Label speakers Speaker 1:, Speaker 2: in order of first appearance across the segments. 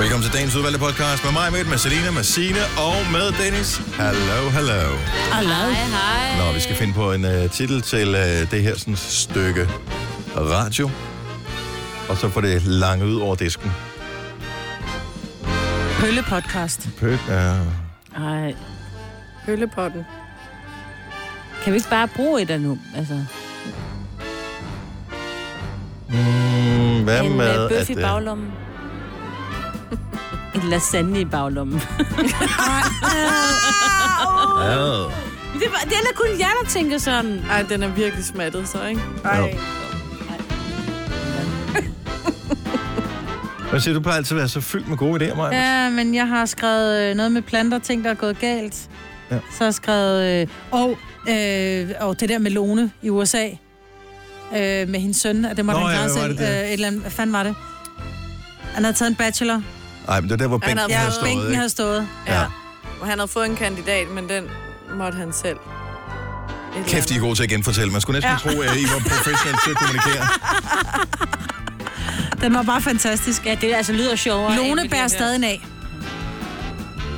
Speaker 1: Velkommen til dagens udvalgte podcast med mig, med, med Selina, med Sine og med Dennis. Hallo, hallo.
Speaker 2: Hej,
Speaker 1: hej. Nå, vi skal finde på en uh, titel til uh, det her sådan, stykke radio. Og så får det lange ud over disken.
Speaker 3: Pøllepodcast.
Speaker 1: Pøk, ja.
Speaker 3: Ej.
Speaker 2: Pøllepotten.
Speaker 3: Kan vi ikke bare bruge et af nu? Altså,
Speaker 1: Mm, hvad
Speaker 3: en
Speaker 1: med,
Speaker 3: øh, bøf i
Speaker 1: øh,
Speaker 3: baglommen. en lasagne i baglommen.
Speaker 1: Ja.
Speaker 3: det, var, det er da kun jer, der tænker sådan.
Speaker 2: Ej, den er virkelig smattet så, ikke?
Speaker 1: Jo. Hvad siger du? plejer altid at være så fyldt med gode idéer, Maja.
Speaker 4: Ja, men jeg har skrevet øh, noget med planter, ting, der er gået galt.
Speaker 1: Ja.
Speaker 4: Ja. Så har jeg skrevet... Øh, og, øh, og det der med Lone i USA. Øh, med hendes søn, at det måtte
Speaker 1: Nå,
Speaker 4: Nå, han
Speaker 1: ja,
Speaker 4: klare
Speaker 1: hvad var
Speaker 4: selv.
Speaker 1: det
Speaker 4: Øh,
Speaker 1: der?
Speaker 4: et eller andet, hvad fanden var det? Han havde taget en bachelor.
Speaker 1: Nej, men det er der, hvor
Speaker 2: Han har
Speaker 1: bænken
Speaker 2: Ja,
Speaker 1: har
Speaker 4: Ja,
Speaker 1: stået,
Speaker 4: bænken
Speaker 1: ikke?
Speaker 4: havde stået.
Speaker 1: Ja.
Speaker 2: Og han havde fået en kandidat, men den måtte han selv. Et
Speaker 1: Kæft, I er
Speaker 2: eller
Speaker 1: gode til at genfortælle. Man skulle næsten ja. tro, at I var professionelle til at kommunikere.
Speaker 4: Den var bare fantastisk.
Speaker 3: Ja, det altså lyder sjovere. end
Speaker 4: Lone
Speaker 3: vi kan høre.
Speaker 4: bærer stadig af.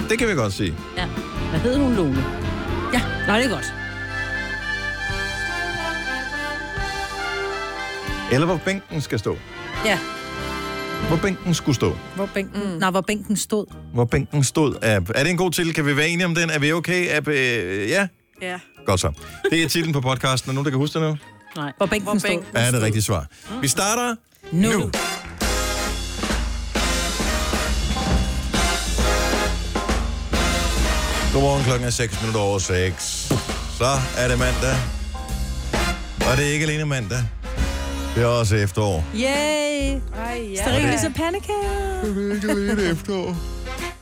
Speaker 1: Det kan vi godt sige.
Speaker 3: Ja. Hvad hed hun, Lone? Ja. Nå, det er godt.
Speaker 1: Eller hvor bænken skal stå.
Speaker 4: Ja,
Speaker 1: Hvor bænken skulle stå.
Speaker 4: hvor bænken, mm. nej, hvor bænken stod.
Speaker 1: Hvor bænken stod. Er, er det en god titel? Kan vi være enige om den? Er vi okay? Er, øh, ja,
Speaker 2: andet. Ja.
Speaker 1: godt så. Det er titlen på podcasten. Er nogen, der kan huske det nu?
Speaker 3: Nej.
Speaker 4: Hvor bænken
Speaker 2: Hvor
Speaker 4: stod.
Speaker 2: bænken
Speaker 1: Er
Speaker 2: stod.
Speaker 1: det rigtige svar? Vi starter
Speaker 4: Nu.
Speaker 1: nu. Godmorgen, klokken er 6 minutter over 6. Så er det mandag. Og det er ikke alene mandag. Det er også efterår.
Speaker 4: Yay!
Speaker 2: Ej, ja.
Speaker 4: Sterile så pandekager.
Speaker 1: Det er ikke alene efterår.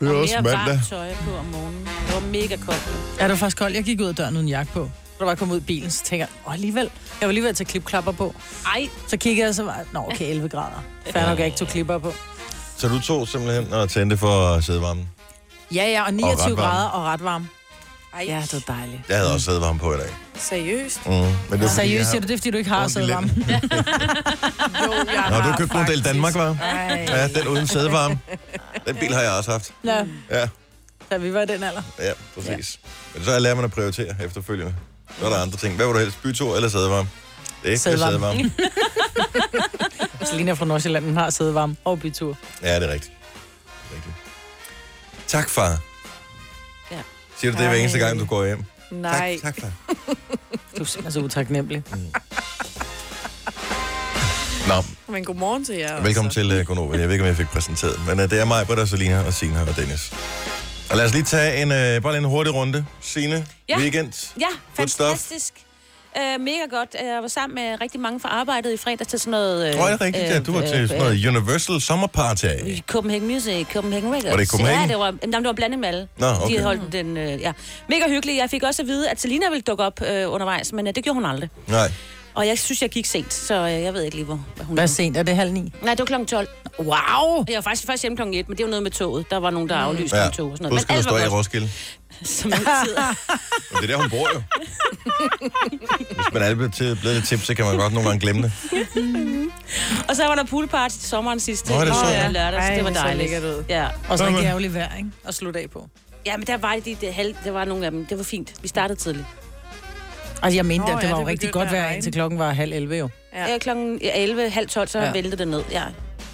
Speaker 1: Det
Speaker 3: Og mere varmt tøj på om morgenen. Det var mega koldt.
Speaker 4: Ja, det var faktisk koldt. Jeg gik ud af døren uden jakke på. Så da jeg kom ud i bilen, så tænker jeg, åh, alligevel. Jeg var lige ved at tage klipklapper på.
Speaker 3: Ej,
Speaker 4: Så kiggede jeg, så var jeg, nå, okay, 11 grader. Færdig nok, jeg ikke tog klipper på.
Speaker 1: Så du tog simpelthen og tændte for sædevarmen?
Speaker 4: Ja, ja, og 29
Speaker 1: varm.
Speaker 4: og grader og ret varm.
Speaker 2: Ej,
Speaker 4: Ja, det var dejligt.
Speaker 1: Jeg havde også sædevarme på i dag.
Speaker 2: seriøst.
Speaker 1: Mm. Men det er, fordi, jeg
Speaker 4: Seriøst,
Speaker 1: har-
Speaker 4: siger du det, er, fordi du ikke har
Speaker 1: Ondt i
Speaker 4: siddet varm?
Speaker 1: lænden.
Speaker 2: Jo, jeg
Speaker 1: Nå, du
Speaker 2: har
Speaker 1: købte model
Speaker 2: faktisk-
Speaker 1: Danmark, var?
Speaker 2: Ej.
Speaker 1: Ja, den uden sædevarme. Den bil har jeg også haft.
Speaker 4: Ja,
Speaker 1: Ja,
Speaker 4: da vi var i den alder.
Speaker 1: ja, præcis. Men så lærer man at prioritere efterfølgende. Så er der andre ting. Hvad vil du helst? Bytur eller sædevarme? Det er ikke
Speaker 4: Sædevarme.
Speaker 1: sædevarme.
Speaker 4: Selina fra Nordsjælland, hun har siddet varm og bytur.
Speaker 1: Ja, det er rigtigt. rigtigt. Tak, far.
Speaker 3: Ja.
Speaker 1: Siger du det hver
Speaker 2: Ej.
Speaker 1: eneste gang, du går hjem?
Speaker 2: Nej.
Speaker 1: Tak, tak far.
Speaker 4: Du er simpelthen så utaknemmelig.
Speaker 1: Nå,
Speaker 2: Men godmorgen til
Speaker 3: Altså.
Speaker 2: jer.
Speaker 1: Velkommen til uh, Gonova. Jeg ved ikke, om jeg fik præsenteret, men uh, det er mig, Britta, Selina og Sina og Dennis. Og lad os lige tage en, uh, bare lige en hurtig runde. Sine, ja.
Speaker 3: Ja. Øh,
Speaker 1: weekend.
Speaker 3: Ja,
Speaker 1: Good stuff.
Speaker 3: fantastisk. Uh, mega godt. Jeg var sammen med rigtig mange fra arbejdet i fredags til sådan noget...
Speaker 1: Tror jeg det er rigtigt, ja. Du var til sådan noget Universal Sommerparty.
Speaker 3: øh, Copenhagen Music, Copenhagen Records.
Speaker 1: Var det i Copenhagen?
Speaker 3: Ja, det var, jamen, det var blandet med alle.
Speaker 1: Nå, okay.
Speaker 3: De holdt den, øh, ja. Mega hyggeligt. Jeg fik også at vide, at Selina ville dukke op øh, undervejs, men øh, det gjorde hun aldrig.
Speaker 1: Nej.
Speaker 3: Og jeg synes, jeg gik sent, så øh, jeg ved ikke lige, hvor hvad hun
Speaker 4: Hvad sent? Er det halv ni?
Speaker 3: Nej, det var klokken 12.
Speaker 4: Wow! Mm.
Speaker 3: Jeg var faktisk først hjemme klokken 1, men det var noget med toget. Der var nogen, der aflyste ja.
Speaker 1: Ja.
Speaker 3: om toget og sådan
Speaker 1: Du
Speaker 3: noget. altså,
Speaker 1: skal stå i
Speaker 3: godt,
Speaker 1: Roskilde.
Speaker 3: som altid.
Speaker 1: Men det er der, hun bor jo. Hvis man er blevet til- blevet lidt tips, så kan man godt nogle gange glemme det.
Speaker 3: og så var der poolparty til sommeren sidste.
Speaker 1: Nå, er det
Speaker 3: øh,
Speaker 1: så?
Speaker 3: lørdags.
Speaker 2: Ej,
Speaker 3: det var
Speaker 2: hvor så
Speaker 3: dejligt.
Speaker 2: lækkert ud.
Speaker 3: Ja.
Speaker 4: Og så
Speaker 1: Nå,
Speaker 4: en
Speaker 1: men-
Speaker 4: jævlig vejr, ikke? Og slutte af på.
Speaker 3: Ja, men der var de, det halv, der var nogle af dem. Det var fint. Vi startede tidligt.
Speaker 4: Altså, jeg mente,
Speaker 2: Nå,
Speaker 4: at det
Speaker 2: ja,
Speaker 4: var
Speaker 2: det
Speaker 4: jo rigtig
Speaker 2: begyndte
Speaker 4: godt
Speaker 2: at
Speaker 4: vejr,
Speaker 2: regne.
Speaker 4: indtil klokken var halv 11 jo.
Speaker 2: Ja.
Speaker 3: Ja. Ja, klokken 11, halv 12, så
Speaker 4: Ja.
Speaker 3: ja. væltede det ned. Ja.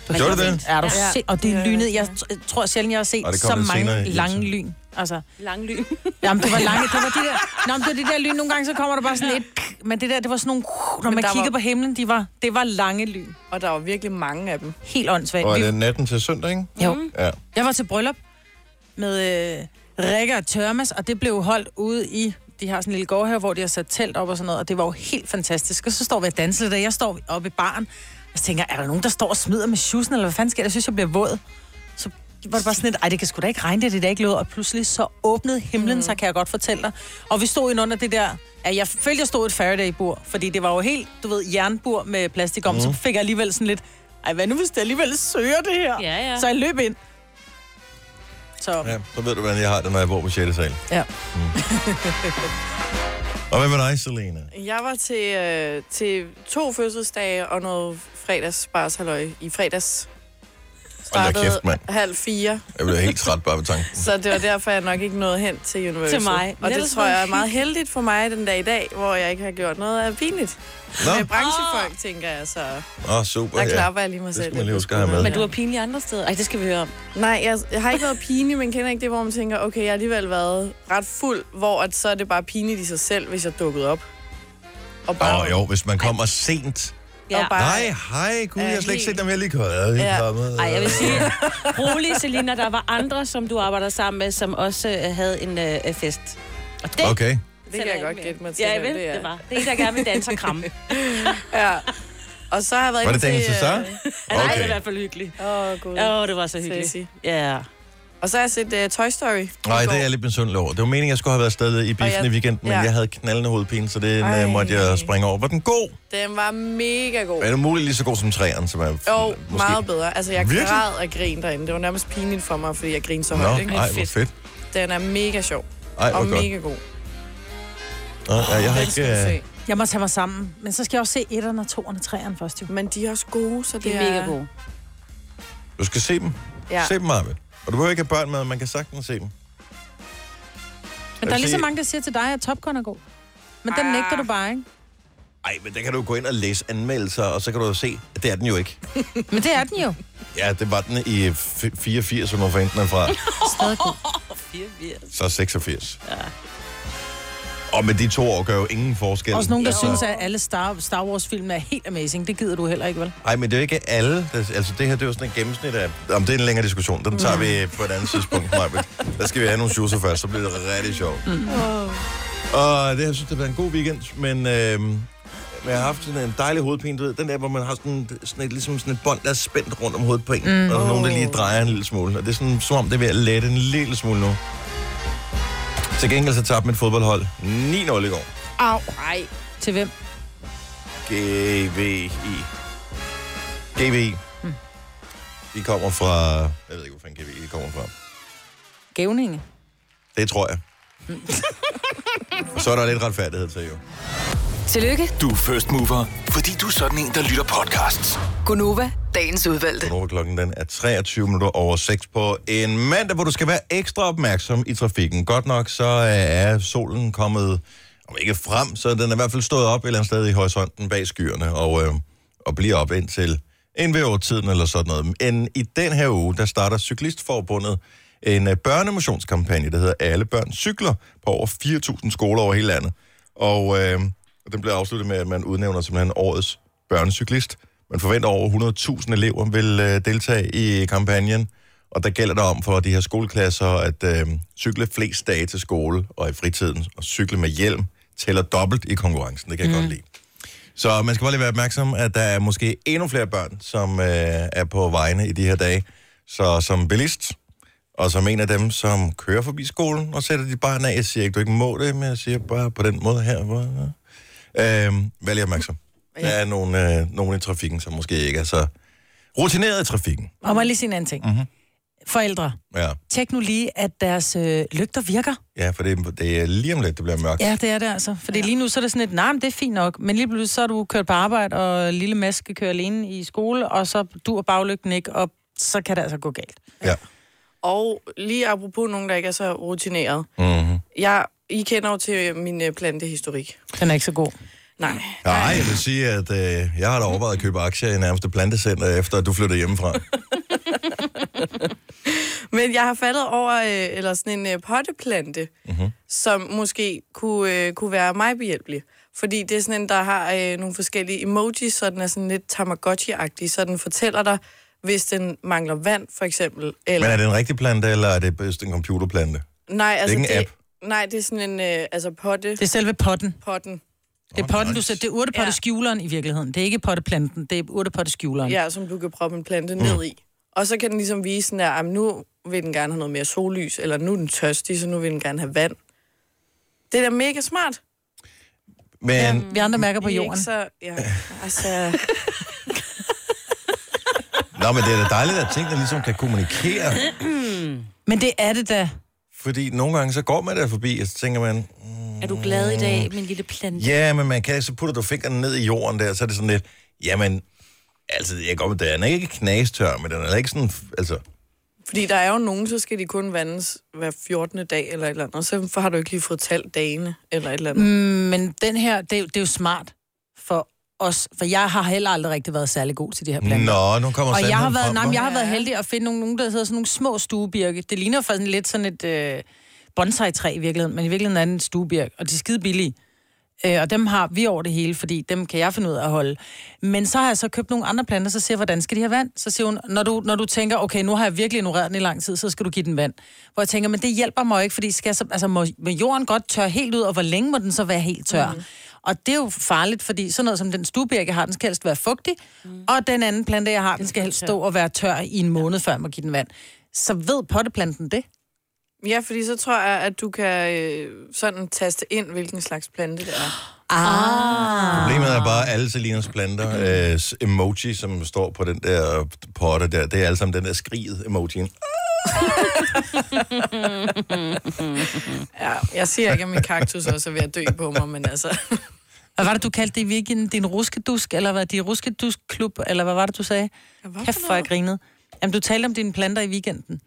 Speaker 3: Men
Speaker 1: gjorde
Speaker 3: var
Speaker 1: det det?
Speaker 3: fint.
Speaker 4: Er du
Speaker 3: Ja.
Speaker 4: ja. sind? Og det er lynet. Jeg t- tror sjældent, jeg har set
Speaker 1: Og det kom
Speaker 4: så
Speaker 1: lidt senere
Speaker 4: mange
Speaker 1: i
Speaker 4: lange
Speaker 1: Ilse.
Speaker 4: lyn. Altså,
Speaker 3: Lang lyn.
Speaker 4: jamen, det var lange. Det var de der, nå, men det var de der lyn. Nogle gange så kommer der bare sådan et... Men det der, det var sådan nogle... Når man
Speaker 2: der
Speaker 4: kiggede
Speaker 2: var-
Speaker 4: på himlen, de var, det var lange lyn.
Speaker 2: Og der var virkelig mange af dem.
Speaker 4: Helt åndssvagt.
Speaker 1: Og er
Speaker 4: Vi-
Speaker 1: det natten til søndag, ikke? Mm-hmm.
Speaker 4: Jo.
Speaker 1: Ja.
Speaker 4: Jeg var til bryllup med øh, Rikke og Tørmas, og det blev holdt ude i... De har sådan en lille gårdhave, hvor de har sat telt op og sådan noget, og det var jo helt fantastisk. Og så står vi og danser lidt, og jeg står oppe i baren, og så tænker jeg, er der nogen, der står og smider med sjussen, eller hvad fanden sker der? Jeg synes, jeg bliver våd. Så var det bare sådan et, ej, det kan sgu da ikke regne, det er det der ikke lød. Og pludselig så åbnede himlen, mm. så kan jeg godt fortælle dig. Og vi stod ind under det der, at jeg følte, jeg stod i et Faraday-bur, fordi det var jo helt, du ved, jernbur med plastik om, mm. så fik jeg alligevel sådan lidt, ej, hvad nu hvis det alligevel søger det her?
Speaker 3: Ja, ja.
Speaker 4: Så jeg løb ind. Så ja.
Speaker 1: ja. Så ved du, hvordan jeg har det, når jeg bor på 6. sal.
Speaker 4: Ja.
Speaker 1: Mm. Og hvad med dig, Selena?
Speaker 2: Jeg var til, øh, til to fødselsdage og noget fredagsbarshalløj i fredags.
Speaker 1: Hold da
Speaker 2: startede
Speaker 1: kæft, mand.
Speaker 2: halv fire,
Speaker 1: Jeg bliver helt træt bare ved tanken.
Speaker 2: så det var derfor, jeg nok ikke nåede hen til Universal.
Speaker 3: Til mig.
Speaker 2: Og det
Speaker 3: Niels,
Speaker 2: tror
Speaker 3: hvor
Speaker 2: jeg er meget heldigt for mig den dag i dag, hvor jeg ikke har gjort noget af pinligt.
Speaker 1: Nå,
Speaker 2: Med branchefolk, tænker jeg, så der
Speaker 1: Nå super.
Speaker 2: ja.
Speaker 1: ja.
Speaker 2: klapper jeg lige mig
Speaker 1: skal
Speaker 2: selv.
Speaker 1: man lige
Speaker 2: lidt på
Speaker 1: huske at have
Speaker 2: skulderen.
Speaker 1: med.
Speaker 3: Men du er pinlig andre steder. Ej, det skal vi høre om.
Speaker 2: Nej, jeg, jeg har ikke været pinlig, men kender ikke det, hvor man tænker, okay, jeg har alligevel været ret fuld, hvor at så er det bare pinligt i sig selv, hvis jeg dukkede op. Og
Speaker 1: Åh, oh, jo, hvis man kommer sent.
Speaker 3: Ja.
Speaker 2: Og bare-
Speaker 1: Nej, hej, gud, jeg har slet ikke set dem, jeg er lige kommet. Jeg er lige
Speaker 2: Ja.
Speaker 1: kommet. øh.
Speaker 3: Ej, jeg vil sige, rolig, Selina, der var andre, som du arbejder sammen med, som også øh, havde en øh, fest. Og det
Speaker 1: Okay.
Speaker 2: Det kan jeg godt gætte mig til,
Speaker 3: Ja,
Speaker 2: hvem
Speaker 3: vel,
Speaker 2: det er.
Speaker 3: det var. Det er en, der gerne vil danse og kramme.
Speaker 2: Ja. Og så har jeg været
Speaker 1: Var det
Speaker 2: inde
Speaker 1: dagen til
Speaker 2: til... øh,
Speaker 1: så?
Speaker 3: Okay. Nej, det er i
Speaker 1: Okay.
Speaker 3: hvert fald hyggeligt.
Speaker 2: Åh, øh, oh,
Speaker 3: Åh, oh, det var så hyggeligt.
Speaker 2: Sassy.
Speaker 3: Ja.
Speaker 2: Og så har jeg set uh, Toy Story.
Speaker 1: Nej, det er jeg lidt misundelig over. Det var meningen, jeg skulle have været afsted i biffen
Speaker 2: Og jeg-
Speaker 1: i weekenden, men
Speaker 2: ja.
Speaker 1: jeg havde knaldende hovedpine, så det
Speaker 2: Ej.
Speaker 1: øh, måtte jeg springe over. Var den god?
Speaker 2: Den var mega god.
Speaker 1: Er det muligt lige så god som træeren, som er
Speaker 2: Jo,
Speaker 1: måske-
Speaker 2: meget bedre. Altså, jeg
Speaker 1: Virkelig?
Speaker 2: græd og grin derinde. Det var nærmest pinligt for mig, fordi jeg grinede så højt.
Speaker 1: Nå,
Speaker 2: Ikke?
Speaker 1: ej, hvor fedt.
Speaker 2: Den er mega sjov
Speaker 1: Ej, hvor
Speaker 2: og
Speaker 1: godt.
Speaker 2: mega god.
Speaker 1: Nå, ja, jeg har
Speaker 2: Den
Speaker 1: ikke...
Speaker 2: skal du
Speaker 1: øh,
Speaker 2: se.
Speaker 4: Jeg må tage mig sammen. Men så skal jeg også se 1'erne, 2'erne, 3'erne først jo.
Speaker 2: Men de er også gode, så det,
Speaker 3: Det er mega god.
Speaker 1: Du skal se dem.
Speaker 2: Ja.
Speaker 1: Se dem, Marvind. Og du behøver ikke have børn med, man kan sagtens se dem.
Speaker 4: Men der er
Speaker 1: vil
Speaker 4: lige så
Speaker 1: sige-
Speaker 4: mange, der siger til dig, at Top Gun er god. Men
Speaker 2: Ah.
Speaker 4: den nægter du bare, ikke?
Speaker 1: Ej, men der kan du gå ind og læse anmeldelser, og så kan du jo se, at det er den jo ikke.
Speaker 4: Men det er den jo.
Speaker 1: Ja, det var den i f- 84, som var fanden den er fra.
Speaker 4: Stadig god.
Speaker 1: Så 86. Ja. Og med de to år gør jo ingen forskel.
Speaker 4: Også nogen, der
Speaker 1: Altså,
Speaker 4: synes, at alle Star, Star Wars-filmene er helt amazing. Det gider du heller ikke, vel?
Speaker 1: Ej, men det er jo ikke alle. Der, altså, det her, det er jo sådan et gennemsnit af... Om det er en længere diskussion, den tager vi på et andet tidspunkt, Maja. Der skal vi have nogle shoes først, så bliver det rigtig sjovt. Mm. Og det, jeg synes, det har været en god weekend, men... Øh, men jeg har haft sådan en dejlig hovedpine, du ved, den der, hvor man har sådan, sådan et, ligesom sådan et bånd, der er spændt rundt om hovedet på en, mm. og der er nogen, der
Speaker 4: Oh.
Speaker 1: lige drejer en lille smule. Og det er sådan, som om det er ved at lette en lille smule nu. Til gengæld så tabte mit fodboldhold 9-0 i går.
Speaker 4: Au. Nej. Til hvem?
Speaker 1: GVI. GVI. De kommer fra... Jeg ved ikke, hvor fanden GVI kommer fra.
Speaker 4: Gævninge.
Speaker 1: Det tror jeg. Så er der lidt retfærdighed til, jo.
Speaker 5: Tillykke,
Speaker 6: Du er first mover, fordi du er sådan en, der lytter podcasts.
Speaker 5: Gunova, dagens udvalgte.
Speaker 1: Nu er klokken den er 23 minutter over 6 på en mandag, hvor du skal være ekstra opmærksom i trafikken. Godt nok, så øh, er solen kommet, om ikke frem, så den er i hvert fald stået op et eller andet sted i horisonten bag skyerne, og, øh, og bliver op indtil en ved tiden eller sådan noget. Men i den her uge, der starter Cyklistforbundet en øh, børnemotionskampagne, der hedder Alle børn cykler, på over 4.000 skoler over hele landet. Og øh, den bliver afsluttet med, at man udnævner simpelthen årets børnecyklist. Man forventer over 100.000 elever vil øh, deltage i kampagnen, og der gælder det om for de her skoleklasser at øh, cykle flest dage til skole og i fritiden, og cykle med hjelm tæller dobbelt i konkurrencen. Det kan jeg mm. godt lide. Så man skal bare lige være opmærksom, at der er måske endnu flere børn, som øh, er på vejene i de her dage. Så som bilist, og som en af dem, som kører forbi skolen og sætter dit barn af, jeg siger ikke, du ikke må det, men jeg siger bare på den måde her. Hvor, øh, vær lige opmærksom. Der er nogle, øh, nogle i trafikken, som måske ikke er så rutineret i trafikken.
Speaker 4: Og må jeg lige sige en anden ting.
Speaker 1: Mhm.
Speaker 4: Mm-hmm. Forældre,
Speaker 1: Ja,
Speaker 4: tjek nu lige, at deres øh, lygter virker.
Speaker 1: ja for det, det er lige om lidt, det bliver mørkt.
Speaker 4: Ja, det er det altså. Fordi ja. lige nu, så er det sådan et, nej, men det er fint nok. Men lige pludselig, så er du kørt på arbejde, og lille Mads skal køre alene i skole, og så du og baglygten ikke, og så kan det altså gå galt.
Speaker 1: Ja.
Speaker 2: Og lige apropos nogen, der ikke er så rutineret. Mm-hmm.
Speaker 1: Mhm.
Speaker 2: Jeg, I kender jo til min øh, plantehistorik.
Speaker 4: Den er ikke så god.
Speaker 2: Nej.
Speaker 1: Nej, jeg vil sige, at øh, jeg har da overvejet at købe aktier i nærmeste plantecenter, efter at du flyttede hjemmefra.
Speaker 2: Men jeg har faldet over øh, eller sådan en øh, potteplante, mm-hmm.
Speaker 1: Mhm.
Speaker 2: som måske kunne, øh, kunne være mig behjælpelig. Fordi det er sådan en, der har øh, nogle forskellige emojis, så den er sådan lidt Tamagotchi-agtig, så den fortæller dig, hvis den mangler vand, for eksempel. Eller,
Speaker 1: Men er det en rigtig plante, eller er det bedst en computerplante?
Speaker 2: nej, altså,
Speaker 1: ikke en app?
Speaker 2: Nej, det er sådan en øh, altså potte,
Speaker 4: Det er selve potten.
Speaker 2: potten,
Speaker 4: Det er
Speaker 1: Åh,
Speaker 4: potten, du
Speaker 1: nice.
Speaker 4: sætter. Det er urtepotteskjuleren i virkeligheden. Det er ikke potteplanten, det er urtepotteskjuleren.
Speaker 2: ja, som du kan proppe en plante mm. ned i. Og så kan den ligesom vise sådan der, "Am, nu vil den gerne have noget mere sollys, eller nu er den tørstig, så nu vil den gerne have vand. Det er da mega smart.
Speaker 1: Men
Speaker 4: Vi andre mærker på
Speaker 2: I er
Speaker 4: jorden.
Speaker 2: Ikke så, ja, altså...
Speaker 1: Nå, men det er da dejligt, at tingene ligesom kan kommunikere.
Speaker 3: Mm.
Speaker 4: Men det er det da.
Speaker 1: Fordi nogle gange, så går man der forbi, og så tænker man,
Speaker 3: Er du glad i dag, min lille plante?
Speaker 1: ja, men man kan, så putter du fingrene ned i jorden der, så er det sådan lidt, jamen, Altså, jeg går med, den er ikke knastør, men den er heller ikke sådan... f- Altså,
Speaker 2: Fordi der er jo nogen, så skal de kun vandes hver 14. dag eller et eller andet. Og så har du ikke lige fået talt dagene eller et eller andet. Mm.
Speaker 4: Men den her, det, er jo- det er jo smart for os, for jeg har heller aldrig rigtig været særlig god til de her planter.
Speaker 1: nå, nu kommer
Speaker 4: Og jeg har,
Speaker 1: sandheden
Speaker 4: været,
Speaker 1: frem,
Speaker 4: nej, men
Speaker 1: hva'?
Speaker 4: jeg har været heldig at finde nogle, nogle, der hedder sådan nogle små stuebirke. Det ligner faktisk lidt sådan et øh, bonsai-træ i virkeligheden, men i virkeligheden er det en stuebirk, og de er skide billige. Øh, og dem har vi over det hele, fordi dem kan jeg finde ud af at holde. Men så har jeg så købt nogle andre planter, så siger jeg, hvordan skal de have vand? Så siger hun, når du, når du tænker, okay, nu har jeg virkelig ignoreret den i lang tid, så skal du give den vand. Hvor jeg tænker, men det hjælper mig jo ikke, fordi skal jeg så, altså, må, må jorden godt tørre helt ud, og hvor længe må den så være helt tør? Mm. Og det er jo farligt, fordi sådan noget som den stuebjerg, jeg har, den skal helst være fugtig, mm. og den anden plante, jeg har, den skal helst stå og være tør i en måned, før jeg må give den vand. Så ved potteplanten det?
Speaker 2: Ja, fordi så tror jeg, at du kan øh, sådan taste ind, hvilken slags plante det er.
Speaker 4: Ah.
Speaker 1: Problemet er bare, at alle Selinas planter, øh, s- emoji, som står på den der potte der, det er alle sammen den der skriget emojien.
Speaker 2: Ja, jeg siger ikke, at min kaktus også er ved at dø på mig, men altså...
Speaker 4: Hvad var det, du kaldte det i weekenden? Din ruskedusk, eller hvad? Din ruskedusk-klub, eller hvad var det, du sagde?
Speaker 2: hvad
Speaker 4: Kæft,
Speaker 2: for
Speaker 4: hvor jeg grinede. Jamen, du talte om dine planter i weekenden.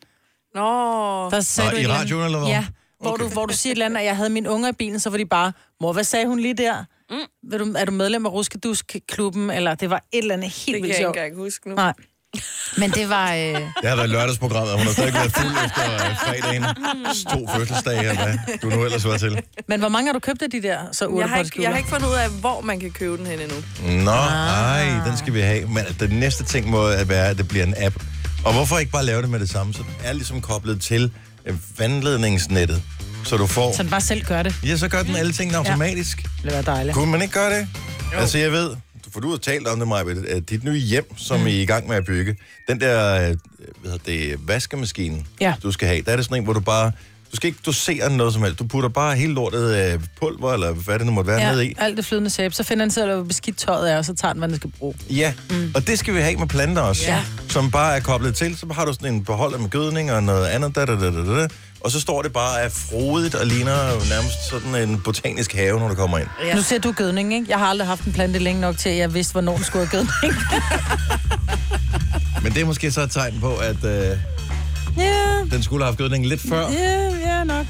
Speaker 2: Nå,
Speaker 4: Der sagde
Speaker 1: Nå,
Speaker 4: du et
Speaker 1: i
Speaker 4: eller
Speaker 1: radioen,
Speaker 4: andet-
Speaker 1: eller hvad?
Speaker 4: Ja, hvor,
Speaker 1: Okay.
Speaker 4: okay. du, hvor du siger et eller andet, at jeg havde mine unger i bilen, så var de bare, mor, hvad sagde hun lige der? Mm. Er, du, er du medlem af ruskedusk-klubben? Eller det var et eller andet
Speaker 2: det
Speaker 4: helt
Speaker 2: kan
Speaker 4: vildt
Speaker 2: jeg ikke
Speaker 4: sjovt.
Speaker 2: engang huske nu.
Speaker 4: Nej. Men det var... Øh...
Speaker 1: Det har været lørdagsprogrammet, og hun har stadig ikke været fuld efter øh, fredagen.
Speaker 2: Mm.
Speaker 1: To fødselsdage, eller hvad du nu ellers var til.
Speaker 4: Men hvor mange har du købt af de der så
Speaker 2: Jeg har, ikke, jeg har
Speaker 4: urtepotskjuler?
Speaker 2: ikke fundet ud af, hvor man kan købe den hen endnu.
Speaker 1: Nå, ej, den skal vi have. Men den næste ting må være, at det bliver en app. Og hvorfor ikke bare lave det med det samme? Så den er ligesom koblet til øh, vandledningsnettet, så du får...
Speaker 4: Så den bare selv gør det.
Speaker 1: Ja, så gør den alle tingene automatisk. Ja.
Speaker 4: Det var dejligt.
Speaker 1: Kunne man ikke gøre det? Jo. Altså, jeg ved, for du har talt om det, Maja, at dit nye hjem, som mm. I er i gang med at bygge, den der, øh, hvad hedder det, vaskemaskine,
Speaker 4: Ja.
Speaker 1: du skal have, der er det sådan en, hvor du bare, du skal ikke dosere den noget som helst. Du putter bare hele lortet af pulver, eller hvad det nu måtte være, ja. ned i.
Speaker 4: Ja, alt det flydende sæbe. Så finder han selv, hvor beskidt tøjet er, og så tager den, hvad den skal bruge.
Speaker 1: Ja, mm. og det skal vi have med planter også, ja. som bare er koblet til. Så har du sådan en beholder med gødning og noget andet, da, da, da, da, da. og så står det bare af frodigt og ligner nærmest sådan en botanisk have, når du kommer ind.
Speaker 4: Ja. Nu ser du gødning, ikke? Jeg har aldrig haft en plante længe nok til, at jeg vidste, hvornår den skulle have gødning.
Speaker 1: Men det er måske så et tegn på, at øh,
Speaker 4: ja,
Speaker 1: den skulle have haft gødning lidt før.
Speaker 4: ja, ja nok.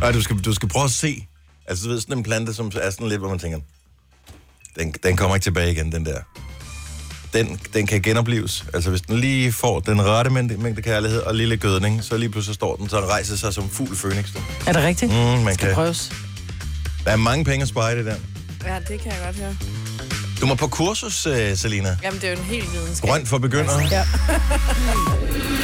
Speaker 1: Nej, du skal, du skal prøve at se. Altså, du ved, sådan en plante, som er sådan lidt, hvor man tænker, den, den kommer ikke tilbage igen, den der. Den, den kan genopleves. Altså, hvis den lige får den rette mængde, mængde kærlighed og lille gødning, så lige pludselig står den, så den rejser sig som fugl fønix. du.
Speaker 4: Er det rigtigt?
Speaker 1: Mm,
Speaker 4: Mm,
Speaker 1: man
Speaker 4: skal
Speaker 1: kan.
Speaker 4: prøves.
Speaker 1: Der er mange penge at spare i det der.
Speaker 2: Ja, det kan jeg godt høre.
Speaker 1: Du må på kursus, uh, Selina.
Speaker 2: Jamen, det er jo en helt videnskab.
Speaker 1: Grønt for begyndere.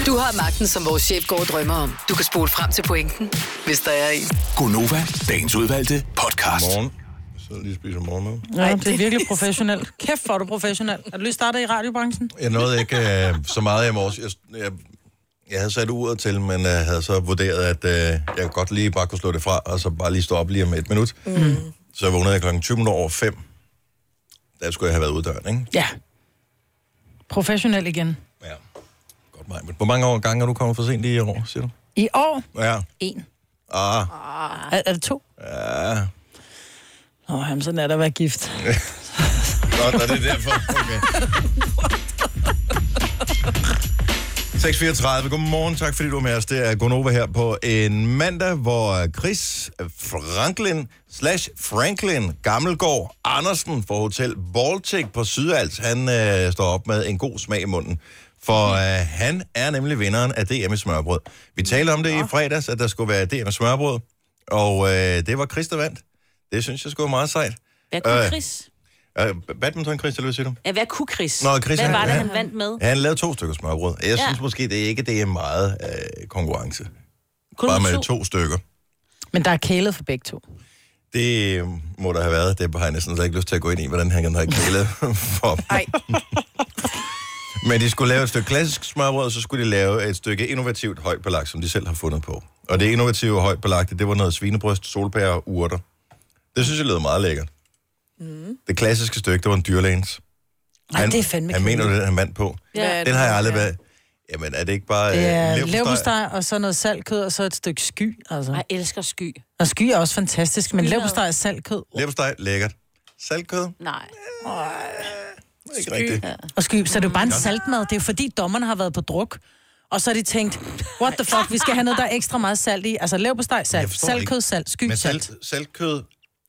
Speaker 5: Du har magten, som vores chef går og drømmer om. Du kan spole frem til pointen, hvis der er en.
Speaker 6: Gonova, dagens udvalgte podcast.
Speaker 1: Morgen. Jeg sidder lige og spiser morgenmad.
Speaker 4: Ja, det er virkelig professionelt. Kæft, hvor er du professionel. Er du lige startet i radiobranchen?
Speaker 1: Jeg nåede ikke øh, så meget i morges. Jeg, jeg, jeg havde sat uret til, men øh, havde så vurderet, at øh, jeg godt lige bare kunne slå det fra, og så bare lige stå op lige om et minut. Mm. Så vågnede jeg klokken 20 minutter over 5. Der skulle jeg have været ude af døren, ikke?
Speaker 4: Ja. Professionel igen.
Speaker 1: Ja. Godt mig. Men hvor mange år gange er du kommet for sent i år, siger du?
Speaker 4: I år?
Speaker 1: Ja.
Speaker 4: En.
Speaker 1: Ah,
Speaker 4: Er, er det to?
Speaker 1: ja.
Speaker 4: Åh, oh, jamen, sådan er der at være gift.
Speaker 1: Nå, nå, det er derfor. Okay. 6.34. Godmorgen. Tak fordi du er med os. Det er Gonova her på en mandag, hvor Chris Franklin slash Franklin Gammelgaard Andersen fra Hotel Baltic på Sydals, han øh, står op med en god smag i munden.
Speaker 3: Mm.
Speaker 1: For øh, han er nemlig vinderen af DM i smørbrød. Vi talte om det i fredags, at der skulle være DM i smørbrød, og øh, det var Chris, der vandt. Det synes jeg skulle var meget sejt.
Speaker 3: Hvad kunne
Speaker 1: Øh.
Speaker 3: Chris?
Speaker 1: Øh, badminton, Chris, eller hvad siger du?
Speaker 3: Ja, hvad kunne Chris?
Speaker 1: Nå, Chris,
Speaker 3: hvad
Speaker 1: han-
Speaker 3: var det,
Speaker 1: han-
Speaker 3: han vandt med?
Speaker 1: Ja, han lavede to stykker smørbrød. Jeg ja.
Speaker 3: Ja.
Speaker 1: synes måske, det er ikke det er meget øh, konkurrence.
Speaker 3: Kun
Speaker 1: Bare med
Speaker 3: to.
Speaker 1: to. to stykker.
Speaker 4: Men der er kælet for begge to.
Speaker 1: Det øh, må der have været. Det har jeg næsten slet ikke lyst til at gå ind i, hvordan han kan have kælet for dem.
Speaker 2: Nej,
Speaker 1: Men de skulle lave et stykke klassisk smørbrød, og så skulle de lave et stykke innovativt højt belagt, som de selv har fundet på. Og det innovative højt belagte, det var noget svinebryst, solpærer og urter. Det synes jeg lød meget lækkert. Mm. Det klassiske stykke, det var en dyrlægens.
Speaker 4: Ej, det er fandme
Speaker 1: Han mener,
Speaker 4: kedeligt.
Speaker 1: det er, han vandt på.
Speaker 2: Hvad er
Speaker 3: Ja.
Speaker 2: det
Speaker 1: Den har jeg
Speaker 2: for
Speaker 1: aldrig
Speaker 2: noget?
Speaker 1: været. Jamen, er det ikke bare
Speaker 4: Ja,
Speaker 1: øh, leverpostej?
Speaker 4: leverpostej, og så noget saltkød, og så et stykke sky. Altså.
Speaker 3: Jeg elsker sky.
Speaker 4: Og sky er også fantastisk, men leverpostej og saltkød.
Speaker 1: Leverpostej, lækkert. Saltkød?
Speaker 3: Nej.
Speaker 1: Ikke rigtigt.
Speaker 4: Og sky, så det er jo bare en saltmad. Det er jo fordi, dommerne har været på druk. Og så har de tænkt, what the fuck, vi skal have noget, der er ekstra meget salt i. Altså leverpostej,
Speaker 1: Jeg
Speaker 4: salt,
Speaker 1: forstår
Speaker 4: saltkød,
Speaker 1: ikke.
Speaker 4: salt, sky,
Speaker 1: Men
Speaker 4: salt.
Speaker 1: salt, saltkød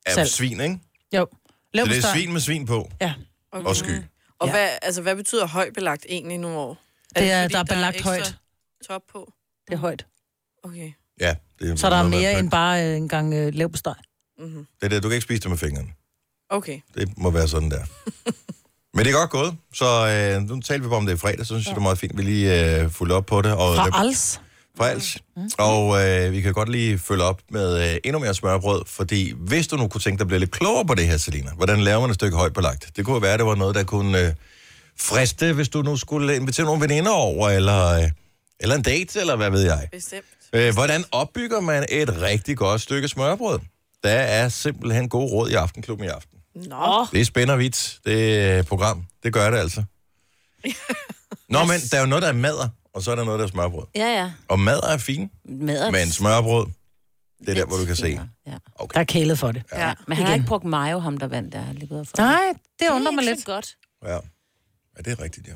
Speaker 1: er
Speaker 4: Salt.
Speaker 1: svin, ikke?
Speaker 4: Jo,
Speaker 1: Så det er
Speaker 4: leverpostej.
Speaker 1: svin med svin på.
Speaker 4: Ja,
Speaker 1: Okay. Og sky.
Speaker 2: Og
Speaker 4: Ja.
Speaker 2: ja. hvad, altså, hvad betyder højbelagt egentlig nu over?
Speaker 4: Det er-
Speaker 2: fordi,
Speaker 4: der er belagt
Speaker 2: ekstra
Speaker 4: højt.
Speaker 2: Top på?
Speaker 4: det er højt.
Speaker 2: Okay.
Speaker 1: Ja, det
Speaker 4: Så der er
Speaker 1: noget med
Speaker 4: mere
Speaker 1: pynt.
Speaker 4: end bare øh, en gang øh, leverpostej.
Speaker 1: Det er det, du kan ikke spise det med fingrene.
Speaker 2: Okay.
Speaker 1: Det må være sådan der. Men det er godt gået, så øh, nu talte vi bare om det i fredag, så synes jeg, det er meget fint, vi lige øh, fulgte op på det. Og,
Speaker 4: Fra Als. Mm.
Speaker 1: for alt. Og øh, vi kan godt lige følge op med øh, endnu mere smørbrød, fordi hvis du nu kunne tænke dig at blive lidt klogere på det her, Selina, hvordan laver man et stykke højt belagt? Det kunne jo være, at det var noget, der kunne øh, friste, hvis du nu skulle invitere nogle veninder over, eller, øh, eller en date, eller hvad ved jeg.
Speaker 2: Bestemt.
Speaker 1: Øh, hvordan opbygger man et rigtig godt stykke smørbrød? Der er simpelthen gode råd i Aftenklubben i aften.
Speaker 2: Nå.
Speaker 1: Det spænder vidt, det øh, program. Det gør det altså. Nå, men der er jo noget, der er madder, og så er der noget, der er smørbrød.
Speaker 3: Ja, ja.
Speaker 1: Og madder er fint.
Speaker 3: Med at...
Speaker 1: Men smørbrød, det er der, hvor du kan se.
Speaker 3: Ja.
Speaker 4: Der er kælet for det.
Speaker 2: Ja.
Speaker 3: Men han har ikke brugt mayo, ham der vandt der. Han lige gået for.
Speaker 4: Nej, det
Speaker 3: det
Speaker 4: undrer mig
Speaker 3: ikke
Speaker 4: lidt.
Speaker 3: så godt.
Speaker 1: Ja. ja, det er rigtigt, ja.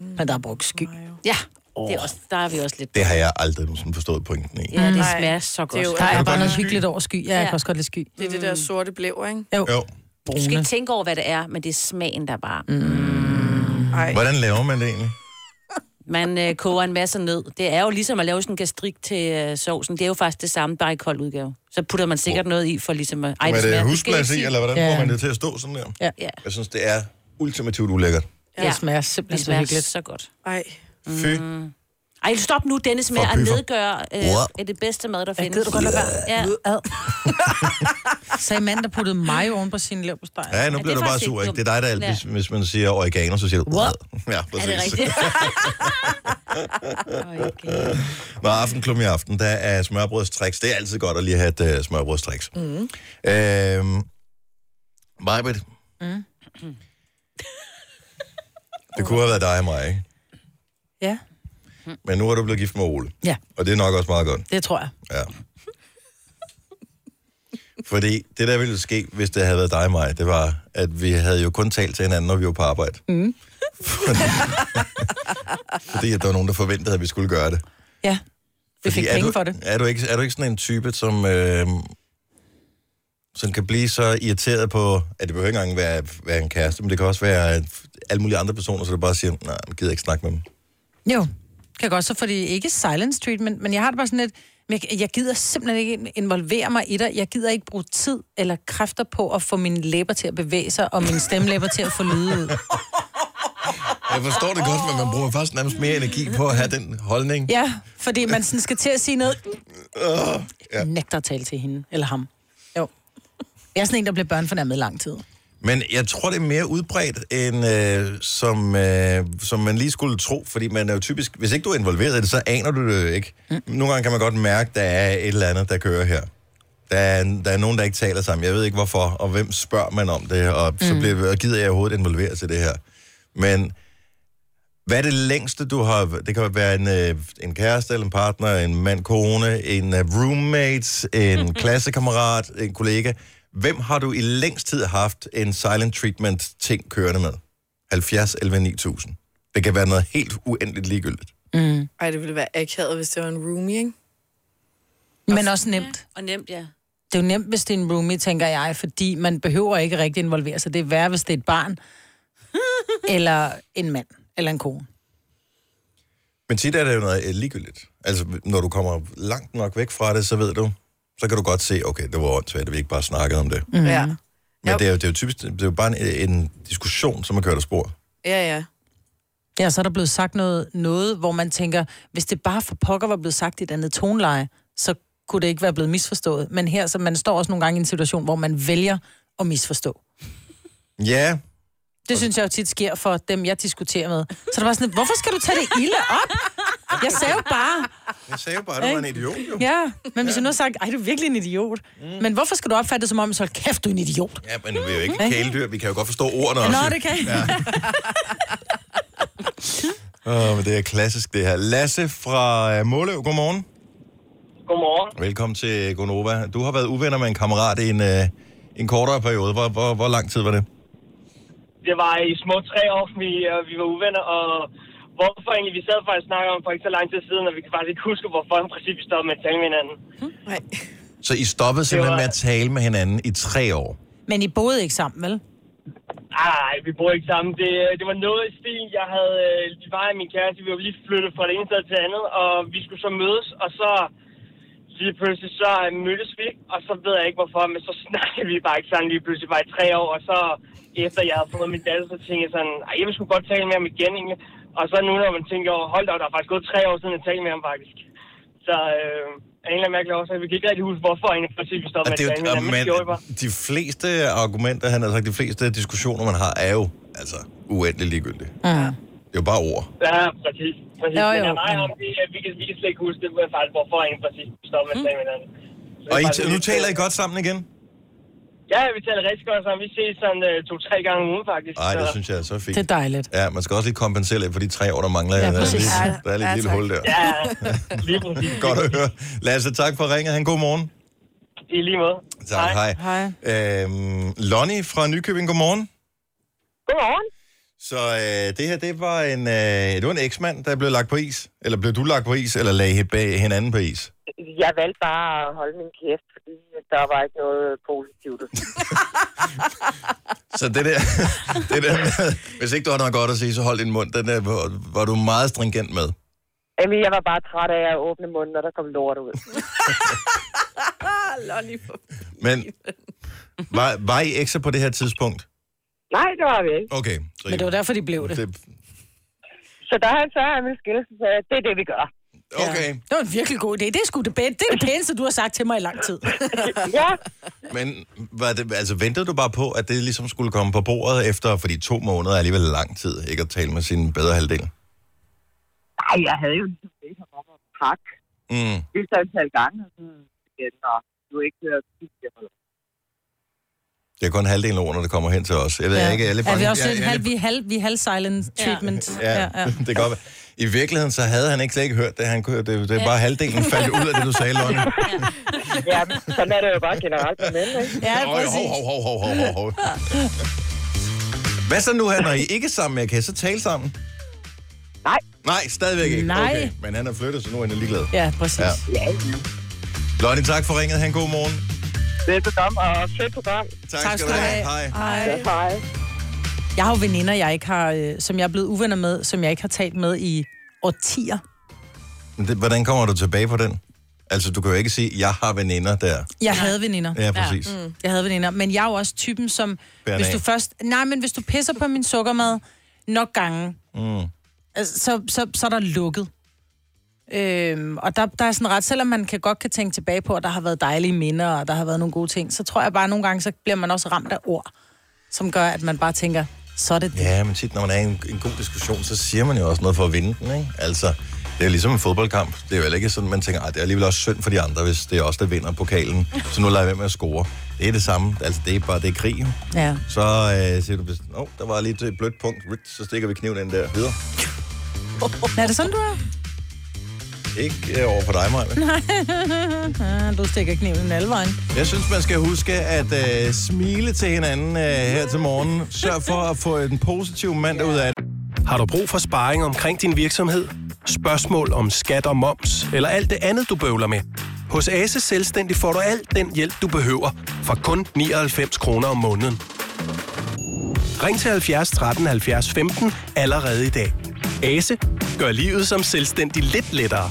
Speaker 4: Men der er brugt sky.
Speaker 3: Ja, det er også, der er vi også lidt.
Speaker 1: Det har jeg aldrig sådan forstået pointen i.
Speaker 3: Ja, det
Speaker 2: Nej.
Speaker 3: smager
Speaker 2: Det
Speaker 3: så
Speaker 2: er
Speaker 3: godt.
Speaker 2: jo-
Speaker 4: Der
Speaker 2: Kan
Speaker 4: er
Speaker 1: du
Speaker 4: bare
Speaker 1: godt
Speaker 4: noget
Speaker 1: lide
Speaker 4: hyggeligt over sky. Ja, jeg kan også godt lide sky.
Speaker 2: Det er det der sorte blæv, ikke?
Speaker 1: Jo.
Speaker 3: Du skal ikke tænke over, hvad det er, men det er smagen, der bare... Mm.
Speaker 2: Nej.
Speaker 1: Hvordan laver man det egentlig?
Speaker 3: Man øh, koger en masse ned. Det er jo ligesom at lave sådan en gastrik til øh, sovsen. Det er jo faktisk det samme, bare i kold udgave. Så putter man sikkert noget i for ligesom... at- Ej,
Speaker 1: Var
Speaker 3: smager-
Speaker 1: det
Speaker 3: skal jeg
Speaker 1: husglas
Speaker 3: ikke
Speaker 1: i,
Speaker 3: sige.
Speaker 1: eller hvordan
Speaker 4: Ja.
Speaker 1: får man det til at stå sådan der?
Speaker 4: Ja.
Speaker 3: Ja,
Speaker 1: Jeg synes, det er ultimativt ulækkert.
Speaker 4: Det smager simpelthen
Speaker 3: det
Speaker 4: så
Speaker 3: smager
Speaker 4: hyggeligt.
Speaker 3: så godt.
Speaker 2: Ej.
Speaker 1: Fy.
Speaker 3: Ej, stop nu, Dennis, med
Speaker 1: For
Speaker 3: at
Speaker 1: pyfer.
Speaker 3: nedgøre øh,
Speaker 1: Uah.
Speaker 3: er det bedste mad, der
Speaker 4: Jeg
Speaker 3: findes.
Speaker 4: gider du godt lade være.
Speaker 3: Ja.
Speaker 4: Ad. Sagde manden, der puttede mig oven på sin leverpostej.
Speaker 1: Ja, nu
Speaker 3: Ja,
Speaker 1: bliver
Speaker 3: det
Speaker 1: du
Speaker 3: er
Speaker 1: bare
Speaker 3: faktisk
Speaker 1: sur,
Speaker 3: ikke
Speaker 1: ikke? Det er dig, der alt,
Speaker 3: dumt.
Speaker 1: hvis, hvis man siger oregano, så siger du... What? Ja,
Speaker 3: Er
Speaker 1: præcis.
Speaker 3: det rigtigt? okay.
Speaker 1: Når aftenklum i aften, der er smørbrødstriks. Det er altid godt at lige have et uh, smørbrødstriks. Mm. Øhm, Majbrit. Mm. Det kunne have været dig og mig, ikke?
Speaker 4: Ja,
Speaker 1: Men nu er du blevet gift med Ole.
Speaker 4: Ja.
Speaker 1: Og det er nok også meget godt.
Speaker 4: det tror jeg.
Speaker 1: Ja. Fordi det, der ville ske, hvis det havde været dig og mig, det var, at vi havde jo kun talt til hinanden, når vi var på arbejde. Mm. Fordi, fordi at der var nogen, der forventede, at vi skulle gøre det.
Speaker 4: Ja, vi fik
Speaker 1: Fordi er
Speaker 4: penge
Speaker 1: du,
Speaker 4: for det.
Speaker 1: Er du, ikke, er du ikke sådan en type, som, øh, som kan blive så irriteret på, at det behøver ikke engang være, være en kæreste, men det kan også være øh, alle mulige andre personer, så du bare siger, nej, jeg gider ikke snakke med dem.
Speaker 4: Jo, kan godt så, fordi ikke silence treatment, men jeg har det bare sådan lidt, men jeg, jeg gider simpelthen ikke involvere mig i dig. Jeg gider ikke bruge tid eller kræfter på at få mine læber til at bevæge sig, og mine stemmelæber til at få lyde ud.
Speaker 1: Jeg forstår det godt, men man bruger faktisk nærmest mere energi på at have den holdning.
Speaker 4: Ja, fordi man sådan skal til at sige noget. ja. Nægter at tale til hende eller ham. Jo. Jeg er sådan en, der bliver børnefornærmet i lang tid.
Speaker 1: Men jeg tror, det er mere udbredt, end øh, som, øh, som man lige skulle tro, fordi man er jo typisk, hvis ikke du er involveret i det, så aner du det jo ikke. Mm. Nogle gange kan man godt mærke, der er et eller andet, der kører her. Der er, der er nogen, der ikke taler sammen. Jeg ved ikke hvorfor, og hvem spørger man om det, og mm. så bliver, og gider jeg overhovedet involveret til det her. Men hvad er det længste, du har... Det kan være en, øh, en kæreste, eller en partner, en mand, kone, en øh, roommate, en klassekammerat, en kollega. Hvem har du i længst tid haft en silent treatment-ting kørende med? 70, 11, 9000. Det kan være noget helt uendeligt ligegyldigt.
Speaker 2: Ej, det ville være akavet, hvis det var en roomie, ikke?
Speaker 4: Men også nemt.
Speaker 3: Og nemt, ja.
Speaker 4: Det er jo nemt, hvis det er en roomie, tænker jeg, fordi man behøver ikke rigtig involvere sig. Det er værre, hvis det er et barn, eller en mand, eller en kone.
Speaker 1: Men tit er det jo noget øh, ligegyldigt. Altså, når du kommer langt nok væk fra det, så ved du, så kan du godt se, okay, det var åndssvagt, at vi ikke bare snakkede om det. Mm.
Speaker 2: Ja.
Speaker 4: Mhm.
Speaker 1: Men
Speaker 2: Jo.
Speaker 1: det er, jo, det er jo typisk, det er jo bare en, en diskussion, som har kørt af spor.
Speaker 2: Ja, ja.
Speaker 4: Ja, så er der blevet sagt noget, noget, hvor man tænker, hvis det bare for pokker var blevet sagt i et andet toneleje, så kunne det ikke være blevet misforstået. Men her, så man står også nogle gange i en situation, hvor man vælger at misforstå.
Speaker 1: Ja,
Speaker 4: Det synes jeg jo tit sker for dem, jeg diskuterer med. Så det var sådan, lidt, hvorfor skal du tage det ilde op? Jeg sagde jo bare,
Speaker 1: Jeg sagde jo bare, at du var en idiot, jo. Mm.
Speaker 4: ja. Men hvis jeg nu har sagt, ej, du er virkelig en idiot. Men hvorfor skal du opfatte det som om, så hold kæft, du er en idiot?
Speaker 1: Ja, men vi er jo ikke kæledyr. Vi kan jo godt forstå ordene også.
Speaker 4: Nå, det kan jeg. Ja.
Speaker 1: Åh, men det er klassisk, det her. Lasse fra øh, Måløv, godmorgen.
Speaker 7: Godmorgen.
Speaker 1: Velkommen til Gonova. Du har været uvenner med en kammerat i en, øh, en kortere periode. Hvor, hvor, hvor lang tid var det?
Speaker 7: det var i små tre år, vi, øh, vi var uvenner, og hvorfor egentlig, vi sad faktisk og snakkede om for ikke så lang tid siden, og vi kan faktisk ikke huske, hvorfor i princippet vi stoppede med at tale med hinanden.
Speaker 2: Nej.
Speaker 1: Så I stoppede simpelthen
Speaker 7: var-
Speaker 1: med at tale med hinanden i tre år.
Speaker 4: Men I boede ikke sammen, vel?
Speaker 7: Ej, vi bor ikke sammen. Det, øh, det var noget i stil. Jeg havde øh, lige var min kæreste. Vi var lige flyttet fra det ene sted til det andet, og vi skulle så mødes, og så lige pludselig så øh, mødtes vi, og så ved jeg ikke hvorfor, men så snakkede vi bare ikke sammen lige pludselig bare i tre år, og så efter jeg havde fået min datter, så tænkte jeg sådan, ej, jeg vil sgu godt tale med ham igen, egentlig. Og så nu, når man tænker over, hold da, op, der er faktisk gået tre år siden, jeg talte med ham faktisk. Så øh, af en eller anden mærkelig årsag, vi kan ikke rigtig huske, hvorfor egentlig, præcis, vi stoppede
Speaker 1: Og
Speaker 7: med
Speaker 1: det
Speaker 7: at
Speaker 1: er
Speaker 7: tale med
Speaker 1: jo, og
Speaker 7: hinanden, men det gjorde vi bare.
Speaker 1: man, de fleste argumenter, han har sagt, de fleste diskussioner, man har, er jo altså uendelig ligegyldige. Det
Speaker 4: Ja.
Speaker 1: er jo bare ord.
Speaker 7: Ja, præcis. præcis.
Speaker 4: Jo,
Speaker 7: Jo, jo.
Speaker 4: jo.
Speaker 7: Men nej, om det, øh, vi, kan, vi kan slet ikke huske det, men faktisk, hvorfor en præcis stopper med at tale med hinanden. Så det er
Speaker 1: Og I,
Speaker 7: faktisk
Speaker 1: nu
Speaker 7: lidt-
Speaker 1: taler I godt sammen igen?
Speaker 7: Ja, vi taler rigtig godt sammen. Vi ses sådan øh, to-tre gange om ugen, faktisk.
Speaker 1: Nej, det
Speaker 7: Så-
Speaker 1: synes jeg er så fint.
Speaker 4: Det er dejligt.
Speaker 1: Ja, man skal også lige kompensere lidt for de tre år, der mangler. Ja, der, er
Speaker 4: præcis.
Speaker 1: lige,
Speaker 2: Ja,
Speaker 1: der er lige et
Speaker 2: ja,
Speaker 1: lille
Speaker 2: tak.
Speaker 1: hul der.
Speaker 7: Ja, lige præcis.
Speaker 1: Godt at høre. Lasse, tak for ringet. Han god morgen.
Speaker 7: I lige måde.
Speaker 1: Tak, hej.
Speaker 4: Hej.
Speaker 1: Øhm, Lonnie fra Nykøbing, godmorgen.
Speaker 7: Godmorgen.
Speaker 1: Så øh, det her, det var en, øh, det var en eksmand, der blev lagt på is. Eller blev du lagt på is, eller lagde he- bag hinanden på is?
Speaker 8: Jeg valgte bare at holde min kæft, fordi der var ikke noget positivt. at sige.
Speaker 1: Så det der, det der med, hvis ikke du har noget godt at sige, så hold din mund. Den der var, var du meget stringent med.
Speaker 8: Jamen, jeg var bare træt af at åbne munden, når der kom lort ud.
Speaker 2: Ah, Lonnie.
Speaker 1: Men var, var I ekstra på det her tidspunkt?
Speaker 8: Nej, det var vi ikke.
Speaker 1: Okay. Så
Speaker 4: Men det var derfor, de blev det.
Speaker 1: det,
Speaker 8: Så da han så han ville skille, så sagde jeg, det er det, vi gør.
Speaker 1: okay.
Speaker 4: Det var en virkelig god idé. Det er sgu det, bedste. det, er det pæneste, du har sagt til mig i lang tid.
Speaker 8: Ja,
Speaker 1: Men var det, altså, ventede du bare på, at det ligesom skulle komme på bordet efter, fordi to måneder er alligevel lang tid, ikke at tale med sin bedre halvdel?
Speaker 8: nej, jeg havde jo ligesom det her om at pakke.
Speaker 1: Mm.
Speaker 8: Det er så en halv gang, og så igen, og du er ikke hørt
Speaker 1: Det er kun halvdelen af ordene, der kommer hen til os. Jeg ved ja. ikke, jeg er lidt
Speaker 4: er vi
Speaker 1: bange-
Speaker 4: også
Speaker 1: jeg-
Speaker 4: lidt
Speaker 1: jeg er
Speaker 4: halv,
Speaker 1: lidt-
Speaker 4: vi er halv, vi er halv silent treatment.
Speaker 1: Ja, ja, ja. det kan godt være. I virkeligheden, så havde han ikke slet ikke hørt det. Han, kunne- det, det er bare halvdelen faldt ud af det, du sagde, Lonnie.
Speaker 8: Ja, men sådan er det jo bare generelt med mænd, ikke?
Speaker 4: Ja,
Speaker 1: Øj,
Speaker 4: præcis.
Speaker 1: hov, hov, hov, hov, hov, hov. Hvad så nu her, når I ikke er sammen? Jeg kan I så tale sammen?
Speaker 8: Nej.
Speaker 1: Nej, stadigvæk ikke.
Speaker 4: Nej.
Speaker 1: Okay. Men han er flyttet, så nu er han ligeglad.
Speaker 4: Ja, præcis.
Speaker 1: Ja. Lonnie, tak for ringet. Han god morgen.
Speaker 8: Det er program, og fedt program.
Speaker 1: Tak, tak skal du have. Hej.
Speaker 4: Hej.
Speaker 8: Hej.
Speaker 4: Jeg har jo veninder, jeg ikke har, øh, som jeg er blevet uvenner med, som jeg ikke har talt med i årtier.
Speaker 1: Men Det, hvordan kommer du tilbage på den? Altså, du kan jo ikke sige, jeg har veninder der.
Speaker 4: Jeg havde veninder. Mm.
Speaker 1: Ja, præcis. Ja,
Speaker 4: Jeg havde veninder, men jeg er jo også typen, som...
Speaker 1: Bærer
Speaker 4: hvis
Speaker 1: den
Speaker 4: du
Speaker 1: af.
Speaker 4: først... Nej, men hvis du pisser på min sukkermad nok gange, mm. altså, så, så, så er der lukket. Øhm, og der, der er sådan ret, selvom man kan godt kan tænke tilbage på, at der har været dejlige minder, og der har været nogle gode ting, så tror jeg bare, at nogle gange, så bliver man også ramt af ord, som gør, at man bare tænker, så er det det.
Speaker 1: mm. ja men tit, når man er i en, en god diskussion, så siger man jo også noget for at vinde den, ikke? Altså, det er jo ligesom en fodboldkamp. Det er jo heller ikke sådan, man tænker, at det er alligevel også synd for de andre, hvis det er os, der vinder pokalen. Så nu lader jeg være med at score. Det er det samme. Altså, det er bare, det er krig. jo.
Speaker 4: Ja.
Speaker 1: Så øh, siger du, åh, oh, der var lige et blødt punkt. Rigt, Så stikker vi kniven ind der. Videre.
Speaker 4: Er det sådan, du er?
Speaker 1: Ikke øh, over for dig, Maja.
Speaker 4: Ah, Du stikker kniven alle vejen.
Speaker 1: Jeg synes, man skal huske at øh, smile til hinanden øh, her til morgen. Sørg for at få en positiv mandag ud af det.
Speaker 9: Har du brug for sparring omkring din virksomhed? Spørgsmål om skat og moms, eller alt det andet, du bøvler med? Hos Ase Selvstændig får du alt den hjælp, du behøver, for kun 99 kroner om måneden. Ring til 70 13 70 15 allerede i dag. Ase gør livet som selvstændig lidt lettere.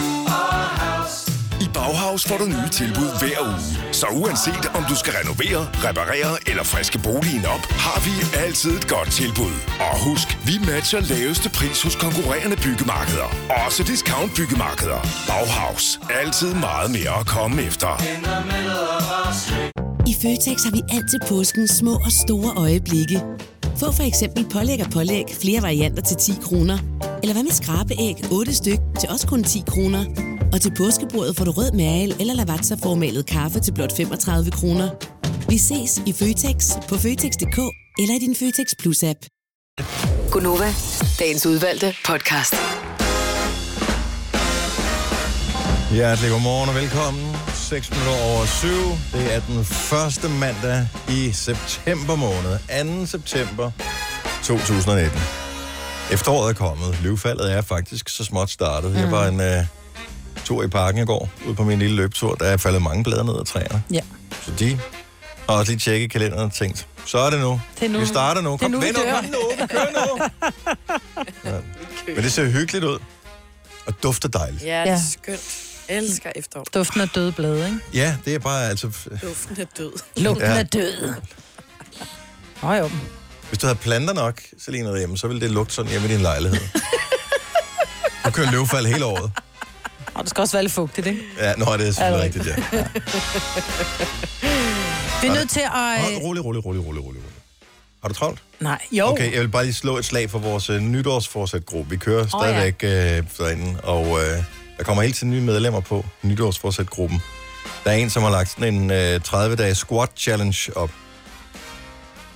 Speaker 10: I Bauhaus får du nye tilbud hver uge. Så uanset om du skal renovere, reparere eller friske boligen op, har vi altid et godt tilbud. Og husk, vi matcher laveste pris hos konkurrerende byggemarkeder. Også discount byggemarkeder. Bauhaus. Altid meget mere at komme efter.
Speaker 11: I Føtex har vi altid påsken små og store øjeblikke. Få for eksempel pålæg og pålæg flere varianter til 10 kroner. Eller hvad med skrabeæg 8 styk til også kun 10 kroner. Og til påskebordet får du rød mal eller lavatserformalet kaffe til blot 35 kroner. Vi ses i Føtex på Føtex.dk eller i din Føtex Plus-app.
Speaker 5: Gunova, dagens udvalgte podcast.
Speaker 1: Hjertelig godmorgen og velkommen. 6 minutter over 7. Det er den første mandag i september måned. 2. september 2019. Efteråret er kommet. Løvfaldet er faktisk så småt startet. Mm. Jeg var en øh, tur i parken i går, ude på min lille løbetur. Der er faldet mange blade ned af træerne.
Speaker 4: Ja.
Speaker 1: Så de har også lige tjekket kalenderen og tænkt, så er det nu.
Speaker 4: Det er nu.
Speaker 1: Vi starter nu.
Speaker 4: Det er
Speaker 1: Kom,
Speaker 4: nu, vi
Speaker 1: vend op,
Speaker 4: dør.
Speaker 1: kom nu. Vi kører nu. Men det ser hyggeligt ud. Og dufter dejligt.
Speaker 2: Ja, det er skønt. Jeg elsker efterår.
Speaker 4: Duften af døde blade, ikke?
Speaker 1: Ja, det er bare altså...
Speaker 2: Duften er død.
Speaker 1: Lugten Ja. af
Speaker 4: død. Nå jo.
Speaker 1: Hvis du havde planter nok, Selina, derhjemme, så ville det lugte sådan hjemme i din lejlighed. Du kører løvfald hele året.
Speaker 4: Og det skal også være lidt fugtigt, ikke?
Speaker 1: Ja, nå, det er selvfølgelig rigtigt, ja.
Speaker 4: Vi er nødt til at... øh,
Speaker 1: Hold, rolig, rolig, rolig, rolig, rolig. Har du travlt?
Speaker 4: Nej, jo.
Speaker 1: Okay, jeg vil bare lige slå et slag for vores uh, nytårsforsæt-gruppe. Vi kører
Speaker 4: Åh, ja.
Speaker 1: stadigvæk øh, derinde, og øh, der kommer hele tiden nye medlemmer på nytårsforsæt-gruppen. Der er en, som har lagt sådan en øh, 30-dages squat-challenge op,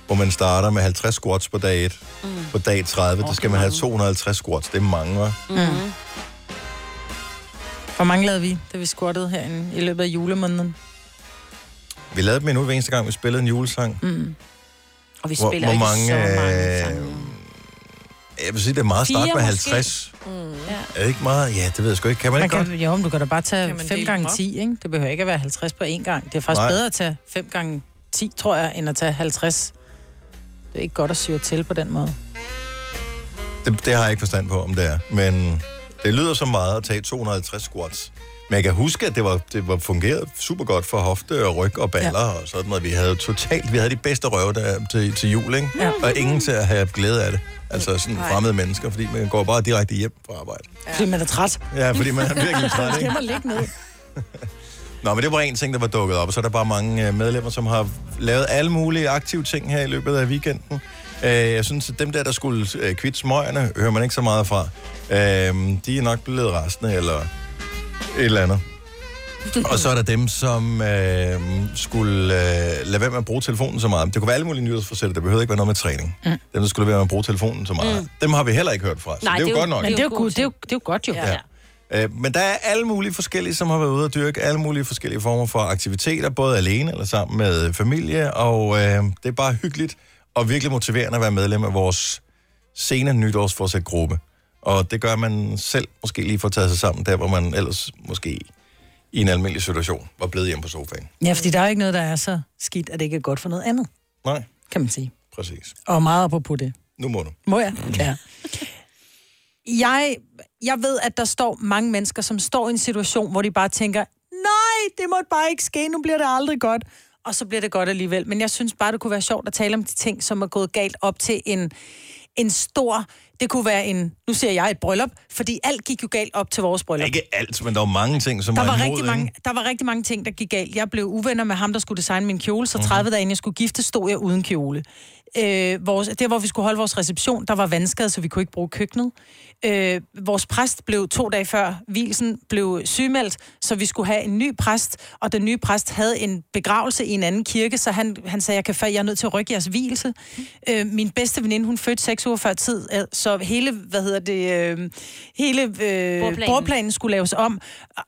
Speaker 1: hvor man starter med 50 squats på dag 1. Mm. På dag 30, der skal man have 250 squats. Det er mange, hva'?
Speaker 4: Mm. Hvor mange lavede vi, da vi squattede herinde i løbet af julemåneden?
Speaker 1: Vi lavede dem endnu hver eneste gang, vi spillede en julesang.
Speaker 4: Mm. Og vi
Speaker 1: hvor,
Speaker 4: spiller
Speaker 1: hvor
Speaker 4: ikke
Speaker 1: mange,
Speaker 4: så
Speaker 1: øh, Jeg vil sige, det er meget at starte med 50.
Speaker 4: Mm. Ja.
Speaker 1: Er det ikke meget? Ja, det ved jeg sgu ikke. Kan man,
Speaker 4: Man
Speaker 1: ikke
Speaker 4: kan,
Speaker 1: godt?
Speaker 4: jo, men du kan da bare tage
Speaker 2: man
Speaker 4: 5
Speaker 2: dele
Speaker 4: gange
Speaker 2: dem op?
Speaker 4: 10, ikke? Det behøver ikke at være 50 på én gang. Det er faktisk
Speaker 1: Nej.
Speaker 4: Nej. bedre at tage 5 gange 10, tror jeg, end at tage 50. Det er ikke godt at syre til på den måde.
Speaker 1: Det, det har jeg ikke forstand på, om det er. Men det lyder så meget at tage 250 squats. Men jeg kan huske, at det var, det var fungeret super godt for hofte og ryg og baller ja. og sådan noget. Vi havde totalt, vi havde de bedste røve der til, til jul, ikke?
Speaker 4: Ja.
Speaker 1: Og ingen til at have glæde af det. Altså sådan fremmede mennesker, fordi man går bare direkte hjem fra arbejde.
Speaker 4: Ja. Fordi man er træt.
Speaker 1: Ja, fordi man er virkelig træt, ikke?
Speaker 4: Man
Speaker 1: Altså,
Speaker 4: skal hjem og ligge ned.
Speaker 1: Nå, men det var en ting, der var dukket op, og så er der bare mange øh, medlemmer, som har lavet alle mulige aktive ting her i løbet af weekenden. Øh, Jeg synes, at dem der, der skulle øh, kvitte smøgerne, hører man ikke så meget fra. Øh, De er nok blevet restende, eller et eller andet. og så er der dem, som øh, skulle øh, lade være med at bruge telefonen så meget. Det kunne være alle mulige nyhedsforsætter, det behøver ikke være noget med træning. Mm. Dem, der skulle lade være med at bruge telefonen så meget. Mm.
Speaker 4: Mm.
Speaker 1: Dem har vi heller ikke hørt fra, så Nej, det er jo godt nok.
Speaker 4: Men det er jo, god- det er jo, det er jo godt jo.
Speaker 1: Ja. Øh, Men der er alle mulige forskellige, som har været ude at dyrke alle mulige forskellige former for aktiviteter, både alene eller sammen med familie, og øh, det er bare hyggeligt og virkelig motiverende at være medlem af vores senere nytårsforsæt-gruppe. Og det gør man selv måske lige for at tage sig sammen der, hvor man ellers måske i en almindelig situation var blevet hjemme på sofaen.
Speaker 4: Ja, fordi der er jo ikke noget, der er så skidt, at det ikke er godt for noget andet,
Speaker 1: Nej,
Speaker 4: kan man sige.
Speaker 1: præcis.
Speaker 4: Og meget apropos det.
Speaker 1: Nu må du.
Speaker 4: Må jeg? Ja. Jeg, jeg ved, at der står mange mennesker, som står i en situation, hvor de bare tænker, nej, det måtte bare ikke ske, nu bliver det aldrig godt. Og så bliver det godt alligevel. Men jeg synes bare, det kunne være sjovt at tale om de ting, som er gået galt op til en, en stor... Det kunne være en... Nu ser jeg et bryllup, fordi alt gik jo galt op til vores bryllup.
Speaker 1: Ikke alt, men der var mange ting, som
Speaker 4: Der var,
Speaker 1: imod,
Speaker 4: rigtig
Speaker 1: ikke?
Speaker 4: mange, der var rigtig mange ting, der gik galt. Jeg blev uvenner med ham, der skulle designe min kjole, så
Speaker 1: Mhm.
Speaker 4: 30 dage inden jeg skulle gifte, stod jeg uden kjole. Øh, vores, der, hvor vi skulle holde vores reception, der var vandskade, så vi kunne ikke bruge køkkenet. Øh, vores præst blev to dage før hvilsen blev sygemeldt, så vi skulle have en ny præst, og den nye præst havde en begravelse i en anden kirke, så han, han sagde, jeg, kan, fa- jeg er nødt til at rykke jeres hvilelse. Øh, min bedste veninde, hun fødte seks uger før tid, øh, så hele, hvad hedder det, øh, hele øh,
Speaker 3: Bordplanen.
Speaker 4: bordplanen planen skulle laves om.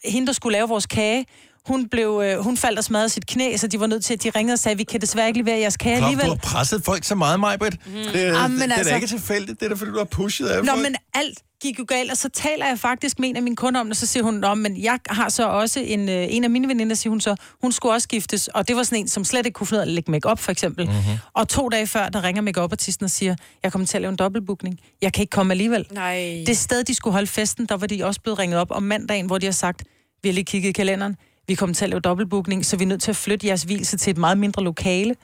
Speaker 4: Hende, der skulle lave vores kage, hun, blev, øh, hun faldt og smadrede sit knæ, så de var nødt til, at de ringede og sagde, vi kan desværre ikke levere jeres kage
Speaker 1: Klap, du
Speaker 4: alligevel.
Speaker 1: har presset folk så meget, Majbrit. Mm. Det, det,
Speaker 4: Ah, men
Speaker 1: det, er da
Speaker 4: altså-
Speaker 1: ikke tilfældigt. Det er da, fordi du har pushet af
Speaker 4: Nå,
Speaker 1: folk.
Speaker 4: men alt gik jo galt, og så taler jeg faktisk med en af mine kunder om det, så siger hun, Nå, men jeg har så også en, øh, en af mine veninder, siger hun så, hun skulle også giftes, og det var sådan en, som slet ikke kunne finde ud af at lægge make for eksempel. Mm-hmm. Og to dage før, der ringer make artisten og siger, jeg kommer til at lave en dobbeltbookning. Jeg kan ikke komme alligevel.
Speaker 2: Nej.
Speaker 4: Det sted, de skulle holde festen, der var de også blevet ringet op om mandagen, hvor de har sagt, vi har lige kigget i kalenderen, vi kommer til at lave dobbeltbookning, så vi er nødt til at flytte jeres hvilse til et meget mindre lokale.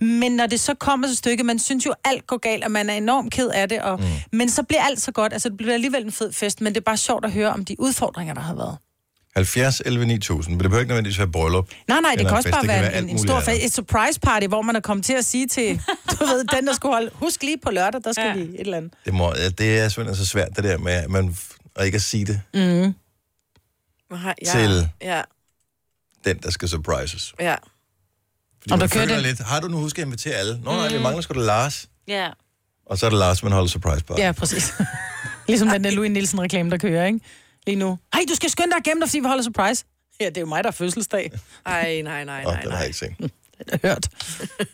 Speaker 4: Men når det så kommer så stykke, man synes jo, alt går galt, og man er enormt ked af det. Og, mm. Men så bliver alt så godt. Altså, det bliver alligevel en fed fest, men det er bare sjovt at høre om de udfordringer, der har været.
Speaker 1: 70 11 9000, men det behøver ikke nødvendigvis være bryllup.
Speaker 4: Nej, nej, det
Speaker 1: eller
Speaker 4: kan også
Speaker 1: fest.
Speaker 4: bare
Speaker 1: Det kan
Speaker 4: være
Speaker 1: alt
Speaker 4: en, en
Speaker 1: muligt
Speaker 4: stor
Speaker 1: andet.
Speaker 4: fest. Et surprise party, hvor man er kommet til at sige til, du ved, den der skulle holde, husk lige på lørdag, der skal ja. vi et eller andet.
Speaker 1: Det, må, ja, det er simpelthen så svært, det der med, at man, f- og ikke at sige det
Speaker 4: Mm.
Speaker 2: Aha,
Speaker 1: ja. Til-
Speaker 2: Ja,
Speaker 1: den, der skal surprises.
Speaker 2: ja.
Speaker 1: Fordi man føler lidt, har du nu husket at invitere alle? Nå nej,
Speaker 4: Mm.
Speaker 1: vi mangler sgu da Lars.
Speaker 3: Ja.
Speaker 1: Og så er det Lars, man holder surprise party.
Speaker 4: Ja, præcis. ligesom den der Louis Nielsen-reklame, der kører, ikke? Lige nu. Hej, du skal skynde dig igennem dig, fordi vi holder surprise. Ja, det er jo mig, der er fødselsdag.
Speaker 2: Ej, nej, nej,
Speaker 1: Åh,
Speaker 2: nej.
Speaker 1: den har jeg ikke set.
Speaker 4: Hørt.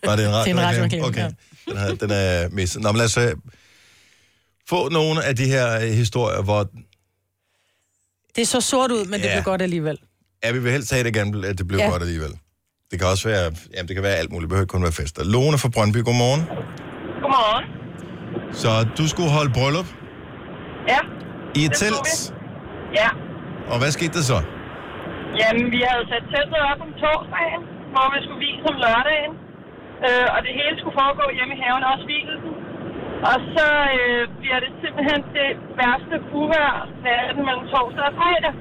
Speaker 1: Var det en
Speaker 4: Det er en
Speaker 1: radioreklame?
Speaker 4: radioreklame,
Speaker 1: Okay.
Speaker 4: ja.
Speaker 1: Den, har, den er mistet. Nå, men lad os øh, få nogle af de her øh, historier, hvor
Speaker 4: Det så sort ud, men ja. det
Speaker 1: Ja.
Speaker 4: blev godt alligevel.
Speaker 1: ja, vi vil helst have det gerne, at det blev
Speaker 4: Ja.
Speaker 1: ja. godt alligevel. Det kan også være, ja, det kan være alt muligt. Det behøver ikke kun være fester. Lone fra Brøndby, godmorgen.
Speaker 12: Godmorgen.
Speaker 1: Så du skulle holde bryllup
Speaker 12: Ja,
Speaker 1: i et
Speaker 12: Det skulle
Speaker 1: telt,
Speaker 12: ja.
Speaker 1: og hvad skete der så?
Speaker 12: Jamen, vi havde sat teltet op om torsdagen, hvor vi skulle vise om lørdagen. Øh, og det hele skulle foregå hjemme i haven, også hvilelsen. Og så øh, bliver det simpelthen det værste uvær natten mellem torsdag og fredag.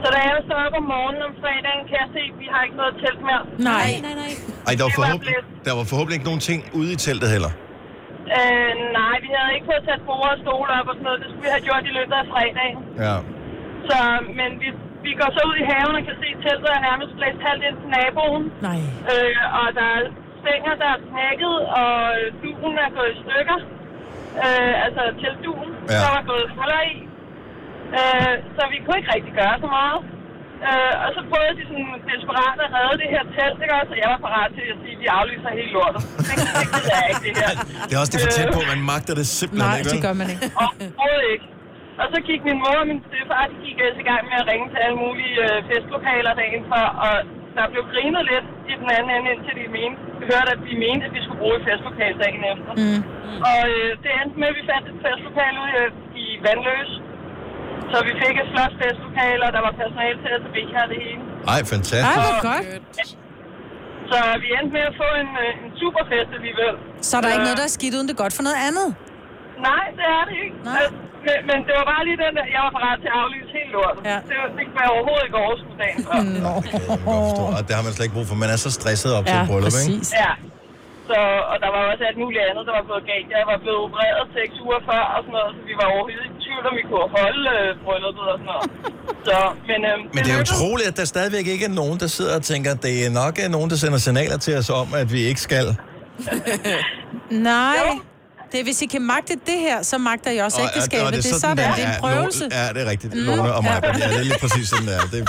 Speaker 12: Så da jeg står op om morgenen om fredagen, kan jeg se, at vi har ikke noget telt mere.
Speaker 4: Nej.
Speaker 12: nej, nej.
Speaker 1: Ej, der
Speaker 12: Det
Speaker 1: var,
Speaker 12: var
Speaker 1: forhåbentlig, der var forhåbentlig ikke nogen ting ude i teltet heller.
Speaker 12: Øh, nej, vi havde ikke fået sat bord og stole op og sådan noget. Det skulle vi have gjort i løbet af fredagen.
Speaker 1: Ja.
Speaker 12: Så, men vi, vi går så ud i haven og kan se teltet er nærmest blæst halvt ind til naboen.
Speaker 4: Nej.
Speaker 12: Øh, og der er stænger, der er knækket, og øh, duen er gået i stykker. Øh, altså teltduen, ja.
Speaker 13: Ja.
Speaker 12: der var gået huller i. Øh, så vi kunne ikke rigtig gøre så meget. Øh, og så prøvede de sådan desperat at redde det her telt, ikke også? Og jeg var parat til at sige, at vi aflyser hele lortet. Det, det gider jeg ikke, det her.
Speaker 1: Det er også det er for tæt på, man magter det simpelthen
Speaker 4: Nej,
Speaker 1: ikke.
Speaker 4: det gør man ikke.
Speaker 12: Overhovedet ikke. Og så gik min mor og min stefar, de gik ellers i gang med at ringe til alle mulige øh, festlokaler dagen før, og der blev grinet lidt i den anden ende, indtil de mente, hørte, at vi mente, at vi skulle bruge et festlokal dagen efter.
Speaker 4: Mm.
Speaker 12: Og øh, det endte med, at vi fandt et festlokal ude øh, i Vandløs, så vi fik et flot festlokal, og der var personale til at servere det hele.
Speaker 1: Ej, fantastisk.
Speaker 4: godt.
Speaker 12: Så vi endte med at få en, øh, en superfest alligevel.
Speaker 4: Så er der er ikke
Speaker 12: Øh,
Speaker 4: noget, der er skidt uden det er godt for noget andet.
Speaker 12: Nej, det er det ikke. Nej. Men, men det var bare lige den der, jeg var parat til at aflyse helt lortet. Ja. Det, var, det kunne jeg overhovedet ikke overskue dagen før.
Speaker 4: Nå.
Speaker 1: Og det har man slet ikke brug for. Man er så stresset op til
Speaker 12: Ja,
Speaker 1: et bryllup, ikke?
Speaker 12: Ja. Så, og der var også alt muligt andet, der var blevet galt. Jeg var blevet opereret seks uger før og sådan noget, så vi var overhovedet ikke i tvivl, om vi kunne holde øh, brylluppet og sådan noget. Så, men, øh,
Speaker 1: Men det er utroligt, at der stadigvæk ikke er nogen, der sidder og tænker, at det er nok er nogen, der sender signaler til os om, at vi ikke skal.
Speaker 4: Nej. Det er, hvis I kan magte det her, så magter I også
Speaker 1: Og- og- og
Speaker 4: ægteskabet. Det, det er sådan, det er en
Speaker 1: Ja,
Speaker 4: prøvelse.
Speaker 1: Lone- Ja, det er rigtigt.
Speaker 4: Mm.
Speaker 1: Lone og mig.
Speaker 4: Ja.
Speaker 1: Ja, det er lige præcis sådan, der. Det...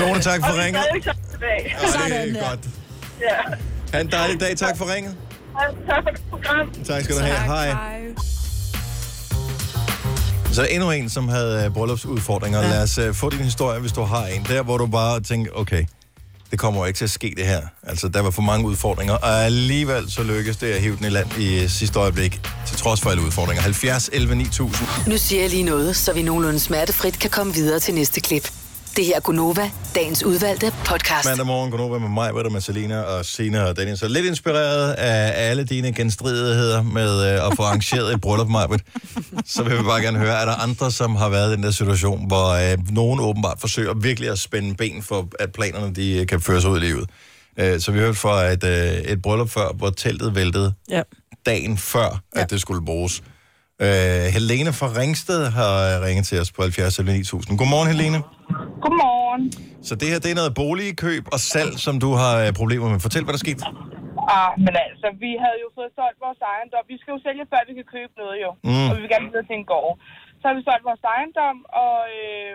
Speaker 1: Lone, tak for ringet.
Speaker 12: ikke sammen tilbage.
Speaker 1: Ja, det er godt.
Speaker 12: Ja.
Speaker 1: Ha' en dejlig dag. Tak for ringet.
Speaker 12: Og Tak for det program.
Speaker 1: Tak skal du have. Hej. Så endnu en, som havde øh, bryllupsudfordringer. Ja. Lad os øh, få din historie, hvis du har en. Der, hvor du bare tænker, okay, det kommer jo ikke til at ske det her. Altså, der var for mange udfordringer, og alligevel så lykkedes det at hive den i land i øh, sidste øjeblik, til trods for alle udfordringer. 70, 11, 9000.
Speaker 5: Nu siger jeg lige noget, så vi nogenlunde smertefrit kan komme videre til næste klip. Det her er Gunova, dagens udvalgte podcast.
Speaker 1: Mandag morgen, Gunova med mig, Britta, med Selina og Sina og Dennis. Så lidt inspireret af alle dine genstridigheder med øh, at få arrangeret et bryllup, Majbet. Så vil vi bare gerne høre, er der andre, som har været i den der situation, hvor øh, nogen åbenbart forsøger virkelig at spænde ben for, at planerne de, øh, kan føres ud i livet. Øh, så vi hørte fra et, øh, et bryllup før, hvor teltet væltede
Speaker 4: Ja.
Speaker 1: dagen før, ja. at det skulle bruges. Øh, Helene fra Ringsted har øh, ringet til os på 70 eller 9000. Godmorgen, Helene.
Speaker 14: Godmorgen.
Speaker 1: Så det her, det er noget boligkøb og salg, som du har øh, problemer med. Fortæl, hvad der skete.
Speaker 14: Ah, men altså, vi havde jo fået solgt vores ejendom. Vi skal jo sælge, før vi kan købe noget jo.
Speaker 1: Mm.
Speaker 14: Og vi vil gerne videre til en gård. Så har vi solgt vores ejendom, og øh,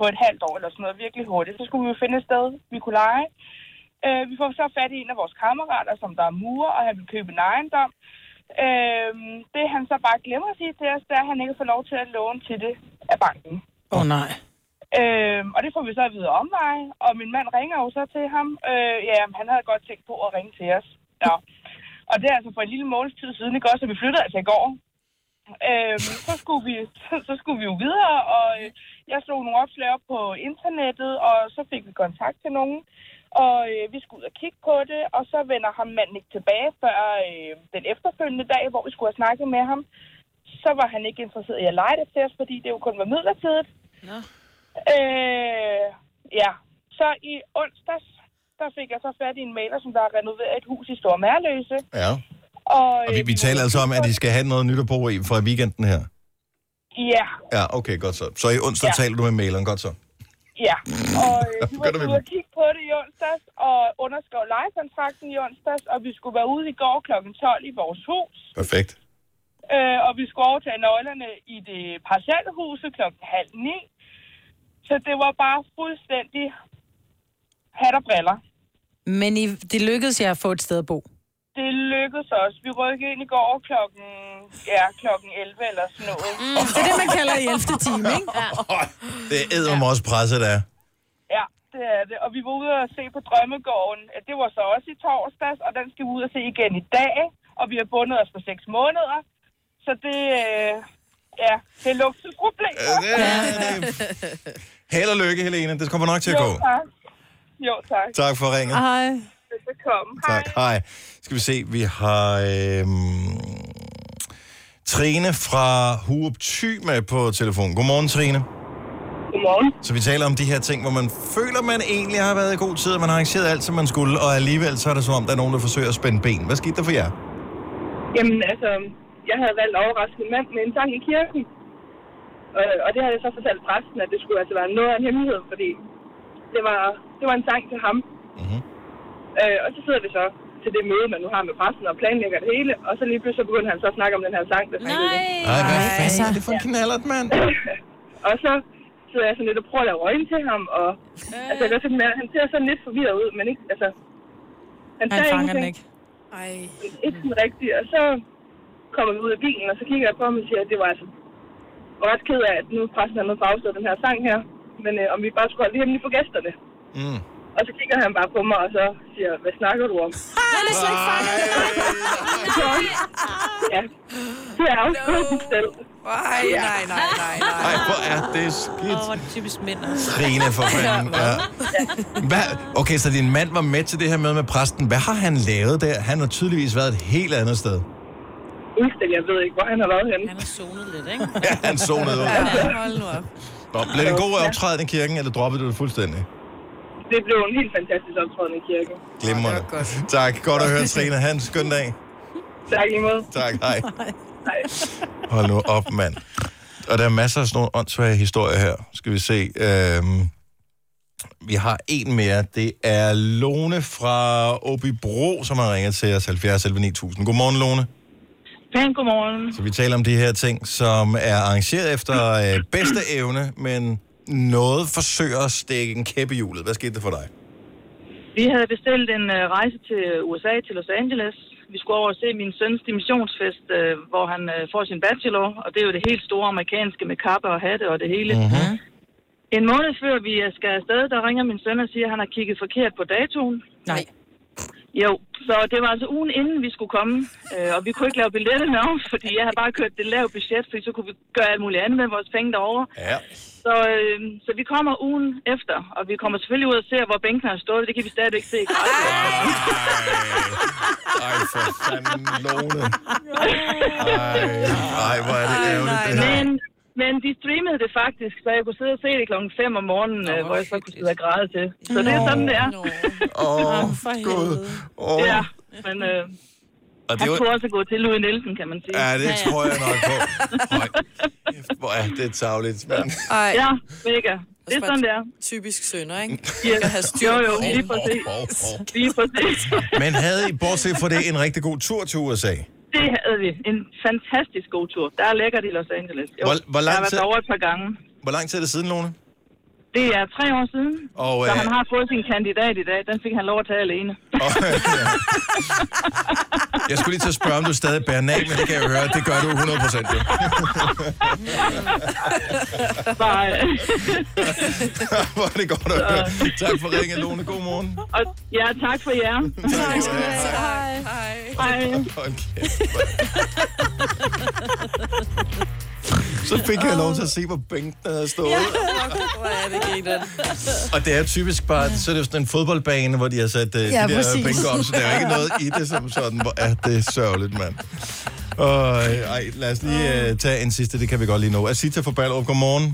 Speaker 14: på et halvt år eller sådan noget, virkelig hurtigt. Så skulle vi jo finde et sted, vi kunne lege. Øh, vi får så fat i en af vores kammerater, som der er murer, og han vil købe en ejendom. Øh, det han så bare glemmer at sige til os, det er, at han ikke får lov til at låne til det af banken.
Speaker 4: Åh, oh, nej.
Speaker 14: Øhm, og det får vi så at vide omveje, og min mand ringer jo så til ham. Øh, ja, han havde godt tænkt på at ringe til os. Nå. Og det er altså for en lille måneds tid siden, ikke også, at vi flyttede altså i går. Øhm, så, skulle vi, så, så skulle vi jo videre, og øh, jeg slog nogle opslag op på internettet, og så fik vi kontakt til nogen. Og øh, vi skulle ud og kigge på det, og så vender ham manden ikke tilbage før øh, den efterfølgende dag, hvor vi skulle have snakket med ham. Så var han ikke interesseret i at lege det til os, fordi det jo kun var midlertidigt.
Speaker 4: Nå.
Speaker 14: Øh, ja, så i onsdags, der fik jeg så fat i en maler, som der har renoveret et hus i Store Mærløse.
Speaker 1: Ja.
Speaker 14: Og,
Speaker 1: Og vi, vi taler altså om, at I skal have noget nyt at bo i fra weekenden her.
Speaker 14: øh, Ja,
Speaker 1: Ja, okay, godt så. Så i onsdag
Speaker 14: Ja.
Speaker 1: taler du med maleren, godt så.
Speaker 14: ja. Og øh, vi var
Speaker 1: Gør det ved
Speaker 14: ude og kigge på det i onsdags, og underskrev lejekontrakten i onsdags, og vi skulle være ude i går kl. 12 i vores hus.
Speaker 1: Perfekt.
Speaker 14: Øh, og vi skulle overtage nøglerne i det partielle hus klokken halv ni. Så det var bare fuldstændig hat og briller.
Speaker 4: Men I, det lykkedes jer at få et sted at bo.
Speaker 14: Det lykkedes os. Vi rykkede ind i går klokken, ja, klokken 11 eller sådan noget. Mm,
Speaker 4: det er det, man kalder i 11. time, ikke?
Speaker 14: Ja.
Speaker 1: Det er eddermame også presset, der.
Speaker 14: ja, det er det. Og vi var ude og se på Drømmegården. Det var så også i torsdags, og den skal vi ud og se igen i dag. Og vi har bundet os for seks måneder. Så det, øh, ja, det er luksusproblemer.
Speaker 1: Ja, Held og lykke, Helene. Det kommer nok til at
Speaker 14: jo,
Speaker 1: gå.
Speaker 14: tak. Jo, tak.
Speaker 1: Tak for ringet.
Speaker 4: Hej.
Speaker 14: Velbekomme.
Speaker 1: Tak. Hej. Skal vi se, vi har øhm, Trine fra Huop Thy med på telefon. Godmorgen, Trine.
Speaker 12: Godmorgen.
Speaker 1: Så vi taler om de her ting, hvor man føler, man egentlig har været i god tid, og man har arrangeret alt, som man skulle, og alligevel så er det som om, der er nogen, der forsøger at spænde ben. Hvad skete der for jer?
Speaker 12: Jamen altså, jeg havde valgt at overraske min mand med en sang i kirken. Og, og det havde jeg så fortalt præsten, at det skulle altså være noget af en hemmelighed, fordi det var, det var en sang til ham. Mm-hmm. Øh, og så sidder vi så til det møde, man nu har med præsten og planlægger det hele, og så lige pludselig så begyndte han så at snakke om den her sang, der Nej!
Speaker 1: Nej, hvad fanden er det for en knallert, mand?
Speaker 12: og så sidder jeg sådan lidt og prøver at lave øjne til ham, og altså, jeg kan sådan, mærke, at han ser sådan lidt forvirret ud, men ikke, altså...
Speaker 4: Han
Speaker 12: sagde
Speaker 4: fanger den
Speaker 12: ingenting.
Speaker 4: ikke.
Speaker 2: Ej.
Speaker 12: Ikke sådan rigtigt, og så kommer vi ud af bilen, og så kigger jeg på ham og siger, at det var altså jeg var ret ked af, at nu er præsten er noget bagstået den her sang her, men øh, om vi bare skulle holde det hemmeligt for gæsterne.
Speaker 1: Mm.
Speaker 12: Og så kigger han bare på mig, og så siger, hvad snakker du om?
Speaker 4: Han er slet ikke fanget.
Speaker 12: Så, ja, det er afskåret no. selv.
Speaker 2: Ej, nej, nej, nej, nej.
Speaker 1: Ej, hvor er det skidt.
Speaker 3: Åh, hvor er det typisk mænd.
Speaker 1: Trine for fanden. Ja. Hvad? Okay, så din mand var med til det her møde med præsten. Hvad har han lavet der? Han har tydeligvis været et helt andet sted.
Speaker 12: Udstil, jeg ved ikke, hvor han har været henne.
Speaker 3: Han har zonet lidt, ikke?
Speaker 1: Ja, han zonede ud.
Speaker 2: Ja, hold nu op.
Speaker 1: Nå, blev det en god optræden i kirken, eller droppede du det fuldstændig?
Speaker 12: Det blev en helt fantastisk optræden i kirken.
Speaker 1: Glimrende. Tak. Godt at høre, Trine. Ha' en skøn dag.
Speaker 12: Tak lige måde.
Speaker 1: Tak. Hej. Hold nu op, mand. Og der er masser af sådan nogle åndssvage historier her. Skal vi se. Øhm, vi har en mere. Det er Lone fra Åbibro, som har ringet til os 70 11 9000. Godmorgen, Lone.
Speaker 15: Pæn godmorgen.
Speaker 1: Så vi taler om de her ting, som er arrangeret efter øh, bedste evne, men noget forsøger at stikke en kæppe i hjulet. Hvad skete der for dig?
Speaker 15: Vi havde bestilt en øh, rejse til USA, til Los Angeles. Vi skulle over og se min søns dimissionsfest, øh, hvor han øh, får sin bachelor, og det er jo det helt store amerikanske med kappe og hatte og det hele.
Speaker 1: Mm-hmm.
Speaker 15: En måned før vi øh, skal afsted, der ringer min søn og siger, at han har kigget forkert på datoen.
Speaker 4: Nej.
Speaker 15: Jo, så det var altså ugen inden vi skulle komme, øh, og vi kunne ikke lave billetterne om, fordi jeg havde bare kørt det lave budget, fordi så kunne vi gøre alt muligt andet med vores penge derovre.
Speaker 1: Ja.
Speaker 15: Så, øh, så vi kommer ugen efter, og vi kommer selvfølgelig ud og ser, hvor bænkene har stået. Det kan vi stadigvæk se. i græsset.
Speaker 1: Ej, for fanden, Lone. Ej, ej hvor er det ærgerligt, det her.
Speaker 15: Men, men de streamede det faktisk, så jeg kunne sidde og se det klokken 5 om morgenen, øh, hvor jeg så kunne sidde og græde til. Så det er sådan, det er.
Speaker 1: Åh, Gud. Åh.
Speaker 15: Ja, men øh,
Speaker 1: Og det
Speaker 15: han
Speaker 1: var-
Speaker 15: kunne også gå til Louis Nielsen, kan man sige.
Speaker 1: Ja, det tror jeg nok på. Høj. Hvor er det tavligt, mand.
Speaker 2: Ej.
Speaker 15: Ja, mega. Det er sådan, det er.
Speaker 2: Typisk sønder, ikke?
Speaker 15: Yes.
Speaker 2: Skal have styr
Speaker 15: Jo, jo,
Speaker 2: på
Speaker 15: lige præcis. Lige præcis.
Speaker 1: Men havde I, bortset fra det, en rigtig god tur til USA?
Speaker 15: Det havde vi. En fantastisk god tur. Der er lækkert i Los Angeles. Jo,
Speaker 1: Hvor- hvor lang
Speaker 15: jeg har været
Speaker 1: tid-
Speaker 15: over et par gange.
Speaker 1: Hvor lang tid er det siden, Lone?
Speaker 15: Det er tre år siden,
Speaker 1: Og,
Speaker 15: så
Speaker 1: øh,
Speaker 15: han har fået sin kandidat i dag. Den fik han lov at tage alene.
Speaker 1: Jeg skulle lige til at spørge, om du stadig bærer nag, men det kan jeg jo høre, det gør du 100 procent.
Speaker 15: Nej.
Speaker 1: Hvor er det godt at høre. Tak for ringen, Lone. God morgen.
Speaker 15: Og, ja, tak for jer. tak skal du have. Hej. Hej.
Speaker 1: Hold kæft, mand. Så fik jeg lov til at se, hvor bænken havde stået.
Speaker 2: Hvor er det, Gina?
Speaker 1: Og det er typisk bare, så er det jo sådan en fodboldbane, hvor de har sat uh, ja, de
Speaker 2: Ja,
Speaker 1: der
Speaker 2: præcis.
Speaker 1: bænker op, så der er jo ikke noget i det som sådan. Hvor er det sørgeligt, mand. øh, Og, ej, lad os lige uh, tage en sidste, det kan vi godt lige nå. Asita fra Ballerup, godmorgen.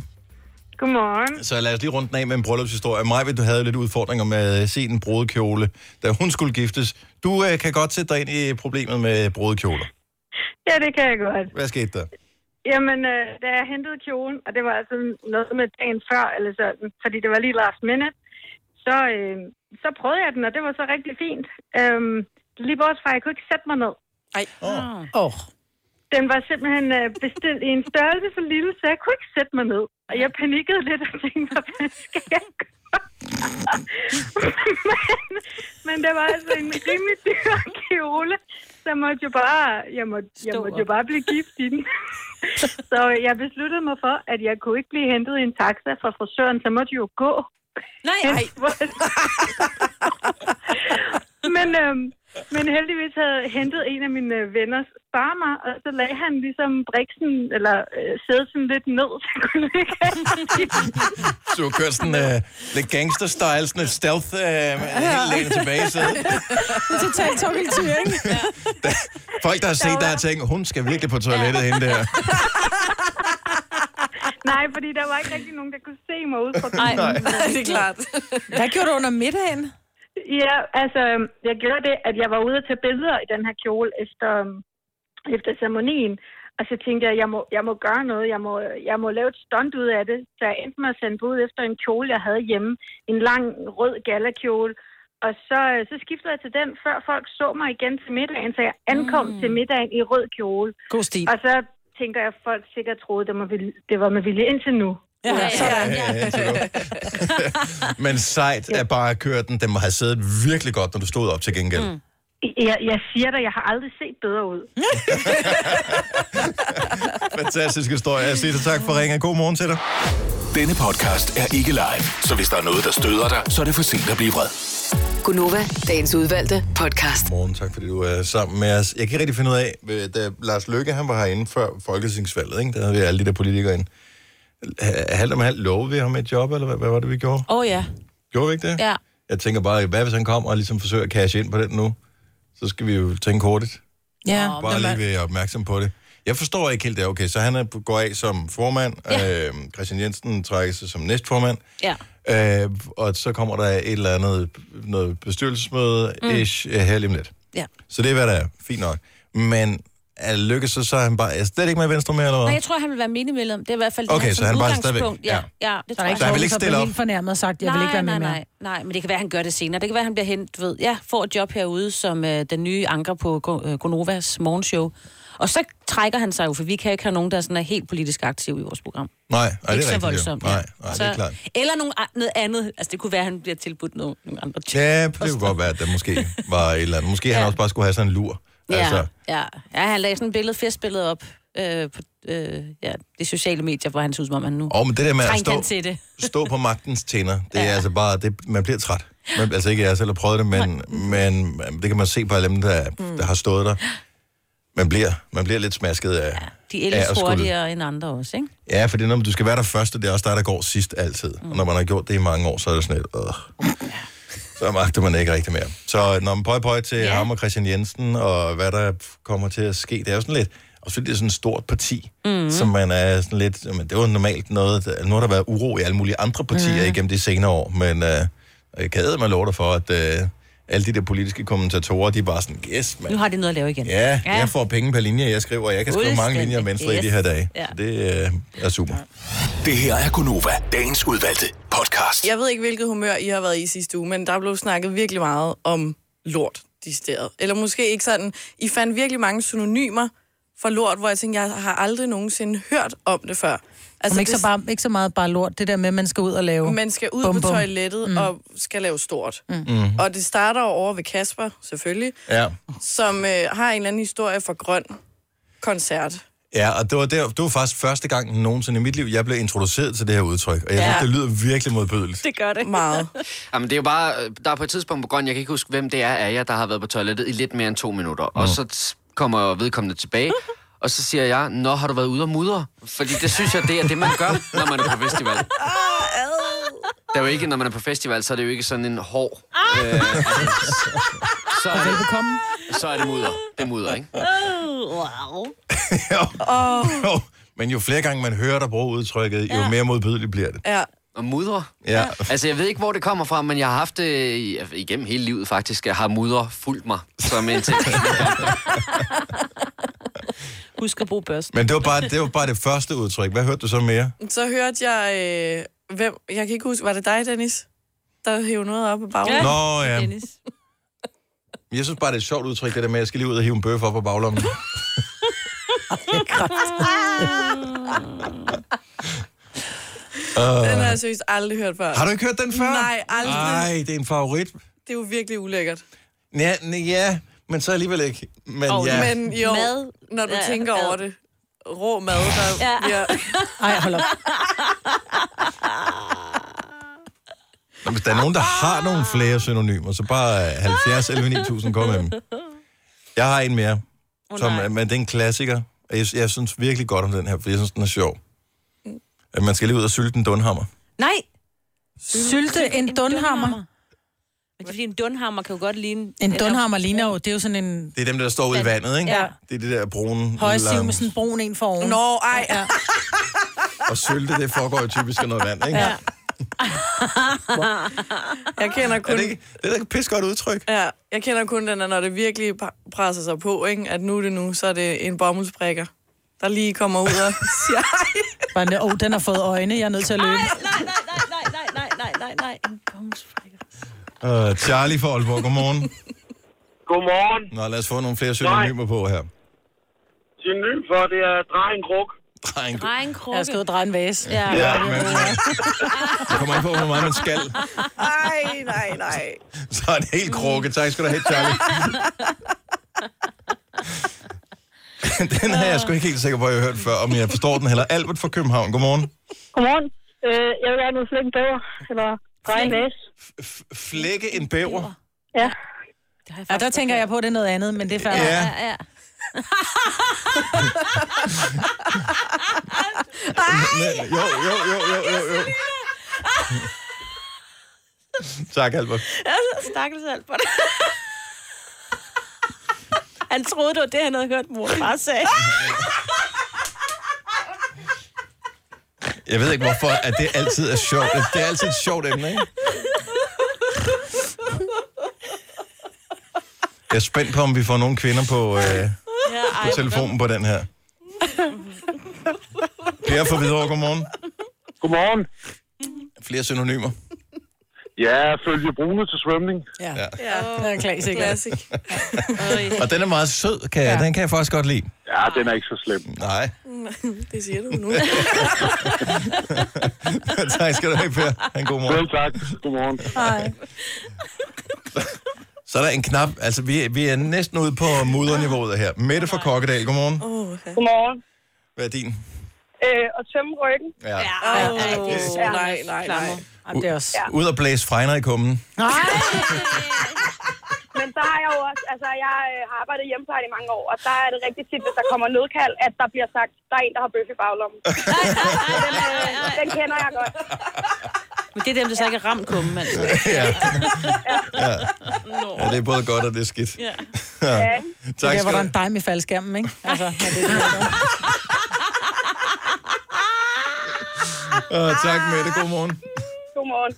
Speaker 16: Godmorgen.
Speaker 1: Så lad os lige runde den af med en bryllupshistorie. Maja, du havde lidt udfordringer med at se en brodekjole, da hun skulle giftes. Du øh, kan godt sætte dig ind i problemet med brodekjoler.
Speaker 16: Ja, det kan jeg godt.
Speaker 1: Hvad skete der?
Speaker 16: Jamen, øh, da jeg hentede kjolen, og det var altså noget med dagen før, eller sådan, fordi det var lige last minute, så, øh, så prøvede jeg den, og det var så rigtig fint. Øhm, lige bortset fra, at jeg kunne ikke sætte mig ned.
Speaker 2: Ej.
Speaker 16: Oh. oh. Den var simpelthen øh, bestilt i en størrelse så lille, så jeg kunne ikke sætte mig ned. Og jeg panikkede lidt og tænkte, hvad fanden skal jeg gøre? men, men det var altså en rimelig dyr kjole, så jeg måtte jo bare, jeg måtte, jeg måtte jo bare blive gift i den. så jeg besluttede mig for, at jeg kunne ikke blive hentet i en taxa fra frisøren, så måtte jeg jo gå.
Speaker 3: Nej,
Speaker 16: nej. men, øhm, men heldigvis havde hentet en af mine øh, venners far mig, og så lagde han ligesom briksen, eller øh, sædelsen lidt ned, så jeg kunne ligge
Speaker 1: Så du kørte sådan øh, lidt gangster-style, sådan et stealth, øh, ja. helt tilbage. Så
Speaker 4: Totalt tokkeltyr, ikke?
Speaker 1: folk, der har set dig, har tænkt, hun skal virkelig på toilettet hende der.
Speaker 16: Nej, fordi der var ikke rigtig nogen, der kunne se mig ud fra
Speaker 4: Nej.
Speaker 16: bilen.
Speaker 4: Nej, det er klart. Hvad gjorde du under middagen?
Speaker 16: Ja, altså, jeg gjorde det, at jeg var ude og tage billeder i den her kjole efter, øhm, efter ceremonien. Og så tænkte jeg, jeg må, jeg må gøre noget. Jeg må, jeg må lave et stunt ud af det. Så jeg endte med at sende bud efter en kjole, jeg havde hjemme. En lang rød galakjole. Og så, øh, så skiftede jeg til den, før folk så mig igen til middagen. Så jeg ankom mm. til middagen i rød kjole.
Speaker 4: God stil.
Speaker 16: Og så tænker jeg, at folk sikkert troede, det var, med vilje- det var med vilje indtil nu.
Speaker 4: Ja, ja,
Speaker 1: ja, ja. Men sejt er bare at køre den. Den må have siddet virkelig godt, når du stod op til gengæld. Mm.
Speaker 16: Jeg, jeg siger dig, jeg har aldrig set bedre ud.
Speaker 3: Mm.
Speaker 1: Fantastisk historie. Jeg siger tak for ringen. God morgen til dig.
Speaker 10: Denne podcast er ikke live, så hvis der er noget, der støder dig, så er det for sent at blive vred.
Speaker 5: Gunova, dagens udvalgte podcast.
Speaker 1: Morgen, tak fordi du er sammen med os. Jeg kan ikke rigtig finde ud af, øh, da Lars Løkke han var herinde før Folketingsvalget, ikke? der havde vi alle de der politikere inde. Ha- Halvt om halvt lovede vi ham et job, eller hvad, hvad var det, vi gjorde?
Speaker 3: Åh oh, ja.
Speaker 1: Gjorde vi ikke det?
Speaker 3: ja.
Speaker 1: Jeg tænker bare, hvad hvis han kommer og ligesom forsøger at cashe ind på den nu? Så skal vi jo tænke hurtigt.
Speaker 4: Ja.
Speaker 1: Bare lige være opmærksom på det. Jeg forstår ikke helt det. Okay, så han er, går af som formand. Ja. Øh, Christian Jensen trækker sig som næstformand.
Speaker 3: Ja.
Speaker 1: Øh, og så kommer der et eller andet noget bestyrelsesmøde mm. ish, øh, her lige om lidt.
Speaker 3: ja.
Speaker 1: Så det er, hvad der er. Fint nok. Men er lykkes så, så er han bare er slet ikke med venstre mere, eller hvad?
Speaker 3: Nej, jeg tror, han vil være menigmedlem. Det er i hvert fald
Speaker 1: Okay,
Speaker 3: hans
Speaker 1: så han er bare
Speaker 3: udgangspunkt.
Speaker 1: stadigvæk-
Speaker 3: Ja, ja,
Speaker 1: Så
Speaker 3: det tror
Speaker 1: han
Speaker 3: jeg.
Speaker 1: er vel ikke stille op?
Speaker 4: Helt fornærmet og sagt, jeg
Speaker 3: nej,
Speaker 4: vil ikke være med
Speaker 3: nej,
Speaker 4: mere.
Speaker 3: nej, nej, men det kan være, han gør det senere. Det kan være, han bliver hentet, ved, ja, får et job herude som øh, den nye anker på Go- øh, Gonovas morgenshow. Og så trækker han sig jo, for vi kan ikke have nogen, der sådan er helt politisk aktiv i vores program.
Speaker 1: Nej, nej, det er
Speaker 3: ikke så
Speaker 1: rigtigt, jo.
Speaker 3: voldsomt.
Speaker 1: Nej, nej, det er klart.
Speaker 3: Eller nogen, a- noget andet. Altså, det kunne være, at han bliver tilbudt noget, nogle andre ting.
Speaker 1: Ja, det kunne godt være, at der måske var et eller andet. Måske ja. han også bare skulle have sådan en lur.
Speaker 3: Ja,
Speaker 1: Altså,
Speaker 3: altså. ja. ja, han lagde sådan et billede, festbillede op øh, på øh, ja, de sociale medier, hvor han så ud, som om han nu
Speaker 1: og men det der med at
Speaker 3: trængte
Speaker 1: stå,
Speaker 3: han til det.
Speaker 1: stå på magtens tænder, det er altså bare, det, man bliver træt. Man, altså ikke jeg selv har prøvet det, men, men det kan man se på alle dem, der,
Speaker 3: Mm.
Speaker 1: der har stået der. Man bliver, man bliver lidt smasket af,
Speaker 3: De
Speaker 1: af
Speaker 3: ældes
Speaker 1: at skulle-
Speaker 3: hurtigere end andre også, ikke?
Speaker 1: Ja, for det er noget, med, du skal være der først, og det er også der, der går sidst altid. Mm. Og når man har gjort det i mange år, så er det sådan lidt, øh. Så magter man ikke rigtig mere. Så når man pøj pøj til ja. ham og Christian Jensen, og hvad der kommer til at ske, det er jo sådan lidt, og så det er sådan et stort parti, mm.
Speaker 10: Mhm.
Speaker 1: som man er sådan lidt, jamen, det var normalt noget, der- nu har der været uro i alle mulige andre partier mm. igennem de senere år, men øh, jeg kan man love dig for, at øh, alle de der politiske kommentatorer, de er bare sådan, yes, man.
Speaker 3: Nu har de noget at lave igen.
Speaker 1: Ja, ja, jeg får penge per linje, jeg skriver, og jeg kan skrive mange linjer om venstre yes. i de her dage.
Speaker 3: Ja.
Speaker 1: Ja. Så det øh, er super.
Speaker 10: Det her er Gunova, dagens udvalgte podcast.
Speaker 2: Jeg ved ikke, hvilket humør I har været i sidste uge, men der blev snakket virkelig meget om lort, de steder. Eller måske ikke sådan. I fandt virkelig mange synonymer for lort, hvor jeg tænkte, jeg har aldrig nogensinde hørt om det før.
Speaker 4: Altså, ikke,
Speaker 2: det-
Speaker 4: så bare, ikke så meget bare lort, det der med, at man skal ud og lave...
Speaker 2: Man skal ud
Speaker 4: bum,
Speaker 2: på
Speaker 4: bum.
Speaker 2: toilettet mm. og skal lave stort. Mm.
Speaker 4: Mhm.
Speaker 2: Og det starter jo over ved Kasper, selvfølgelig,
Speaker 1: Ja.
Speaker 2: som øh, har en eller anden historie fra Grøn Koncert.
Speaker 1: Ja, og det var, der, det var faktisk første gang nogensinde i mit liv, jeg blev introduceret til det her udtryk. Og jeg synes,
Speaker 17: Ja.
Speaker 1: det lyder virkelig modbydeligt.
Speaker 2: Det gør det. Meget.
Speaker 17: Jamen, det er jo bare, øh, der er på et tidspunkt på grøn, jeg kan ikke huske, hvem det er af jer, der har været på toilettet i lidt mere end to minutter. Og så t- kommer vedkommende tilbage, og så siger jeg, nå, har du været ude og mudre? Fordi det synes jeg, det er det, man gør, når man er på festival. Det er jo ikke, når man er på festival, så er det jo ikke sådan en hård... Øh, altså, så, er det, så er det mudder. Det er mudder, ikke?
Speaker 3: Wow.
Speaker 1: Jo. Oh. Men jo flere gange man hører dig bruge udtrykket, jo mere modbydeligt bliver det.
Speaker 2: Ja.
Speaker 17: Og mudre.
Speaker 1: Ja.
Speaker 17: Altså, jeg ved ikke, hvor det kommer fra, men jeg har haft det i- altså, igennem hele livet faktisk. Jeg har mudre fulgt mig som en ting.
Speaker 3: Husk at bruge børsten.
Speaker 1: Men det var, bare, det var bare det første udtryk. Hvad hørte du så mere?
Speaker 2: Så hørte jeg, øh, hvem, jeg kan ikke huske, var det dig, Dennis? Der hævde noget op på baglommen.
Speaker 1: Nå, ja. Jeg synes bare, det er et sjovt udtryk, det der med, at jeg skal lige ud og hive en bøf op på baglommen.
Speaker 2: Den har
Speaker 1: uh,
Speaker 2: jeg seriøst aldrig hørt før.
Speaker 1: har du ikke hørt den før?
Speaker 2: Nej, aldrig.
Speaker 1: Nej, det er en favorit.
Speaker 2: Det er jo virkelig ulækkert.
Speaker 1: Ja, n- ja men så alligevel ikke. Men
Speaker 2: Og-
Speaker 1: ja.
Speaker 2: Men jo,
Speaker 3: Mad.
Speaker 2: mad. når du
Speaker 3: Ja,
Speaker 2: ja, tænker
Speaker 3: mad.
Speaker 2: over det. Rå mad, der
Speaker 3: Ja.
Speaker 2: ja. bliver...
Speaker 4: Ej, hold op.
Speaker 1: Nå, Hvis der er nogen, der har nogle flere synonymer, så bare øh, 70 11 9000 kom med dem. Jeg har en mere, oh, som, er- men det er en klassiker. og Jeg, jeg synes virkelig godt om den her, for jeg synes, den er sjov. At man skal lige ud og sylte en dunhammer.
Speaker 4: Nej. Sylte en dunhammer.
Speaker 3: Men det er fordi, en dunhammer kan jo godt ligne...
Speaker 4: En dunhammer ligner jo, det er jo sådan en
Speaker 1: Det er dem, der står ude i vandet, ikke?
Speaker 4: Ja.
Speaker 1: Det er det der brune...
Speaker 4: højsiv
Speaker 1: lange-
Speaker 4: med sådan en brun en for oven.
Speaker 2: Nå, ej.
Speaker 4: Ja.
Speaker 1: Og sylte, det foregår jo typisk af noget vand, ikke?
Speaker 4: Ja.
Speaker 2: Jeg kender
Speaker 1: Er
Speaker 2: kun...
Speaker 1: det, ikke, det er da et pis godt udtryk.
Speaker 2: Ja, jeg kender kun den, at når det virkelig pa- presser sig på, ikke? at nu er det nu, så er det en bomuldsprikker, der lige kommer ud og siger, "Ej."
Speaker 4: Bare den, oh, den har fået øjne, jeg er nødt til at løbe.
Speaker 3: Nej, nej, nej, nej, nej, nej. En bomsfrækker.
Speaker 1: Uh, Charlie fra Aalborg, godmorgen.
Speaker 18: Godmorgen.
Speaker 1: Nå, lad os få nogle flere synonymer på her.
Speaker 18: Synonym for, det er drej en kruk.
Speaker 1: Drej en
Speaker 3: Drej en krukke.
Speaker 4: Jeg har skrevet drej en vase. Ja.
Speaker 1: Ja, men det kommer an på, hvor meget man skal.
Speaker 2: Ej, nej, nej.
Speaker 1: Så er det helt krukke. Tak skal du have, Charlie. den her er jeg sgu ikke helt sikker på, at jeg har hørt før, om jeg forstår den heller. Albert fra København, godmorgen.
Speaker 19: Godmorgen. Øh, jeg vil gerne ud og flække en bæver, eller dreje en vase.
Speaker 1: Flække en bæver.
Speaker 19: Ja.
Speaker 4: ja, der tænker jeg på, at det er noget andet, men det er færdigt.
Speaker 1: Ja.
Speaker 3: Ja, ja.
Speaker 1: Nej, jo, jo, jo, jo, jo, jo. Tak, Albert.
Speaker 3: Altså, stakkels Albert. Han troede, det var det, han havde hørt mor og far sagde.
Speaker 1: Jeg ved ikke, hvorfor at det altid er sjovt. Det er altid et sjovt emne, ikke? Jeg er spændt på, om vi får nogle kvinder på, øh,
Speaker 3: Ja,
Speaker 1: på telefonen på den her. Per fra Hvidovre, godmorgen.
Speaker 18: Godmorgen.
Speaker 1: Flere synonymer.
Speaker 18: Ja, følge brune til svømning.
Speaker 4: Ja.
Speaker 1: ja.
Speaker 4: Ja, det er en klassiker. Klassik.
Speaker 1: Og den er meget sød, kan jeg, ja. den kan jeg faktisk godt lide.
Speaker 18: Ja, den er ikke så slem.
Speaker 1: Nej.
Speaker 2: Mm, Det siger du nu.
Speaker 1: tak skal du have, Per. Ha' En god morgen.
Speaker 18: Selv tak. Godmorgen.
Speaker 4: Hej.
Speaker 1: Så er der en knap. Altså, vi, vi er næsten ude på moderniveauet her. Mette fra Kokkedal, godmorgen.
Speaker 14: Godmorgen.
Speaker 1: Hvad er din?
Speaker 14: Øh, og tømme ryggen.
Speaker 1: Ja.
Speaker 14: Ja.
Speaker 2: Åh, nej, nej, nej.
Speaker 4: Jamen, det er også...
Speaker 14: Ja.
Speaker 1: Ud og blæse fregner i kummen.
Speaker 4: Nej.
Speaker 14: Men der har jeg jo også, altså jeg øh, har arbejdet i hjemmeplejen i mange år, og der er det rigtig tit, hvis der kommer nødkald, at der bliver sagt, der er en, der har bøf i baglommen. den, øh, den kender jeg godt.
Speaker 3: Men det er dem, der så ikke er ramt kummen, altså.
Speaker 1: ja. ja. ja, det er både godt og det er skidt.
Speaker 3: Ja.
Speaker 1: Ja.
Speaker 4: Tak,
Speaker 1: Tak
Speaker 4: det er,
Speaker 1: skal
Speaker 4: hvor
Speaker 1: du
Speaker 4: der er en dime i faldskærmen, ikke? Altså, men det
Speaker 1: Åh, tak, Mette. Godmorgen.
Speaker 14: Godmorgen.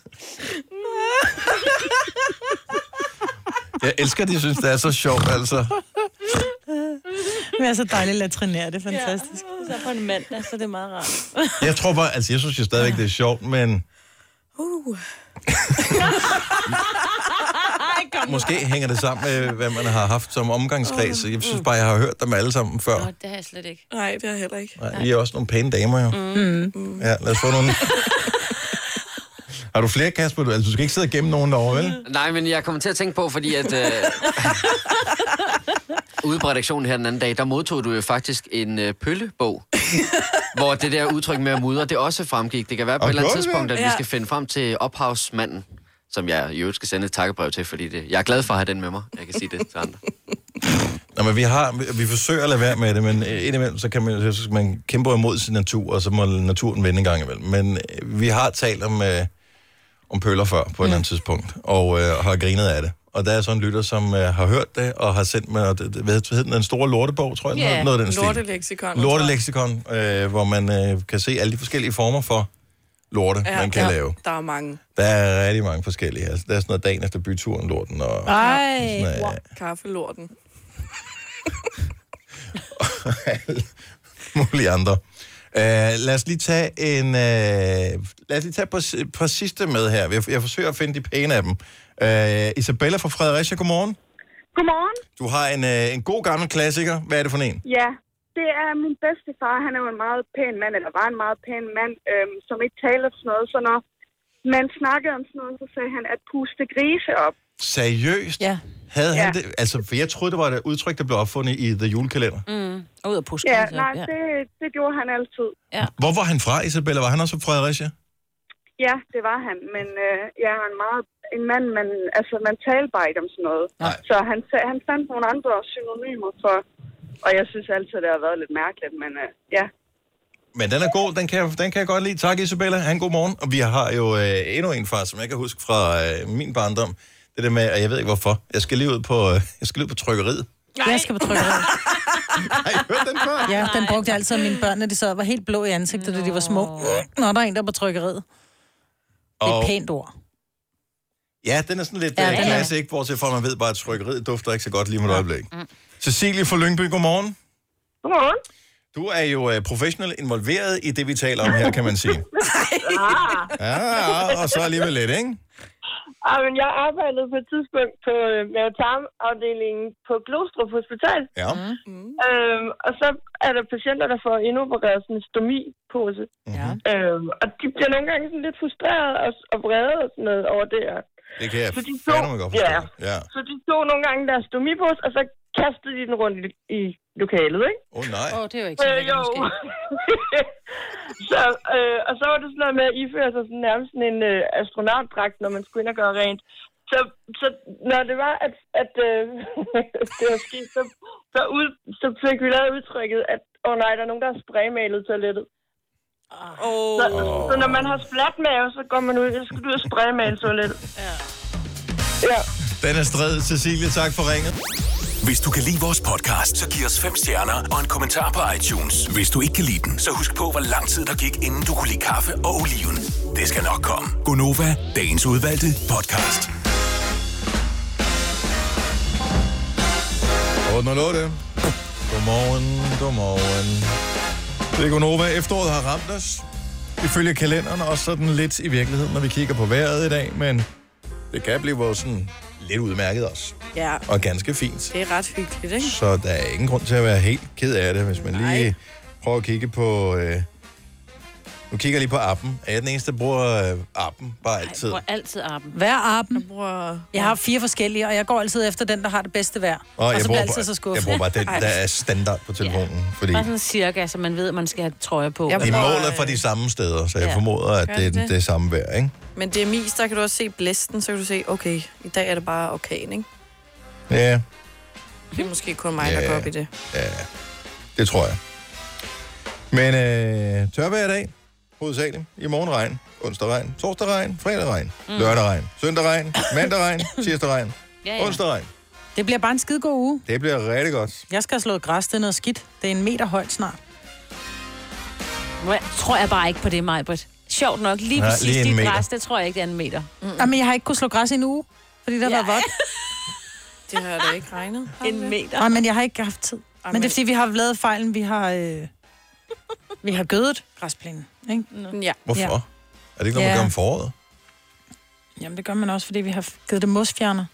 Speaker 1: Jeg elsker, at de synes, det er så sjovt, altså.
Speaker 4: er- men er så dejligt at trinere, det er fantastisk.
Speaker 3: Så på en mandag, så er det meget rart.
Speaker 1: Jeg tror bare, altså, jeg synes jo stadigvæk, det er sjovt, men
Speaker 3: Uh.
Speaker 1: måske hænger det sammen med, hvad man har haft som omgangskreds. Jeg synes bare, jeg har hørt dem alle sammen før.
Speaker 3: Nå, det har jeg slet ikke.
Speaker 2: Nej, det har jeg heller ikke.
Speaker 1: Nej, vi er også nogle pæne damer, jo.
Speaker 2: Mm.
Speaker 1: Ja, lad os få nogle... Har du flere, Kasper? Du, altså, du skal ikke sidde og gemme nogen derovre, vel?
Speaker 17: Nej, men jeg kommer til at tænke på, fordi at... Øh, ude på redaktionen her den anden dag, der modtog du jo faktisk en øh, pøllebog, hvor det der udtryk med at mudre, det også fremgik. Det kan være på
Speaker 20: Og
Speaker 17: et eller andet
Speaker 20: gjorde det
Speaker 17: tidspunkt,
Speaker 20: det?
Speaker 17: at vi
Speaker 20: Ja.
Speaker 17: skal finde frem til ophavsmanden, som jeg i øvrigt skal sende et takkebrev til, fordi det, jeg er glad for at have den med mig. Jeg kan sige det til andre.
Speaker 1: Nå, men vi, har, vi, vi forsøger at lade være med det, men øh, indimellem, så kan man, så skal man kæmpe imod sin natur, og så må naturen vende en gang imellem. Men øh, vi har talt om, øh, om pøller før, på et eller andet tidspunkt, og øh, har grinet af det. Og der er så en lytter, som øh, har hørt det, og har sendt mig, og det- det- hvad hed den, den store lortebog, tror jeg, yeah. noget af den stil.
Speaker 2: lorteleksikon.
Speaker 1: Lorteleksikon, øh, hvor man øh, kan se alle de forskellige former for lorte, ja, man kan
Speaker 2: der,
Speaker 1: ja. lave.
Speaker 2: Der er mange.
Speaker 1: Der er rigtig mange forskellige. Altså, der er sådan noget dagen efter byturen, lorten og...
Speaker 2: Ej,
Speaker 1: Sådan, øh,
Speaker 2: wow. kaffelorten.
Speaker 1: mulige andre. Uh, lad os lige tage en... Uh, lad os lige tage på, på sidste med her. Jeg, jeg forsøger at finde de pæne af dem. Uh, Isabella fra Fredericia, godmorgen.
Speaker 19: Godmorgen.
Speaker 1: Du har en, uh, en god gammel klassiker. Hvad er det for en?
Speaker 19: Ja, det er min bedste far. Han er jo en meget pæn mand, eller var en meget pæn mand, øhm, som ikke taler sådan noget. Så når man snakkede om sådan noget, så sagde han at puste grise op.
Speaker 1: Seriøst? Ja. Havde han
Speaker 19: Ja.
Speaker 1: det? Altså, for jeg troede, det var et udtryk, der blev opfundet i The Julekalender.
Speaker 19: Mm.
Speaker 3: Ud af puste
Speaker 19: Ja,
Speaker 3: grise op,
Speaker 19: nej,
Speaker 3: ja.
Speaker 19: det, det gjorde han altid.
Speaker 3: Ja.
Speaker 1: Hvor var han fra, Isabella? Var han også fra Fredericia?
Speaker 19: Ja, det var han, men øh, jeg er en meget en mand, man, altså, man talte bare ikke om sådan noget. Nej. Så han, sa- han fandt nogle andre synonymer for, og jeg synes altid, det har været lidt mærkeligt, men øh, ja.
Speaker 1: Men den er god, den kan, jeg- den kan jeg godt lide. Tak, Isabella. Han god morgen. Og vi har jo øh, endnu en far, som jeg kan huske fra øh, min barndom. Det der med, og jeg ved ikke hvorfor, jeg skal lige ud på, øh, jeg skal lige ud på trykkeriet.
Speaker 4: Nej. Jeg skal på trykket.
Speaker 1: Har I hørt den før?
Speaker 4: Ja, den brugte jeg altid af mine børn, når de sad og var helt blå i ansigtet, da de var små. Nå, der er en, der er på trykkeriet. Det er et pænt ord.
Speaker 1: Ja, den er sådan lidt
Speaker 4: Ja,
Speaker 1: ja,
Speaker 4: den er.
Speaker 1: klasse, ikke? Bortset fra, at man ved bare, at trykkeriet dufter ikke så godt lige med et øjeblik. Mm. Cecilie fra Lyngby, godmorgen.
Speaker 19: Godmorgen.
Speaker 1: Du er jo øh, professionelt involveret i det, vi taler om her, kan man sige.
Speaker 19: Ah.
Speaker 1: Ja, ja, og så alligevel lidt, ikke?
Speaker 19: Ah, men jeg arbejdede på et tidspunkt på øh, mavetarmafdelingen på Glostrup Hospital.
Speaker 1: Ja.
Speaker 19: Mm. Øhm, og så er der patienter, der får indopereret sådan en stomipose.
Speaker 1: Ja.
Speaker 19: Øhm, og de bliver nogle gange sådan lidt frustreret og, og vrede og sådan noget over det her.
Speaker 1: Det kan jeg
Speaker 19: Så de to-
Speaker 1: fandme godt forstå.
Speaker 19: Ja.
Speaker 1: ja.
Speaker 19: Så de tog nogle gange deres stomipose, og så kastede de den rundt i, i lokalet, ikke? Øh,
Speaker 1: Åh, oh, nej.
Speaker 3: Åh, oh, det er jo ikke
Speaker 16: Øh,
Speaker 3: så lækkert, måske.
Speaker 19: så, øh, og så var det sådan noget med at iføre sig sådan nærmest sådan en øh, astronautdragt, når man skulle ind og gøre rent. Så, så når det var, at, at øh, det var sket, så, så, ud, så fik vi lavet udtrykket, at åh oh, nej, der er nogen, der har spraymalet toilettet. Oh. Så, så når man har splatmave, så går man ud, så skal du ud og spraymale toilettet. Ja.
Speaker 1: Den er stred. Cecilie, tak for ringet.
Speaker 20: Hvis du kan lide vores podcast, så giv os fem stjerner og en kommentar på iTunes. Hvis du ikke kan lide den, så husk på, hvor lang tid der gik, inden du kunne lide kaffe og oliven. Det skal nok komme.
Speaker 6: Gonova, dagens udvalgte podcast.
Speaker 1: 808. Godmorgen, godmorgen. Det er Gunova. Efteråret har ramt os. Ifølge kalenderen også sådan lidt i virkeligheden, når vi kigger på vejret i dag, men det kan blive vores sådan lidt udmærket også.
Speaker 2: Ja,
Speaker 1: Og ganske fint.
Speaker 2: det er ret hyggeligt, ikke?
Speaker 1: Så der er ingen grund til at være helt ked af det, hvis man lige prøver at kigge på... Øh... Nu kigger jeg lige på appen. Er jeg den eneste, der bruger øh, appen bare altid?
Speaker 3: Bruger altid appen.
Speaker 4: Hver appen.
Speaker 2: Bruger...
Speaker 4: Jeg har fire forskellige, og jeg går altid efter den, der har det bedste vejr.
Speaker 1: Og jeg,
Speaker 4: så
Speaker 1: bruger
Speaker 4: jeg Altså, altid så
Speaker 1: bare, jeg
Speaker 4: skuffet.
Speaker 1: bruger bare den,
Speaker 4: Ej.
Speaker 1: der er standard på telefonen. Yeah. Fordi
Speaker 3: Bare sådan cirka, så man ved, at man skal have trøje på.
Speaker 1: de måler fra de samme steder, så jeg
Speaker 2: Ja.
Speaker 1: formoder, at
Speaker 2: Gør
Speaker 1: det er
Speaker 2: de det?
Speaker 1: det, det samme vejr, ikke?
Speaker 2: Men det er mis, der kan du også se blæsten, så kan du se, okay, i dag er det bare orkan, ikke?
Speaker 1: Ja,
Speaker 2: Det
Speaker 3: Mhm.
Speaker 2: er måske kun mig,
Speaker 1: Ja.
Speaker 2: der går op i det.
Speaker 1: ja. Det tror jeg. Men øh, tørvejr i dag, hovedsageligt. I morgen regn, onsdag regn, torsdag regn, fredag regn, mm. lørdag regn, søndag regn, mandag regn, tirsdag regn,
Speaker 4: Ja,
Speaker 1: ja,
Speaker 4: ja.
Speaker 1: ja. onsdag regn.
Speaker 4: Det bliver bare en skide god uge.
Speaker 1: Det bliver rigtig godt.
Speaker 4: Jeg skal have slået græs, det er noget skidt. Det er en meter højt snart.
Speaker 3: Hvor tror jeg bare ikke på det, Majbert. Sjovt nok, lige
Speaker 4: Nej,
Speaker 3: præcis
Speaker 4: lige en
Speaker 3: dit
Speaker 4: meter.
Speaker 3: græs, det tror jeg ikke, det er en meter. Mm.
Speaker 4: Mm. Jamen, jeg har ikke kunnet slå græs i en uge, fordi der ja. var vådt.
Speaker 2: Det har jeg da ikke regnet.
Speaker 3: En meter.
Speaker 4: Nej, men jeg har ikke haft tid.
Speaker 2: Ej,
Speaker 4: Ej, men det
Speaker 2: men-
Speaker 4: er, fordi vi har lavet fejlen, vi har... Øh, vi har gødet græsplænen, ikke?
Speaker 2: Ja.
Speaker 1: Hvorfor? Ja. Er det ikke noget, man
Speaker 4: Ja.
Speaker 1: gør om foråret?
Speaker 4: Jamen, det gør man også, fordi vi har givet det mosfjerner.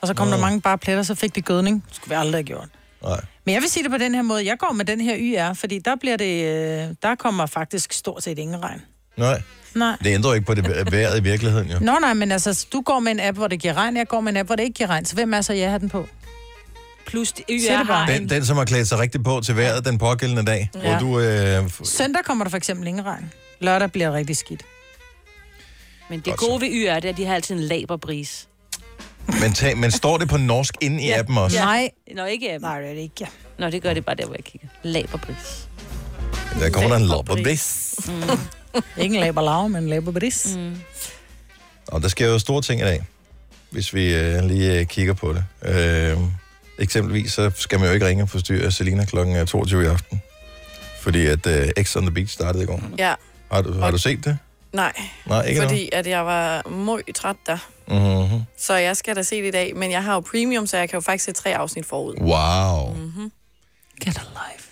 Speaker 4: Og så kom Nå. der mange bare pletter, så fik det gødning. Det skulle vi aldrig have gjort.
Speaker 1: Nej.
Speaker 4: Men jeg vil sige det på den her måde. Jeg går med den her YR, fordi der bliver det... Øh, der kommer faktisk stort set ingen regn.
Speaker 1: Nej.
Speaker 4: Nej.
Speaker 1: Det ændrer jo ikke på det vej- vejret i virkeligheden, jo.
Speaker 4: Nå, nej, men altså, du går med en app, hvor det giver regn, jeg går med en app, hvor det ikke giver regn. Så hvem er så, jeg har den på?
Speaker 3: Plus, det
Speaker 4: Siger det bare.
Speaker 1: Den, den, som har klædt sig rigtigt på til vejret den pågældende dag, ja. hvor du... Øh, f-
Speaker 4: Søndag kommer der for eksempel ingen regn. Lørdag bliver det rigtig skidt.
Speaker 3: Men det gode ved YR, det er, at de har altid en laberbris.
Speaker 1: men, tag, men står det på norsk inde i ja. appen også?
Speaker 4: Nej.
Speaker 3: Nå, ikke appen.
Speaker 4: Nej, det er det ikke.
Speaker 3: Nå, det gør det bare der, hvor jeg kigger. Laberbris.
Speaker 1: Der kommer der en lopperbris.
Speaker 4: ikke en laberlav, men en laberbris. Mm.
Speaker 1: Og der sker jo store ting i dag. hvis vi øh, lige øh, kigger på det. Øh, eksempelvis så skal man jo ikke ringe og forstyrre Selina kl. 22 i aften, fordi at øh, X on the Beach startede i går.
Speaker 2: Ja,
Speaker 1: Har du, har du set det?
Speaker 2: nej.
Speaker 1: Nej, ikke
Speaker 2: Fordi at jeg var møg træt der.
Speaker 1: Mm-hmm.
Speaker 2: Så jeg skal da se det i dag, men jeg har jo premium, så jeg kan jo faktisk se tre afsnit forud.
Speaker 1: Wow.
Speaker 2: Mm-hmm. Get alive.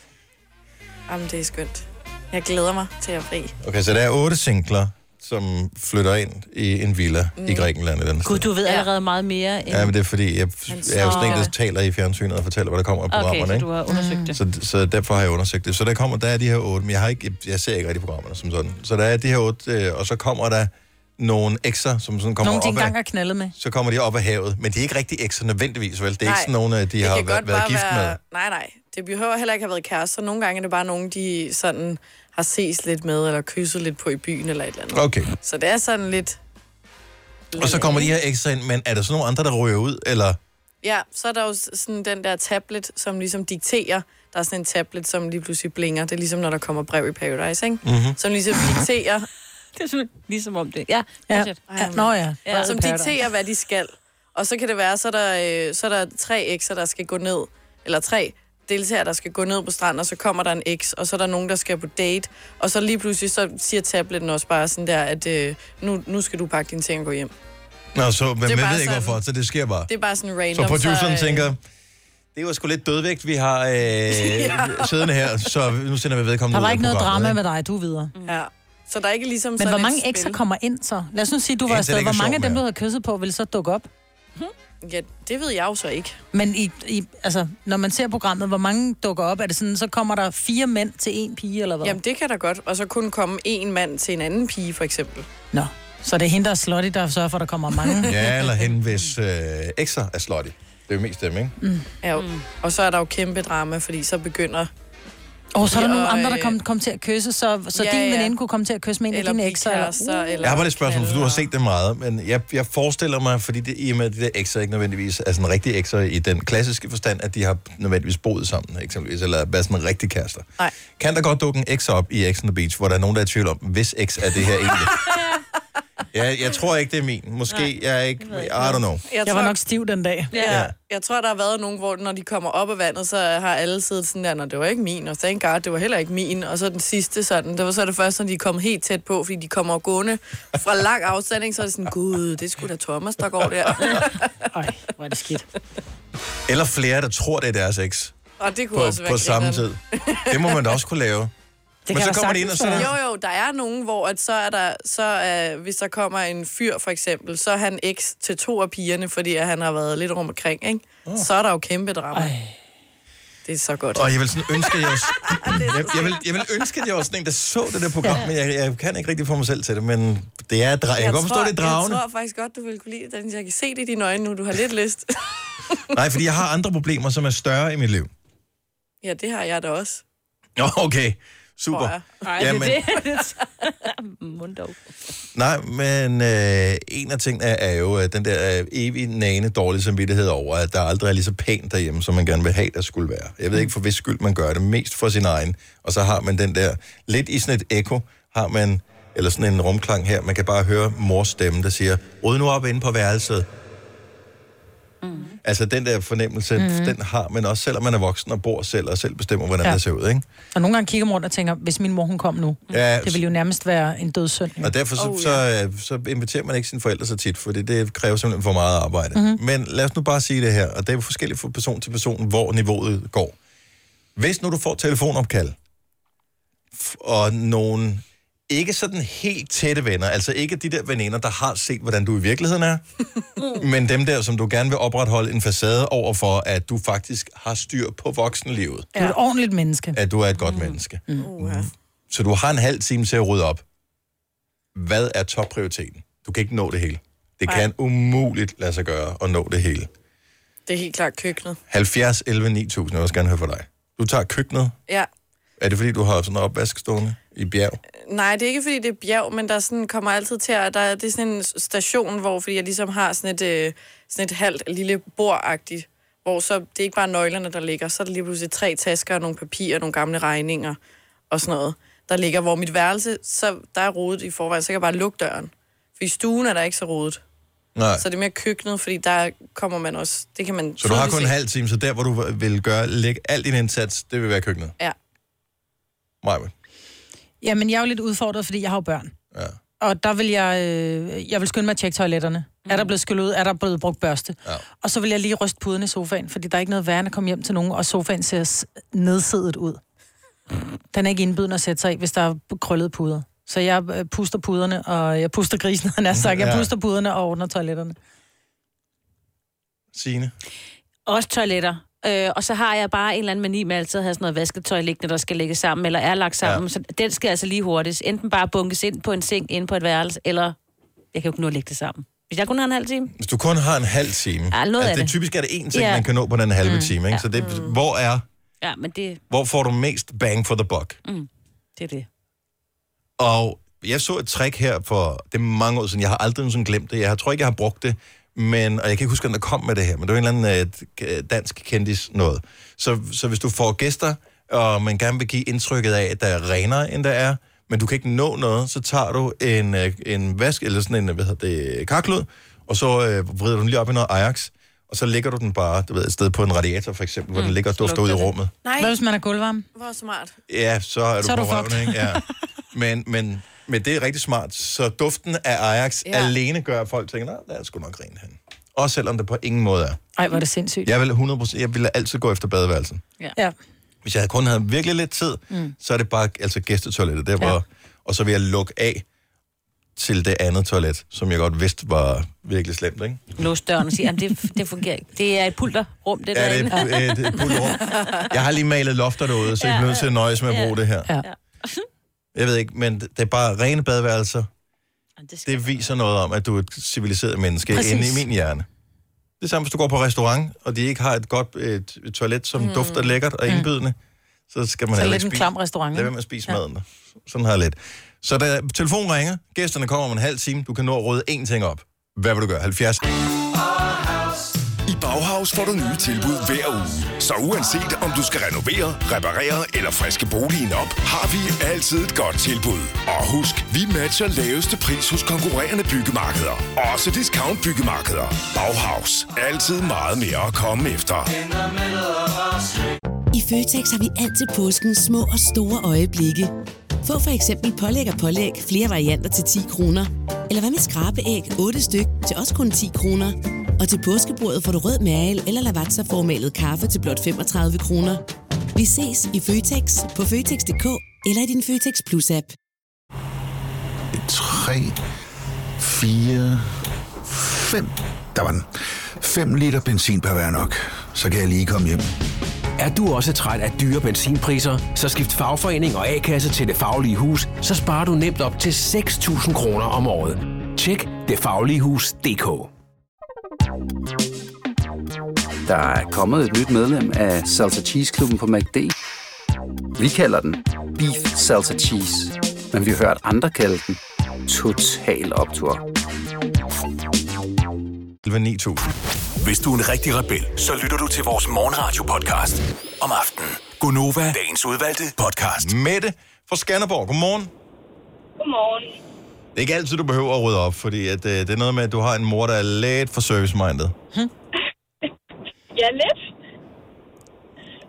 Speaker 2: Jamen, det er skønt. Jeg glæder mig til at fri.
Speaker 1: Okay, så der er otte singler, som flytter ind i en villa mm. i Grækenland. Eller andet
Speaker 3: Gud,
Speaker 1: sted.
Speaker 3: du ved allerede meget mere end...
Speaker 1: Ja, men det er fordi, jeg, jeg er jo sådan en, der
Speaker 3: snakker.
Speaker 1: taler i fjernsynet og fortæller, hvad der kommer af
Speaker 3: Okay,
Speaker 1: programmerne.
Speaker 3: så du har undersøgt det.
Speaker 1: Så, så derfor har jeg undersøgt det. Så der kommer, der er de her otte, men jeg, har ikke, jeg, jeg ser ikke rigtig programmerne som sådan. Så der er de her otte, øh, og så kommer der nogle ekser, som sådan kommer
Speaker 4: Nogle de
Speaker 1: op
Speaker 4: engang
Speaker 1: af,
Speaker 4: har knaldet med.
Speaker 1: så kommer de op af havet. Men de er ikke rigtig ekser nødvendigvis, vel? Det er
Speaker 2: Nej,
Speaker 1: ikke sådan nogle, de
Speaker 2: det
Speaker 1: har
Speaker 2: kan
Speaker 1: været,
Speaker 2: godt
Speaker 1: været
Speaker 2: bare
Speaker 1: gift med.
Speaker 2: Nej, nej. Det behøver heller ikke have været kærester. Nogle gange er det bare nogen, de sådan har ses lidt med, eller kysset lidt på i byen, eller et eller andet.
Speaker 1: Okay.
Speaker 2: Så det er sådan lidt...
Speaker 1: Og så kommer de her ekser ind, men er der sådan nogle andre, der rører ud, eller...
Speaker 2: Ja, så er der jo s- sådan den der tablet, som ligesom dikterer. Der er sådan en tablet, som lige pludselig blinker. Det er ligesom, når der kommer brev i Paradise, ikke?
Speaker 1: Mhm.
Speaker 2: Som ligesom dikterer...
Speaker 3: det er simpelthen ligesom om det. Ja,
Speaker 4: ja.
Speaker 2: Ej,
Speaker 4: Nå ja.
Speaker 2: ja.
Speaker 4: Brev i
Speaker 2: Som
Speaker 4: Paradise.
Speaker 2: dikterer, hvad de skal. Og så kan det være, så er der, øh, så er der tre ekser, der skal gå ned. Eller tre deltagere, der skal gå ned på stranden, og så kommer der en eks, og så er der nogen, der skal på date. Og så lige pludselig, så siger tabletten også bare sådan der, at øh, nu, nu skal du pakke dine ting og gå hjem.
Speaker 1: Nå, så
Speaker 2: Det
Speaker 1: men
Speaker 2: er
Speaker 1: man
Speaker 2: bare
Speaker 1: ved ikke,
Speaker 2: sådan-
Speaker 1: hvorfor, så det sker bare.
Speaker 2: Det er bare sådan
Speaker 1: Så
Speaker 2: random.
Speaker 1: produceren
Speaker 2: øh,
Speaker 1: tænker, det var sgu lidt dødvægt, vi har øh, ja. siddende her, så nu sender vi vedkommende
Speaker 4: Der
Speaker 1: ud
Speaker 4: var
Speaker 1: af
Speaker 4: ikke noget
Speaker 1: programmet,
Speaker 4: drama med dig, du er videre.
Speaker 2: Mm. Ja. Så der er ikke ligesom
Speaker 4: Men
Speaker 2: sådan
Speaker 4: hvor
Speaker 2: et
Speaker 4: mange
Speaker 2: spil.
Speaker 4: ekser kommer ind så? Lad os nu sige, du var
Speaker 1: Indtil det
Speaker 4: afsted.
Speaker 1: ikke er
Speaker 4: Hvor mange af
Speaker 1: sjovt
Speaker 4: dem, du
Speaker 1: mere.
Speaker 4: havde kysset på, vil så dukke op?
Speaker 2: Hm? Ja, det ved jeg jo så ikke.
Speaker 4: Men i, i, altså, når man ser programmet, hvor mange dukker op? Er det sådan, så kommer der fire mænd til en pige, eller hvad?
Speaker 2: Jamen, det kan da godt. Og så kun komme en mand til en anden pige, for eksempel.
Speaker 4: Nå, så det er hende, der er slutty, der sørger for, at der kommer mange.
Speaker 1: Ja, eller hende, hvis øh, ekser er slutty. Det er jo mest dem, ikke?
Speaker 4: Mm.
Speaker 2: Ja, jo. Og så er der jo kæmpe drama, fordi så begynder...
Speaker 4: Og så er der nogle
Speaker 2: Og,
Speaker 4: andre, der
Speaker 2: øh,
Speaker 4: kom, kom til at kysse, så, så
Speaker 2: Ja,
Speaker 4: ja, din
Speaker 2: ja.
Speaker 4: veninde kunne komme til at kysse med en
Speaker 2: Eller
Speaker 4: af dine ekser. Uh.
Speaker 2: bikærester, eller-
Speaker 1: Jeg har bare et spørgsmål, for du har set det meget, men jeg, jeg forestiller mig, fordi det, i og med, at de der ekser ikke nødvendigvis er sådan rigtige ekser i den klassiske forstand, at de har nødvendigvis boet sammen, eksempelvis, eller været sådan rigtig kærester.
Speaker 2: Nej.
Speaker 1: Kan der godt dukke en ekser op i X on the Beach, hvor der er nogen, der er i tvivl om, hvis X er det her egentlig? jeg, jeg tror ikke, det er min. Måske jeg er ikke... I don't know.
Speaker 4: Jeg, jeg var nok stiv den dag.
Speaker 2: Ja, ja. Jeg tror, der har været nogen, hvor når de kommer op af vandet, så har alle siddet sådan der, når det var ikke min, og thank god, det var heller ikke min, og så den sidste sådan. Det var så det første, når de kom helt tæt på, fordi de kommer gående fra lang afstand, ikke? så er det sådan, gud, det skulle da Thomas, der går der.
Speaker 4: Ej, hvor er det skidt.
Speaker 1: Eller flere, der tror, det er deres eks.
Speaker 2: Og det kunne
Speaker 1: På,
Speaker 2: også være
Speaker 1: på samme
Speaker 2: grineren.
Speaker 1: tid. Det må man da også kunne lave. Det Men så kommer de ind og så...
Speaker 2: Jo, jo, der er nogen, hvor at så er der, så øh, hvis der kommer en fyr for eksempel, så er han eks til to af pigerne, fordi at han har været lidt rundt omkring, ikke? Oh. Så er der jo kæmpe drama. Ej. Det er så godt.
Speaker 1: Og jeg vil sådan ønske, at jeg, var, jeg, jeg, vil, jeg vil ønske, at jeg var sådan en, der så det der program, men jeg, jeg kan ikke rigtig få mig selv til det, men det er, dra- jeg, jeg kan godt forstå, det er dragende.
Speaker 2: Jeg tror faktisk godt, du vil kunne lide den. Jeg kan se det i dine øjne nu, du har lidt lyst.
Speaker 1: Nej, fordi jeg har andre problemer, som er større i mit liv.
Speaker 2: ja, det har jeg da også.
Speaker 1: Nå, okay. Super.
Speaker 2: tror jeg. Ej,
Speaker 1: Jamen,
Speaker 2: det. Mund dog.
Speaker 1: nej, men øh, en af tingene er jo øh, den der øh, evig nane dårlige samvittighed over, at der aldrig er lige så pænt derhjemme, som man gerne vil have, der skulle være. Jeg ved ikke, for hvis skyld man gør det, mest for sin egen. Og så har man den der, lidt i sådan et ekko, har man, eller sådan en rumklang her, man kan bare høre mors stemme, der siger, ryd nu op inde på værelset. Mm. Altså den der fornemmelse, mm.
Speaker 4: Mhm.
Speaker 1: den har man også, selvom man er voksen og bor selv, og selv bestemmer, hvordan ja.
Speaker 4: Ja.
Speaker 1: det ser ud, ikke?
Speaker 4: Og nogle gange kigger man rundt og tænker, hvis min mor hun kom nu,
Speaker 1: Ja.
Speaker 4: ja. det ville jo nærmest være en dødssynd.
Speaker 1: Og derfor så, oh, ja. så, så inviterer man ikke sine forældre så tit, fordi det kræver simpelthen for meget arbejde. Mm-hmm.
Speaker 4: Mhm.
Speaker 1: Men lad os nu bare sige det her, og det er jo forskelligt fra person til person, hvor niveauet går. Hvis nu du får telefonopkald, f- og nogen ikke sådan helt tætte venner, altså ikke de der veninder, der har set, hvordan du i virkeligheden er, men dem der, som du gerne vil opretholde en facade over for, at du faktisk har styr på voksenlivet,
Speaker 4: Du er et ordentligt menneske.
Speaker 1: at du er et godt mm. menneske.
Speaker 4: Mm.
Speaker 3: Uh.
Speaker 1: Så du har en halv time til at rydde op. Hvad er topprioriteten? Du kan ikke nå det hele. Det
Speaker 2: Nej.
Speaker 1: kan umuligt lade sig gøre at nå det hele.
Speaker 2: Det er helt klart køkkenet.
Speaker 1: 70, 11, 9000, jeg vil også gerne høre fra dig. Du tager køkkenet.
Speaker 2: Ja.
Speaker 1: Er det fordi, du har sådan en opvask stående i bjerg?
Speaker 2: Nej, det er ikke, fordi det er bjerg, men der sådan kommer altid til at... Der, er- det er sådan en station, hvor fordi jeg ligesom har sådan et, øh, sådan et halvt lille bordagtigt, hvor så, det er ikke bare nøglerne, der ligger. Så er der lige pludselig tre tasker, og nogle papirer, nogle gamle regninger og sådan noget, der ligger. Hvor mit værelse, så der er rodet i forvejen, så kan jeg bare lukke døren. For i stuen er der ikke så rodet.
Speaker 1: Nej.
Speaker 2: Så det er mere køkkenet, fordi der kommer man også... Det kan man
Speaker 1: Så du har
Speaker 2: tydeligt
Speaker 1: kun en
Speaker 2: se.
Speaker 1: halv time, så der, hvor du vil gøre, lægge al din indsats, det vil være køkkenet.
Speaker 2: Ja.
Speaker 1: Maja.
Speaker 4: Jamen, jeg er jo lidt udfordret, fordi jeg har jo børn.
Speaker 1: Ja.
Speaker 4: Og der vil jeg, øh, jeg vil skynde mig at tjekke toiletterne. Mm. Er der blevet skyllet ud? Er der blevet brugt børste? Ja. Og så vil jeg lige ryste puden i sofaen, fordi der er ikke noget værre end at komme hjem til nogen, og sofaen ser s- nedsiddet ud. Den er ikke indbydende at sætte sig i, hvis der er krøllet puder. Så jeg øh, puster puderne, og jeg puster grisen, og sagt. Jeg
Speaker 3: Ja.
Speaker 4: puster puderne og ordner toiletterne.
Speaker 1: Signe.
Speaker 3: Også toiletter. Øh, og så har jeg bare en eller anden mani med altid at have sådan noget vasketøj liggende, der skal lægges sammen, eller er lagt sammen. Ja. Så den skal altså lige hurtigt. Enten bare bunkes ind på en seng inde på et værelse, eller jeg kan jo ikke nå at lægge det sammen. Hvis jeg kun har en halv time.
Speaker 1: Hvis du kun har en halv time, altså,
Speaker 3: Ja, noget af
Speaker 1: det,
Speaker 3: det.
Speaker 1: typisk er det én ting,
Speaker 3: Ja.
Speaker 1: man kan nå på den halve
Speaker 3: Mm,
Speaker 1: time. Ikke?
Speaker 3: ja.
Speaker 1: Så det, hvor, er,
Speaker 3: Ja, men det,
Speaker 1: hvor får du mest bang for the buck?
Speaker 3: mm, det er det.
Speaker 1: Og jeg så et trick her for det er mange år siden. Jeg har aldrig nogensinde glemt det. Jeg tror ikke, jeg har brugt det. Men, og jeg kan ikke huske, hvem der kom med det her, men det var en eller anden øh, et, øh, dansk kendis noget. Så, så hvis du får gæster, og man gerne vil give indtrykket af, at der er renere, end der er, men du kan ikke nå noget, så tager du en, øh, en vask, eller sådan en, øh, hvad hedder det, karklud, og så øh, vrider du den lige op i noget Ajax, og så lægger du den bare, du ved, et sted på en radiator for eksempel, mm. hvor den ligger og dufter ud i rummet.
Speaker 4: Nej. Hvad hvis man er gulvvarme?
Speaker 2: Hvor smart.
Speaker 1: Ja, så er du
Speaker 4: Så er
Speaker 1: på
Speaker 4: du
Speaker 1: røven,
Speaker 4: fucked.
Speaker 1: ikke? Ja. Men, men, men det er rigtig smart. Så duften af Ajax
Speaker 4: Ja.
Speaker 1: ja. alene gør, at folk tænker, nej, der er sgu nok rent hen. Også selvom det på ingen måde er.
Speaker 4: Ej, hvor er det sindssygt.
Speaker 1: Jeg vil 100%, jeg ville altid gå efter badeværelsen.
Speaker 4: Ja. ja.
Speaker 1: Hvis jeg kun havde virkelig lidt tid, mm. så er det bare altså gæstetoilettet. Der, hvor, Og så vil jeg lukke af til det andet toilet, som jeg godt vidste var virkelig slemt, ikke?
Speaker 3: Lås døren og sige, jamen det, det fungerer ikke. Det er et pulterrum, det
Speaker 1: Ja, det er
Speaker 3: derinde.
Speaker 1: et- et- et pulterrum. Jeg har lige malet lofter derude, så I bliver nødt til at nøjes med at bruge det her.
Speaker 4: Ja.
Speaker 1: Jeg ved ikke, men det er bare rene badeværelser.
Speaker 3: Det,
Speaker 1: det viser noget om, at du er et civiliseret menneske
Speaker 20: Præcis.
Speaker 1: Præcis. inde i min hjerne. Det er samme, hvis du går på restaurant, og de ikke har et godt et, et toilet, som mm. dufter lækkert og indbydende, så skal man
Speaker 4: Så
Speaker 1: heller
Speaker 4: lidt
Speaker 1: ikke
Speaker 4: en
Speaker 1: spise.
Speaker 4: klam restaurant.
Speaker 1: Lad være med at spise ja. maden. der. Sådan har jeg lidt. Så da telefonen ringer, gæsterne kommer om en halv time, du kan nå at rydde én ting op. Hvad vil du gøre? 70?
Speaker 10: I Bauhaus får du nye tilbud hver uge. Så uanset om du skal renovere, reparere eller friske boligen op, har vi altid et godt tilbud. Og husk, vi matcher laveste pris hos konkurrerende byggemarkeder. Også discount byggemarkeder. Bauhaus. Altid meget mere at komme efter.
Speaker 11: I Føtex har vi altid påskens små og store øjeblikke. Få for eksempel pålæg og pålæg flere varianter til 10 kroner. Eller hvad med skrabeæg 8 styk til også kun 10 kroner. Og til påskebordet får du rød mal eller lavatserformalet kaffe til blot 35 kroner. Vi ses i Føtex på Føtex.dk eller i din Føtex Plus-app.
Speaker 21: 3, 4, 5. Der var den. 5 liter benzin per hver nok. Så kan jeg lige komme hjem.
Speaker 22: Er du også træt af dyre benzinpriser, så skift fagforening og A-kasse til Det Faglige Hus, så sparer du nemt op til 6.000 kroner om året. Tjek detfagligehus.dk
Speaker 23: Der er kommet et nyt medlem af Salsa Cheese Klubben på MACD. Vi kalder den Beef Salsa Cheese, men vi har hørt andre kalde den Total Optor.
Speaker 1: 9000.
Speaker 20: Hvis du er en rigtig rebel, så lytter du til vores morgenradio-podcast om aftenen. Gunova, dagens udvalgte podcast.
Speaker 1: Mette fra Skanderborg, godmorgen.
Speaker 24: Godmorgen.
Speaker 1: Det er ikke altid, du behøver at rydde op, fordi at, øh, det er noget med, at du har en mor, der er lidt for service-minded.
Speaker 24: Ja, lidt.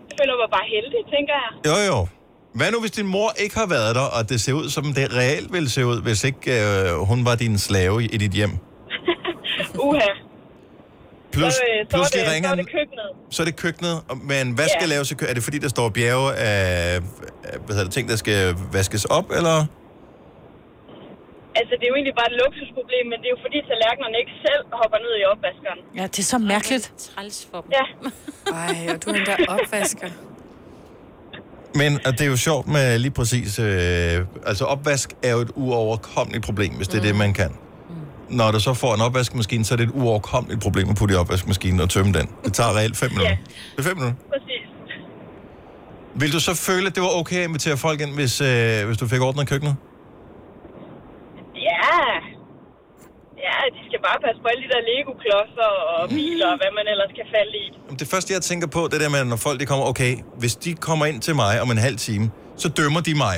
Speaker 24: Jeg føler mig bare heldig, tænker jeg.
Speaker 1: Jo, jo. Hvad nu, hvis din mor ikke har været der, og det ser ud, som det reelt ville se ud, hvis ikke øh, hun var din slave i, i dit hjem?
Speaker 24: Uha.
Speaker 1: Plus,
Speaker 24: så, øh, så,
Speaker 1: plus
Speaker 24: er det,
Speaker 1: de ringer,
Speaker 24: så er det køkkenet.
Speaker 1: så er det køkkenet, og- men hvad skal
Speaker 24: Ja.
Speaker 1: laves i køkkenet? Er det fordi, der står bjerge af, af hvad hedder det, ting, der skal vaskes op, eller?
Speaker 24: Altså, det er jo egentlig bare et luksusproblem, men det er jo fordi tallerkenerne ikke selv hopper ned i opvaskeren.
Speaker 4: Ja, det er så mærkeligt.
Speaker 3: Træls for dem.
Speaker 24: Ja.
Speaker 2: Ej, og du er en der opvasker.
Speaker 1: Men og det er jo sjovt med lige præcis, øh, altså opvask er jo et uoverkommeligt problem, hvis det er det, man kan. Når du så får en opvaskemaskine, så er det et uoverkommeligt problem at putte i opvaskemaskinen og tømme den. Det tager reelt 5 minutter. Det er 5 minutter.
Speaker 24: Præcis.
Speaker 1: Vil du så føle, at det var okay at invitere folk ind, hvis, øh, hvis du fik ordnet køkkenet?
Speaker 24: Ja. Ja, de skal bare passe på alle de der Lego-klodser og biler og hvad man ellers kan falde i.
Speaker 1: Jamen, Det første, jeg tænker på, det er det der med, når folk de kommer, okay, hvis de kommer ind til mig om en halv time, så dømmer de mig.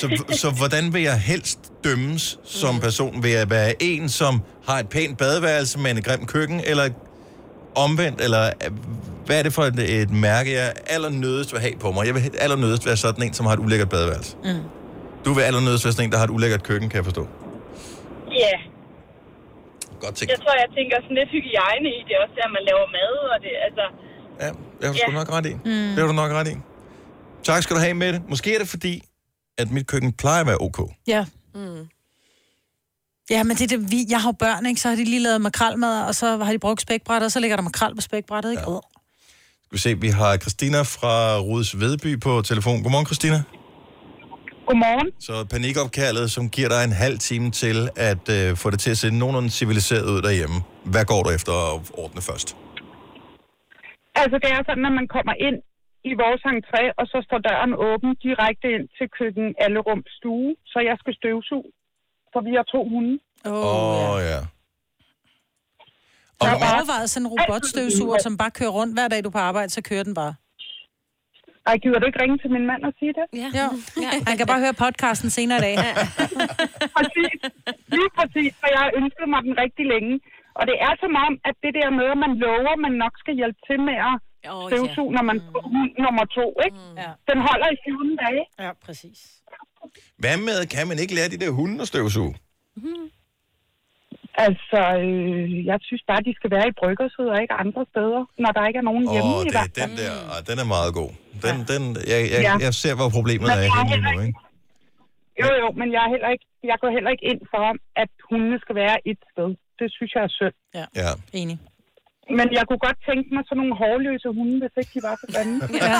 Speaker 1: Så, så hvordan vil jeg helst dømmes som person? Vil jeg være en, som har et pænt badeværelse med en grim køkken, eller omvendt, eller øh, hvad er det for et, et mærke, jeg allernødest vil have på mig? Jeg vil allernødest være sådan en, som har et ulækkert badeværelse.
Speaker 4: Mm.
Speaker 1: Du vil allernødest være sådan en, der har et ulækkert køkken, kan jeg forstå.
Speaker 12: Ja,
Speaker 1: Godt tænkt.
Speaker 12: jeg tror, jeg tænker sådan lidt hygiejne i det også, at man laver mad og det, altså...
Speaker 1: Ja, det har du sgu
Speaker 12: Ja.
Speaker 1: nok ret i. Mm.
Speaker 12: Mm.
Speaker 1: Det har du nok ret i. Tak skal du have med det. Måske er det fordi, at mit køkken plejer at være ok.
Speaker 4: Ja. Mm. Ja, men det er det, vi, jeg har jo børn, ikke? Så har de lige lavet makrelmad, og så har de brugt spækbrættet, og så ligger der makrel på spækbrættet, ikke? Ja.
Speaker 1: Skal vi se, vi har Christina fra Rudes Vedby på telefon. Godmorgen, Christina.
Speaker 25: Godmorgen.
Speaker 1: Så panikopkaldet, som giver dig en halv time til at øh, få det til at se nogenlunde civiliseret ud derhjemme. Hvad går du efter at ordne først?
Speaker 25: Altså, det er sådan, at man kommer ind i vores entré, og så står døren åben direkte ind til køkken, alle rum, stue. Så jeg skal støvsuge, for vi har to hunde.
Speaker 1: Åh, oh, oh, ja.
Speaker 4: Jeg har overvejet sådan en robotstøvsuger, som bare kører rundt hver dag, du er på arbejde, så kører den bare.
Speaker 2: Mm.
Speaker 25: Ej, gider du ikke ringe til min mand og sige det?
Speaker 4: Ja. Jo. Han kan bare høre podcasten senere i dag.
Speaker 25: præcis. Lige præcis, for jeg har ønsket mig den rigtig længe. Og det er som om, at det der med, at man lover, man nok skal hjælpe til med at støvsuge, når
Speaker 4: Mm.
Speaker 25: man får hund nummer to, ikke? Den holder i 14 dage.
Speaker 4: Ja, præcis.
Speaker 1: Hvad med, kan man ikke lære de der hunde at støvsuge?
Speaker 4: Mm-hmm.
Speaker 25: Altså, øh, jeg synes bare, de skal være i bryggerset og ikke andre steder, når der ikke er nogen
Speaker 1: Åh,
Speaker 25: hjemme
Speaker 1: oh,
Speaker 25: i
Speaker 1: det
Speaker 25: hvert
Speaker 1: er den der. Ah, den er meget god. Den, den, jeg, jeg,
Speaker 25: Ja.
Speaker 1: jeg, jeg ser, hvor problemet
Speaker 25: Men
Speaker 1: er
Speaker 25: jeg er
Speaker 1: henne
Speaker 25: heller
Speaker 1: nu, ikke?
Speaker 25: Jo, jo, men jeg, er heller ikke, jeg går heller ikke ind for, at hundene skal være et sted. Det synes jeg er synd.
Speaker 4: Ja.
Speaker 1: Ja.
Speaker 4: Enig.
Speaker 25: Men jeg kunne godt tænke mig sådan nogle hårløse hunde, hvis ikke de var så grimme.
Speaker 4: Ja.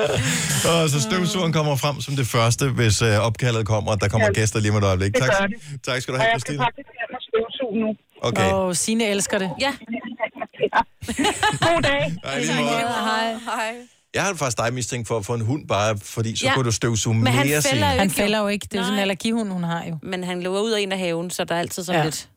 Speaker 1: Og så støvsugeren kommer frem som det første, hvis øh, opkaldet kommer, og der kommer
Speaker 25: Ja.
Speaker 1: gæster lige med et øjeblik.
Speaker 25: Det
Speaker 1: Tak,
Speaker 25: gør det.
Speaker 1: tak skal du
Speaker 25: Og
Speaker 1: have,
Speaker 25: jeg skal
Speaker 1: Christina.
Speaker 25: faktisk hjem og støvsuge nu.
Speaker 1: Okay.
Speaker 4: Og Signe elsker det. Ja.
Speaker 25: God dag.
Speaker 1: Hej, lige måde.
Speaker 4: Hej.
Speaker 3: Hej.
Speaker 1: Jeg har faktisk dig mistænkt for at få en hund, bare fordi så
Speaker 26: Ja.
Speaker 1: ja. kunne du støvsuge
Speaker 26: Men
Speaker 1: mere
Speaker 26: han
Speaker 1: Signe.
Speaker 26: fælder jo
Speaker 4: Han
Speaker 26: ikke.
Speaker 4: fælder jo ikke. Det er jo sådan en
Speaker 26: Nej.
Speaker 4: allergihund, hun har jo.
Speaker 26: Men han løber ud og ind af haven, så der er altid sådan
Speaker 4: Ja.
Speaker 26: ja. lidt...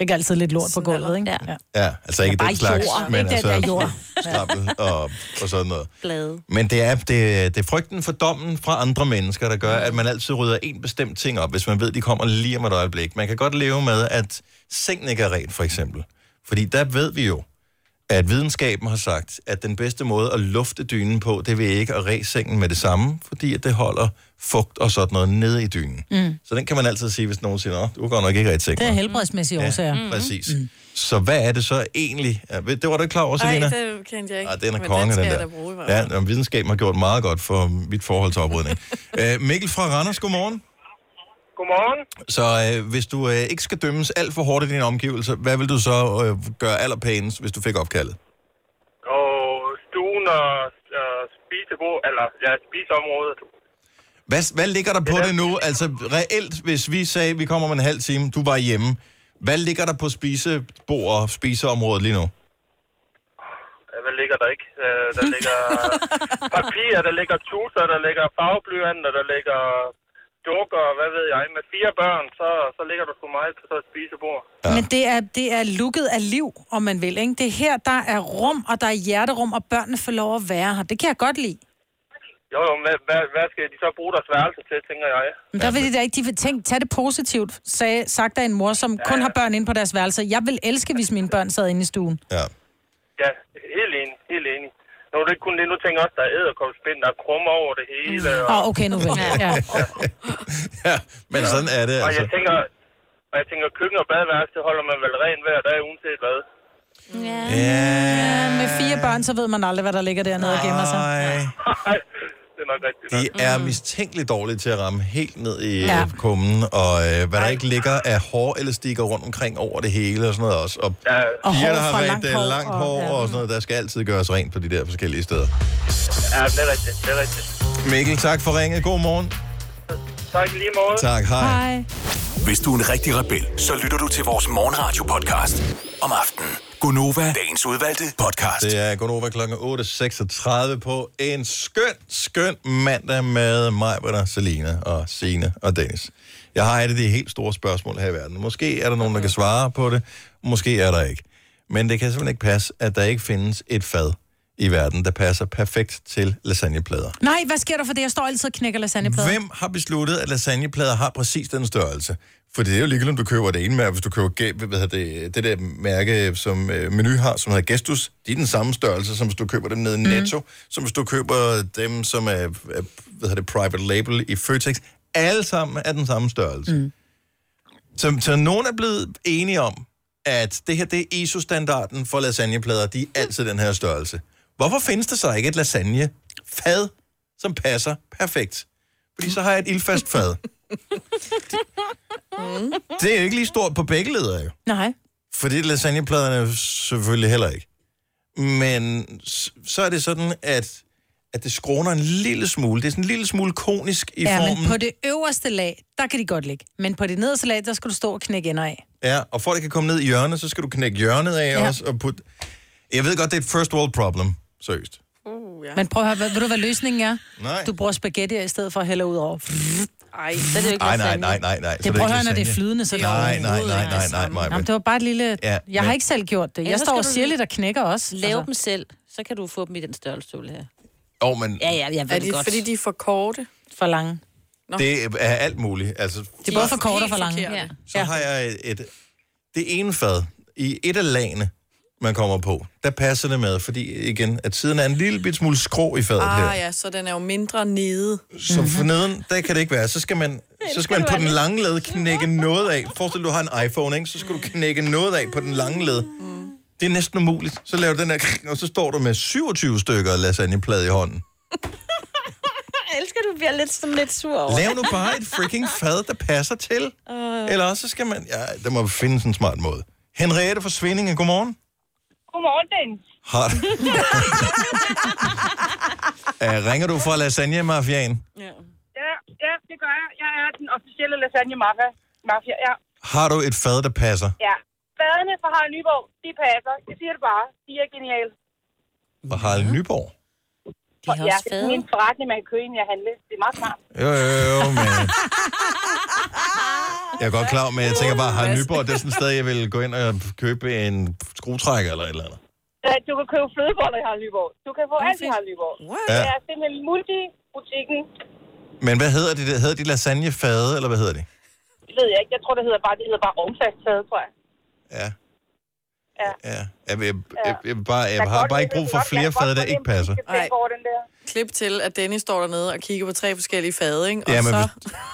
Speaker 4: Ikke altid lidt lort på gulvet, ikke? Ja.
Speaker 1: Ja, altså ikke
Speaker 4: Ja, bare
Speaker 1: den slags,
Speaker 4: jord.
Speaker 1: men
Speaker 4: Ikke den
Speaker 1: altså
Speaker 4: der jord.
Speaker 1: strappel og, og sådan noget.
Speaker 26: Blade.
Speaker 1: Men det er, det, det er frygten for dommen fra andre mennesker, der gør, at man altid rydder en bestemt ting op, hvis man ved, de kommer lige om et øjeblik. Man kan godt leve med, at sengen ikke er ren, for eksempel. Fordi der ved vi jo, at videnskaben har sagt, at den bedste måde at lufte dynen på, det er ikke at ræse sengen med det samme, fordi at det holder fugt og sådan noget nede i dynen.
Speaker 4: Mm.
Speaker 1: Så den kan man altid sige, hvis nogen siger, at du går nok ikke ræse sengen.
Speaker 4: Det er helbredsmæssige årsager.
Speaker 26: Mm-hmm.
Speaker 1: Ja, præcis. Mm. Så hvad er det så egentlig? Ja, ved- det var du ikke klar over,
Speaker 3: Ej,
Speaker 1: Selina?
Speaker 3: det kendte jeg ikke.
Speaker 1: Ej, den Ah, er
Speaker 3: Men
Speaker 1: konge,
Speaker 3: skal
Speaker 1: den
Speaker 3: jeg
Speaker 1: der.
Speaker 3: da bruge i hvert
Speaker 1: Ja, og videnskaben har gjort meget godt for mit forhold til oprydning. øh, Mikkel fra Randers, godmorgen.
Speaker 8: Godmorgen.
Speaker 1: Så øh, hvis du øh, ikke skal dømmes alt for hårdt i dine omgivelser, hvad vil du så øh, gøre allerpænest, hvis du fik opkaldet?
Speaker 8: Og stuen og øh, spisebord, eller ja, spiseområdet.
Speaker 1: Hvad, hvad ligger der på det nu? Altså reelt, hvis vi sagde, vi kommer om en halv time, du var hjemme. Hvad ligger der på spisebord og spiseområdet lige nu?
Speaker 8: Øh, Hvad ligger der ikke? Øh, der ligger papir, der ligger tuser, der ligger farveblyanter, der ligger dukker, hvad ved jeg. Med fire børn, så, så ligger der sgu meget på sådan et spisebord.
Speaker 4: Men det er, det er lukket af liv, om man vil. Ikke? Det er her, der er rum, og der er hjerterum, og børnene får lov at være her. Det kan jeg godt lide.
Speaker 8: Jo, jo, men hvad, hvad, hvad skal de så bruge deres værelse til, tænker jeg.
Speaker 4: Men der vil de da ikke, de vil tænke, tag det positivt, sagde, sagt af en mor, som kun har børn inde på deres værelse. Jeg vil elske, hvis mine børn sad inde i stuen.
Speaker 1: Ja.
Speaker 8: Ja, helt enig, helt enig. Nu er det ikke kun det, nu tænker jeg også, der er æderkopspind, der er krummer over det hele.
Speaker 1: Mm.
Speaker 4: Åh, oh, okay, nu vil jeg. Ja.
Speaker 1: Men sådan er det
Speaker 8: Og
Speaker 1: altså.
Speaker 8: jeg tænker, og jeg tænker, køkken og badeværelse, det holder man vel ren hver dag, uanset hvad.
Speaker 1: Ja.
Speaker 4: Med fire børn, så ved man aldrig, hvad der ligger dernede og gemmer sig.
Speaker 1: Nej.
Speaker 8: Det er nok rigtigt.
Speaker 1: De er mistænkeligt dårlige til at ramme helt ned i
Speaker 4: Ja.
Speaker 1: ja. kummen, og øh, hvad der ikke ligger af hår eller stikker rundt omkring over det hele og sådan noget også. Og
Speaker 8: Og
Speaker 1: piger,
Speaker 8: hår
Speaker 1: der
Speaker 8: fra
Speaker 1: har
Speaker 8: langt
Speaker 1: rent øh,
Speaker 8: hår,
Speaker 1: langt
Speaker 8: og-
Speaker 1: hår
Speaker 8: ja.
Speaker 1: og sådan noget, der skal altid gøres rent på de der forskellige steder.
Speaker 8: Ja, det er rigtigt, det er rigtigt.
Speaker 1: Mikkel, tak for ringet. God morgen.
Speaker 8: Tak i lige måde.
Speaker 1: Tak, hej.
Speaker 8: hej.
Speaker 20: Hvis du er en rigtig rebel, så lytter du til vores morgenradio-podcast om aftenen. Gunova, dagens udvalgte podcast.
Speaker 1: Det er Gunova kl. 8.36 på en skøn, skøn mandag med mig, Britta, Selina og Sine og Dennis. Jeg har et af de helt store spørgsmål her i verden. Måske er der nogen, der kan svare på det, måske er der ikke. Men det kan simpelthen ikke passe, at der ikke findes et fad i verden, der passer perfekt til lasagneplader.
Speaker 4: Nej, hvad sker der for det? Jeg står altid og knækker lasagneplader.
Speaker 1: Hvem har besluttet, at lasagneplader har præcis den størrelse? For det er jo ligegyldigt, om du køber det ene mærke, hvis du køber gæ- hvad hedder det, det der mærke, som øh, Menu har, som hedder Gestus. De er den samme størrelse, som hvis du køber dem nede i Netto, mm. som hvis du køber dem, som er, er hvad hedder det, private label i Føtex. Alle sammen er den samme størrelse. Mm. Så, så nogen er blevet enige om, at det her, det er ISO-standarden for lasagneplader. De er altid den her størrelse. Hvorfor findes der så ikke et lasagnefad, som passer perfekt? Fordi så har jeg et ildfast fad. Det er jo ikke lige stort på begge ledere, jo.
Speaker 4: Nej.
Speaker 1: Fordi lasagnepladerne er jo selvfølgelig heller ikke. Men s- så er det sådan, at, at det skråner en lille smule. Det er sådan en lille smule konisk i
Speaker 4: ja,
Speaker 1: formen.
Speaker 4: men på det øverste lag, der kan de godt ligge. Men på det nederste lag, der skal du stå og knække ender af.
Speaker 1: Ja, og for at det kan komme ned i hjørnet, så skal du knække hjørnet af ja.
Speaker 4: Ja.
Speaker 1: også. Og put... Jeg ved godt, det er et first world problem. Seriøst.
Speaker 4: Ja. Men prøv at høre, hvad- ved du, hvad løsningen er?
Speaker 1: Nej.
Speaker 4: Du bruger spaghetti i stedet for at hælde ud over.
Speaker 2: Ej,
Speaker 4: så er det jo ikke
Speaker 1: Ej, nej,
Speaker 4: lasagne.
Speaker 1: nej, nej, nej.
Speaker 4: Det,
Speaker 1: så er
Speaker 4: prøv at
Speaker 1: ikke
Speaker 4: høre, når det er
Speaker 1: lasagne.
Speaker 4: flydende, så er det
Speaker 1: Nej, nej,
Speaker 4: overhovedet
Speaker 1: nej,
Speaker 4: ikke
Speaker 1: nej,
Speaker 4: det
Speaker 1: nej, nej.
Speaker 4: Jamen, det var bare et lille...
Speaker 1: Ja,
Speaker 4: Ja, jeg
Speaker 1: men-
Speaker 4: har ikke selv gjort det. Jeg
Speaker 3: Ellers
Speaker 4: står
Speaker 3: skal
Speaker 4: og
Speaker 3: du
Speaker 4: siger lidt og knækker også.
Speaker 3: Lave dem selv, så kan du få dem i den størrelse, du vil have.
Speaker 1: Jo, men
Speaker 3: Ja, ja, jeg ved
Speaker 2: er
Speaker 3: det
Speaker 2: det,
Speaker 3: godt.
Speaker 2: fordi de er for korte?
Speaker 3: Mm,
Speaker 4: For lange.
Speaker 2: Nå.
Speaker 1: Det er alt muligt. Altså,
Speaker 4: Det er både for kort og for lange.
Speaker 2: Ja.
Speaker 1: Så har jeg et, et, det ene fad i et af lagene, man kommer på. Der passer det med, fordi igen, at siden er en lille bit smule skrå i fadet her.
Speaker 2: Ah ja, så den er jo mindre nede. Mhm.
Speaker 1: Så forneden, der kan Mhm. det ikke være. Så skal man, så skal man på den lange led knække noget af. Forestil dig, du har en iPhone, ikke? Så skal du knække noget af på den lange led. Det er næsten umuligt. Så laver du den her, og så står du med 27 stykker lasagneplade i hånden.
Speaker 3: Jeg elsker, du bliver lidt, sådan lidt sur over.
Speaker 1: Lav nu bare et freaking fad, der passer til.
Speaker 3: Øh.
Speaker 1: Eller også så skal man... Ja, der må findes en smart måde. Henriette fra Svindinge, godmorgen.
Speaker 19: Godmorgen, Dennis.
Speaker 1: Har du... Uh, ringer du fra Lasagne Mafiaen?
Speaker 19: Ja, ja, det gør jeg. Jeg er den officielle lasagne mafia. mafia ja.
Speaker 1: Har du et fad, der passer?
Speaker 19: ja. Fadene fra Harald Nyborg, de passer. Jeg siger det bare. De er geniale.
Speaker 1: Fra Harald Nyborg?
Speaker 19: De har ja, også det er min forretning, man kan købe, inden jeg handler. Det er meget smart.
Speaker 1: Jo, jo, jo, men... Jeg er godt klar, men jeg tænker bare, Harald Nyborg, det er sådan et sted, jeg vil gå ind og købe en skruetrækker eller et eller andet.
Speaker 19: Ja, Øh, Du kan købe flødeboller i Harald Nyborg. Du kan få alt i Harald Nyborg.
Speaker 1: Ja.
Speaker 19: Det er simpelthen multibutikken.
Speaker 1: Men hvad hedder de? der? Hedder de lasagnefade, eller hvad hedder de?
Speaker 19: Det ved jeg ikke. Jeg tror, det hedder bare, det hedder bare romfasttaget, tror jeg.
Speaker 1: Ja.
Speaker 19: Ja.
Speaker 1: Ja. Jeg, vil- jeg, jeg, jeg, vil bare, jeg har bare ikke brug for flere fade, der ikke passer.
Speaker 2: Ej. Klip til, at Dennis står dernede og kigger på tre forskellige fade, ikke? Og,
Speaker 1: Ja, men
Speaker 2: så,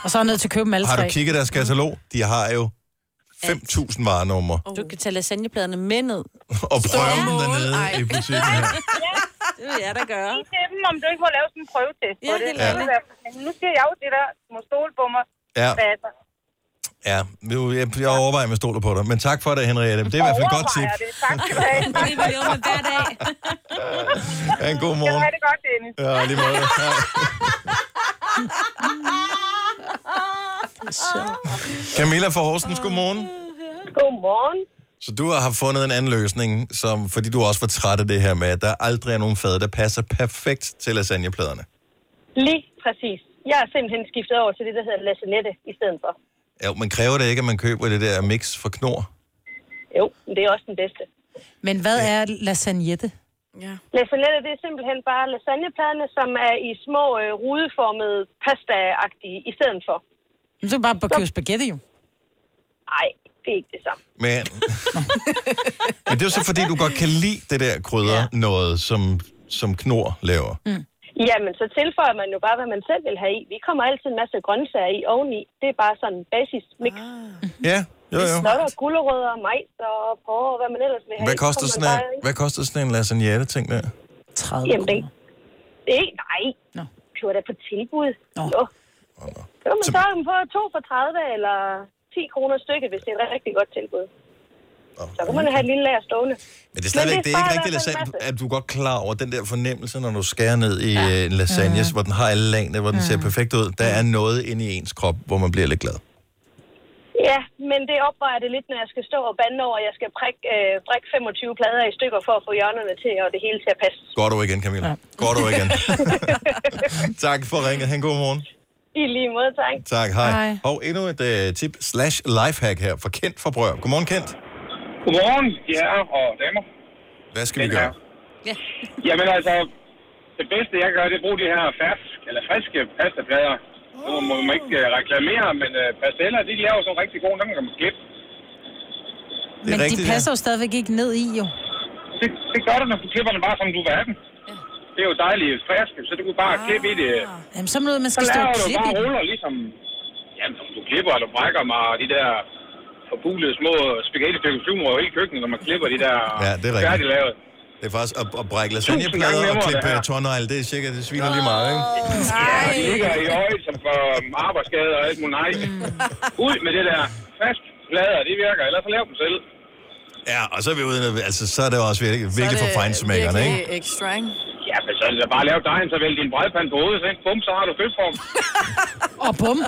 Speaker 4: og så er jeg nødt til at købe dem alle
Speaker 1: Har du
Speaker 4: tre.
Speaker 1: kigget i deres katalog? De har jo 5.000 varenumre.
Speaker 3: Du kan tage lasagnepladerne med ned.
Speaker 1: Og prøve dem dernede i butikken her.
Speaker 3: Det vil jeg da gøre.
Speaker 19: Sig til dem, om du ikke må lave sådan en prøvetest
Speaker 3: Ja,
Speaker 19: på det.
Speaker 3: helt ærligt.
Speaker 19: Men Nu siger jeg jo det der, du må stole på mig.
Speaker 1: Ja.
Speaker 19: Passer.
Speaker 1: Ja, nu- jeg, jeg overvejer, om jeg stoler på dig. Men tak for det, Henriette. Det er i hvert fald et godt tip.
Speaker 19: Overvejer Det. Tak skal du have.
Speaker 3: Det vil jeg med hver dag.
Speaker 1: Ja, en god
Speaker 19: Skal du
Speaker 1: morgen.
Speaker 19: have det godt, Dennis.
Speaker 1: Ja, lige måde. Hej. Camilla fra Horsens, godmorgen.
Speaker 9: Godmorgen.
Speaker 1: Så du har fundet en anden løsning, som, fordi du også var træt af det her med, at der aldrig er nogen fad, der passer perfekt til lasagnepladerne.
Speaker 9: Lige præcis. Jeg er simpelthen skiftet over til det, der hedder lasagnette i stedet for.
Speaker 1: Ja, men kræver det ikke, at man køber det der mix fra Knor?
Speaker 9: Jo, men det er også den bedste.
Speaker 4: Men hvad er lasagnette?
Speaker 9: Lasagnette, det er simpelthen bare lasagnepladerne, som er i små øh, rudeformede pasta-agtige i stedet for.
Speaker 4: Men så kan du bare købe spaghetti jo.
Speaker 9: Nej, det er ikke det samme.
Speaker 1: Men, men det er jo så, fordi du godt kan lide det der krydder ja. noget, som, som Knor laver.
Speaker 9: Jamen, så tilføjer man jo bare, hvad man selv vil have i. Vi kommer altid en masse grøntsager i oveni. Det er bare sådan en basis mix.
Speaker 1: Ja, jo,
Speaker 9: Det
Speaker 1: jo.
Speaker 9: Slotter, gulerødder, majs og porre og hvad man ellers vil have.
Speaker 1: Hvad
Speaker 9: i.
Speaker 1: koster,
Speaker 9: Kommer
Speaker 1: sådan
Speaker 9: bare
Speaker 1: en,
Speaker 9: i.
Speaker 1: hvad koster sådan en lasagnette, ting der? 30
Speaker 9: Jamen, det, det er ikke, nej. Nå. Køber da på tilbud. Nå. Nå. Så kan man så dem på 2 for 30 eller 10 kroner stykket, hvis det er et rigtig godt tilbud. Så kan man have et lille lager stående.
Speaker 1: Mm. Men det er stadigvæk det er
Speaker 9: sparer
Speaker 1: ikke
Speaker 9: i
Speaker 1: rigtig
Speaker 9: hvert fald en
Speaker 1: lasagne, at du er godt klar over den der fornemmelse, når du skærer ned i ja. en lasagne, mm. hvor den har alle lagene, hvor den ser perfekt ud. Der er noget inde i ens krop, hvor man bliver lidt glad.
Speaker 9: Ja, men det opvejer det lidt, når jeg skal stå og bande over, at jeg skal prikke, øh, prikke 25 plader i stykker for at få hjørnerne til, og det hele til at passe.
Speaker 1: Går du igen, Camilla? Ja. Går du igen. tak for ringet. Han god morgen.
Speaker 9: I lige måde, tak.
Speaker 1: Tak, hej. hej. Og endnu et uh, tip slash lifehack her fra Kent fra Brørup. Godmorgen, Kent.
Speaker 12: Godmorgen, ja, og damer.
Speaker 1: Hvad skal vi gøre?
Speaker 3: Ja.
Speaker 27: Jamen altså, det bedste jeg gør, det er at bruge de her fersk, eller friske pastaplader. Nu må man ikke øh, reklamere, men øh, pasteller, de laver så rigtig gode, dem kan man klippe.
Speaker 4: Men de passer jo stadigvæk ikke ned i, jo.
Speaker 27: Det, det gør du, når du klipper dem bare, som du vil have dem. Det er jo dejligt friske, så du kan bare ah. klippe i det.
Speaker 4: Jamen, så er noget, man skal
Speaker 27: så
Speaker 4: stå
Speaker 27: laver
Speaker 4: og
Speaker 27: du
Speaker 4: klippe i.
Speaker 27: bare
Speaker 4: den.
Speaker 27: ruller, ligesom... Jamen, som du klipper, eller brækker mig, og de der forbulede små spaghetti-stykker flyver over hele køkkenet, når man klipper de der
Speaker 1: Ja, det er rigtigt.
Speaker 27: færdiglavet.
Speaker 1: Det er faktisk at, at brække
Speaker 27: Tusind gange
Speaker 1: lasagneplader og
Speaker 27: nemmere,
Speaker 1: klippe
Speaker 27: det her.
Speaker 1: øh, tårnegle. Det er cirka, det sviner lige meget, ikke?
Speaker 27: Ja, de ligger i øjet, som for um, arbejdsskader og alt muligt. Nej. Ud med det der fast plader, det virker. Ellers så lav dem selv.
Speaker 1: Ja, og så er vi ude, altså, så er det også virkelig, virkelig for fejnsmækkerne, ikke?
Speaker 2: Ekstra, ikke?
Speaker 27: Ja, men så er det bare lave dejen, så vælg din bredpande på hovedet, så ikke? bum, så har du købform.
Speaker 4: Og bum.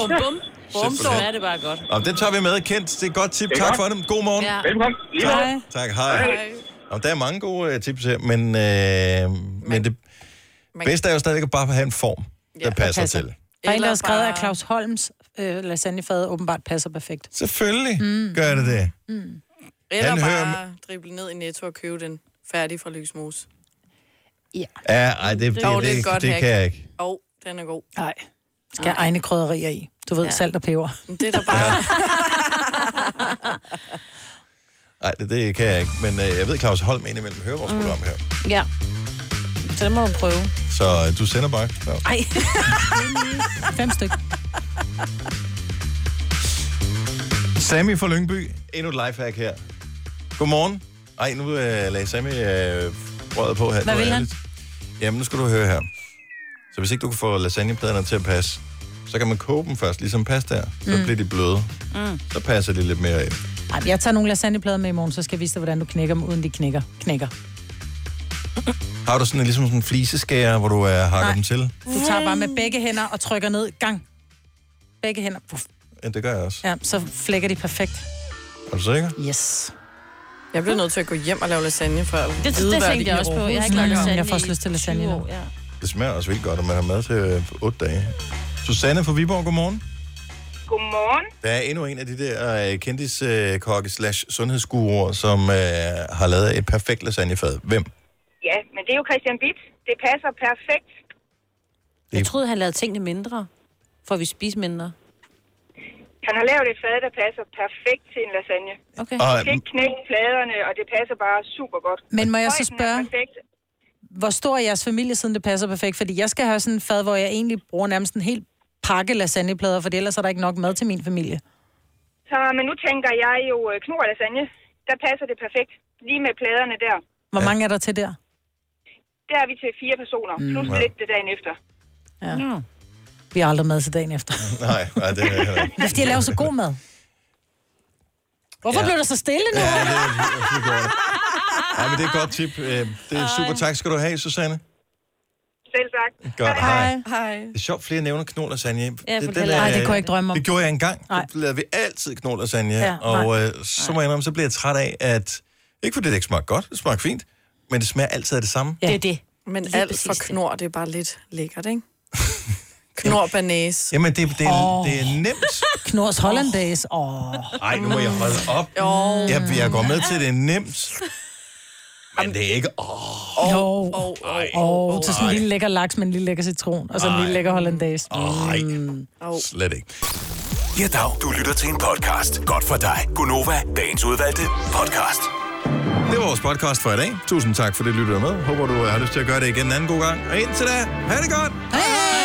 Speaker 3: Bum, bum. Bum, så
Speaker 1: Simpelthen.
Speaker 3: er det bare godt.
Speaker 1: Og den tager vi med, Kent. Det er et godt tip.
Speaker 3: Det er
Speaker 1: Tak
Speaker 3: godt.
Speaker 1: for dem. God morgen.
Speaker 3: Ja. Velkommen. Lige
Speaker 1: Tak.
Speaker 3: måde.
Speaker 1: Tak, hej.
Speaker 3: Hej.
Speaker 1: Og der er mange gode øh, tips her, men, øh, men det
Speaker 4: man-
Speaker 1: bedste er jo stadigvæk at bare have en form, der passer,
Speaker 4: passer.
Speaker 1: til.
Speaker 4: Der er en, der har
Speaker 2: Eller
Speaker 4: skrevet, at
Speaker 2: bare-
Speaker 4: Claus Holms øh, lasagnefad åbenbart passer perfekt.
Speaker 1: Selvfølgelig mm. gør det det.
Speaker 2: Eller
Speaker 1: Han
Speaker 2: Han
Speaker 1: hører
Speaker 2: bare drible ned i Netto og købe den færdig fra Lyksmose.
Speaker 1: Ja, ej, det, det, det,
Speaker 2: Dog, det er et
Speaker 1: det,
Speaker 2: godt
Speaker 1: det
Speaker 2: hack.
Speaker 1: kan jeg ikke.
Speaker 2: Og den er god.
Speaker 4: Nej. Skal have egne krydderier i. Du ved, ja. salt og peber.
Speaker 2: Det er der bare...
Speaker 1: Nej, det, det kan jeg ikke. Men øh, jeg ved, Claus Holm indimellem hører vores mm. program her.
Speaker 3: Ja. Så det må du prøve.
Speaker 1: Så øh, du sender bare. Claus.
Speaker 3: Ej.
Speaker 4: Fem styk.
Speaker 1: Sammy fra Lyngby, endnu et lifehack her. Godmorgen. Ej, nu øh, lagde Sammy øh, brødet på her.
Speaker 4: Hvad
Speaker 1: Det var
Speaker 4: vil han?
Speaker 1: ærgerligt. Jamen, nu skal du høre her. Så hvis ikke du kan få lasagnepladerne til at passe, så kan man koge dem først, ligesom pastaer. Så
Speaker 4: Mm.
Speaker 1: bliver de bløde.
Speaker 4: Mm.
Speaker 1: Så passer de lidt mere ind.
Speaker 4: Ej, men jeg tager nogle lasagneplader med i morgen, så skal jeg vise dig, hvordan du knækker dem, uden de knækker. knækker.
Speaker 1: Har du sådan en, ligesom sådan en fliseskærer, hvor du øh, hakker
Speaker 4: Nej.
Speaker 1: dem til?
Speaker 4: Du tager bare
Speaker 3: Mm.
Speaker 4: med begge hænder og trykker ned. Gang. Begge hænder. Puff.
Speaker 1: Ja, det gør jeg også.
Speaker 4: Ja, så flækker de perfekt.
Speaker 1: Er du sikker?
Speaker 4: Yes.
Speaker 2: Jeg bliver nødt til at gå hjem og lave lasagne for at
Speaker 3: Det, det,
Speaker 2: vide, hvad
Speaker 3: tænkte jeg
Speaker 2: er
Speaker 3: også
Speaker 2: i
Speaker 3: på. Jeg har
Speaker 2: overhovedet
Speaker 3: ikke lavet
Speaker 2: snakker om.
Speaker 3: lasagne
Speaker 4: Jeg får også lyst til lasagne nu.
Speaker 3: Ja.
Speaker 1: Det smager også vildt godt, og man har mad til øh, 8 dage. Susanne fra Viborg, godmorgen.
Speaker 12: Godmorgen.
Speaker 1: Der er endnu en af de der øh, kendiskokke slash sundhedsguruer, som øh, har lavet et perfekt lasagnefad. Hvem?
Speaker 12: Ja, men det er jo Christian Bitt. Det passer perfekt.
Speaker 3: Jeg troede, han lavede tingene mindre. For at vi spiser mindre.
Speaker 12: Han har lavet et fad, der passer perfekt til en lasagne.
Speaker 3: Okay.
Speaker 12: Og,
Speaker 1: Og-
Speaker 12: ikke knække pladerne, og det passer bare super godt.
Speaker 4: Men må jeg så
Speaker 12: Højden er
Speaker 4: spørge?
Speaker 12: perfekt.
Speaker 4: Hvor stor er jeres familie, siden det passer perfekt? Fordi jeg skal have sådan en fad, hvor jeg egentlig bruger nærmest en hel pakke lasagneplader, for ellers er der ikke nok mad til min familie.
Speaker 12: Så, men nu tænker jeg jo øh, knor lasagne. Der passer det perfekt. Lige med pladerne der.
Speaker 4: Hvor ja. mange er der til der?
Speaker 12: Der er vi til fire personer,
Speaker 4: Mm.
Speaker 12: plus
Speaker 4: Ja.
Speaker 12: lidt det dagen efter.
Speaker 4: Ja. Vi har aldrig mad til dagen efter.
Speaker 1: Nej, nej det er heller ikke.
Speaker 4: Det er, fordi jeg laver så god mad. Hvorfor
Speaker 1: Ja.
Speaker 4: ja. blev der så stille nu?
Speaker 1: Ja, det er virkelig godt. Ja, men det er et godt tip. Øh, Det er super. Tak skal du have, Susanne.
Speaker 12: Selv sagt.
Speaker 1: Godt, hej.
Speaker 2: Hej.
Speaker 1: Det er sjovt, flere nævner knold og sanje.
Speaker 4: for det heller- Ej, det kunne jeg ikke drømme om.
Speaker 1: Det gjorde jeg engang. Nej. Det lavede vi altid knold og sanje.
Speaker 4: Ja,
Speaker 1: og
Speaker 4: nej.
Speaker 1: øh, så må jeg indrømme, så bliver jeg træt af, at... Ikke fordi det ikke smager godt, det smager fint, men det smager altid af det samme.
Speaker 4: Ja. Det er det.
Speaker 2: Men
Speaker 4: Lige
Speaker 2: alt
Speaker 4: præcis
Speaker 2: for
Speaker 4: det.
Speaker 2: knor, det er bare lidt lækkert, ikke? knor banæs.
Speaker 1: Jamen, det, det, er,
Speaker 2: Åh.
Speaker 1: det er nemt.
Speaker 4: Knors Hollandaise. Åh. Oh.
Speaker 1: Nej, nu må jeg holde op. Jeg, jeg går med til, at det er nemt. Men det er ikke... Åh,
Speaker 4: Åh, oh, oh, oh, oh, til sådan en lille lækker laks med en lille lækker citron, og så en lille lækker hollandaise. Mm.
Speaker 20: Ej.
Speaker 1: Slet ikke.
Speaker 20: Ja, dag. Du lytter til en podcast. Godt for dig. Gunova, dagens udvalgte podcast.
Speaker 1: Det var vores podcast for i dag. Tusind tak for det, lyttede med. Håber, du øh, har lyst til at gøre det igen en anden god gang. Og indtil da, ha' det godt!
Speaker 4: Hej!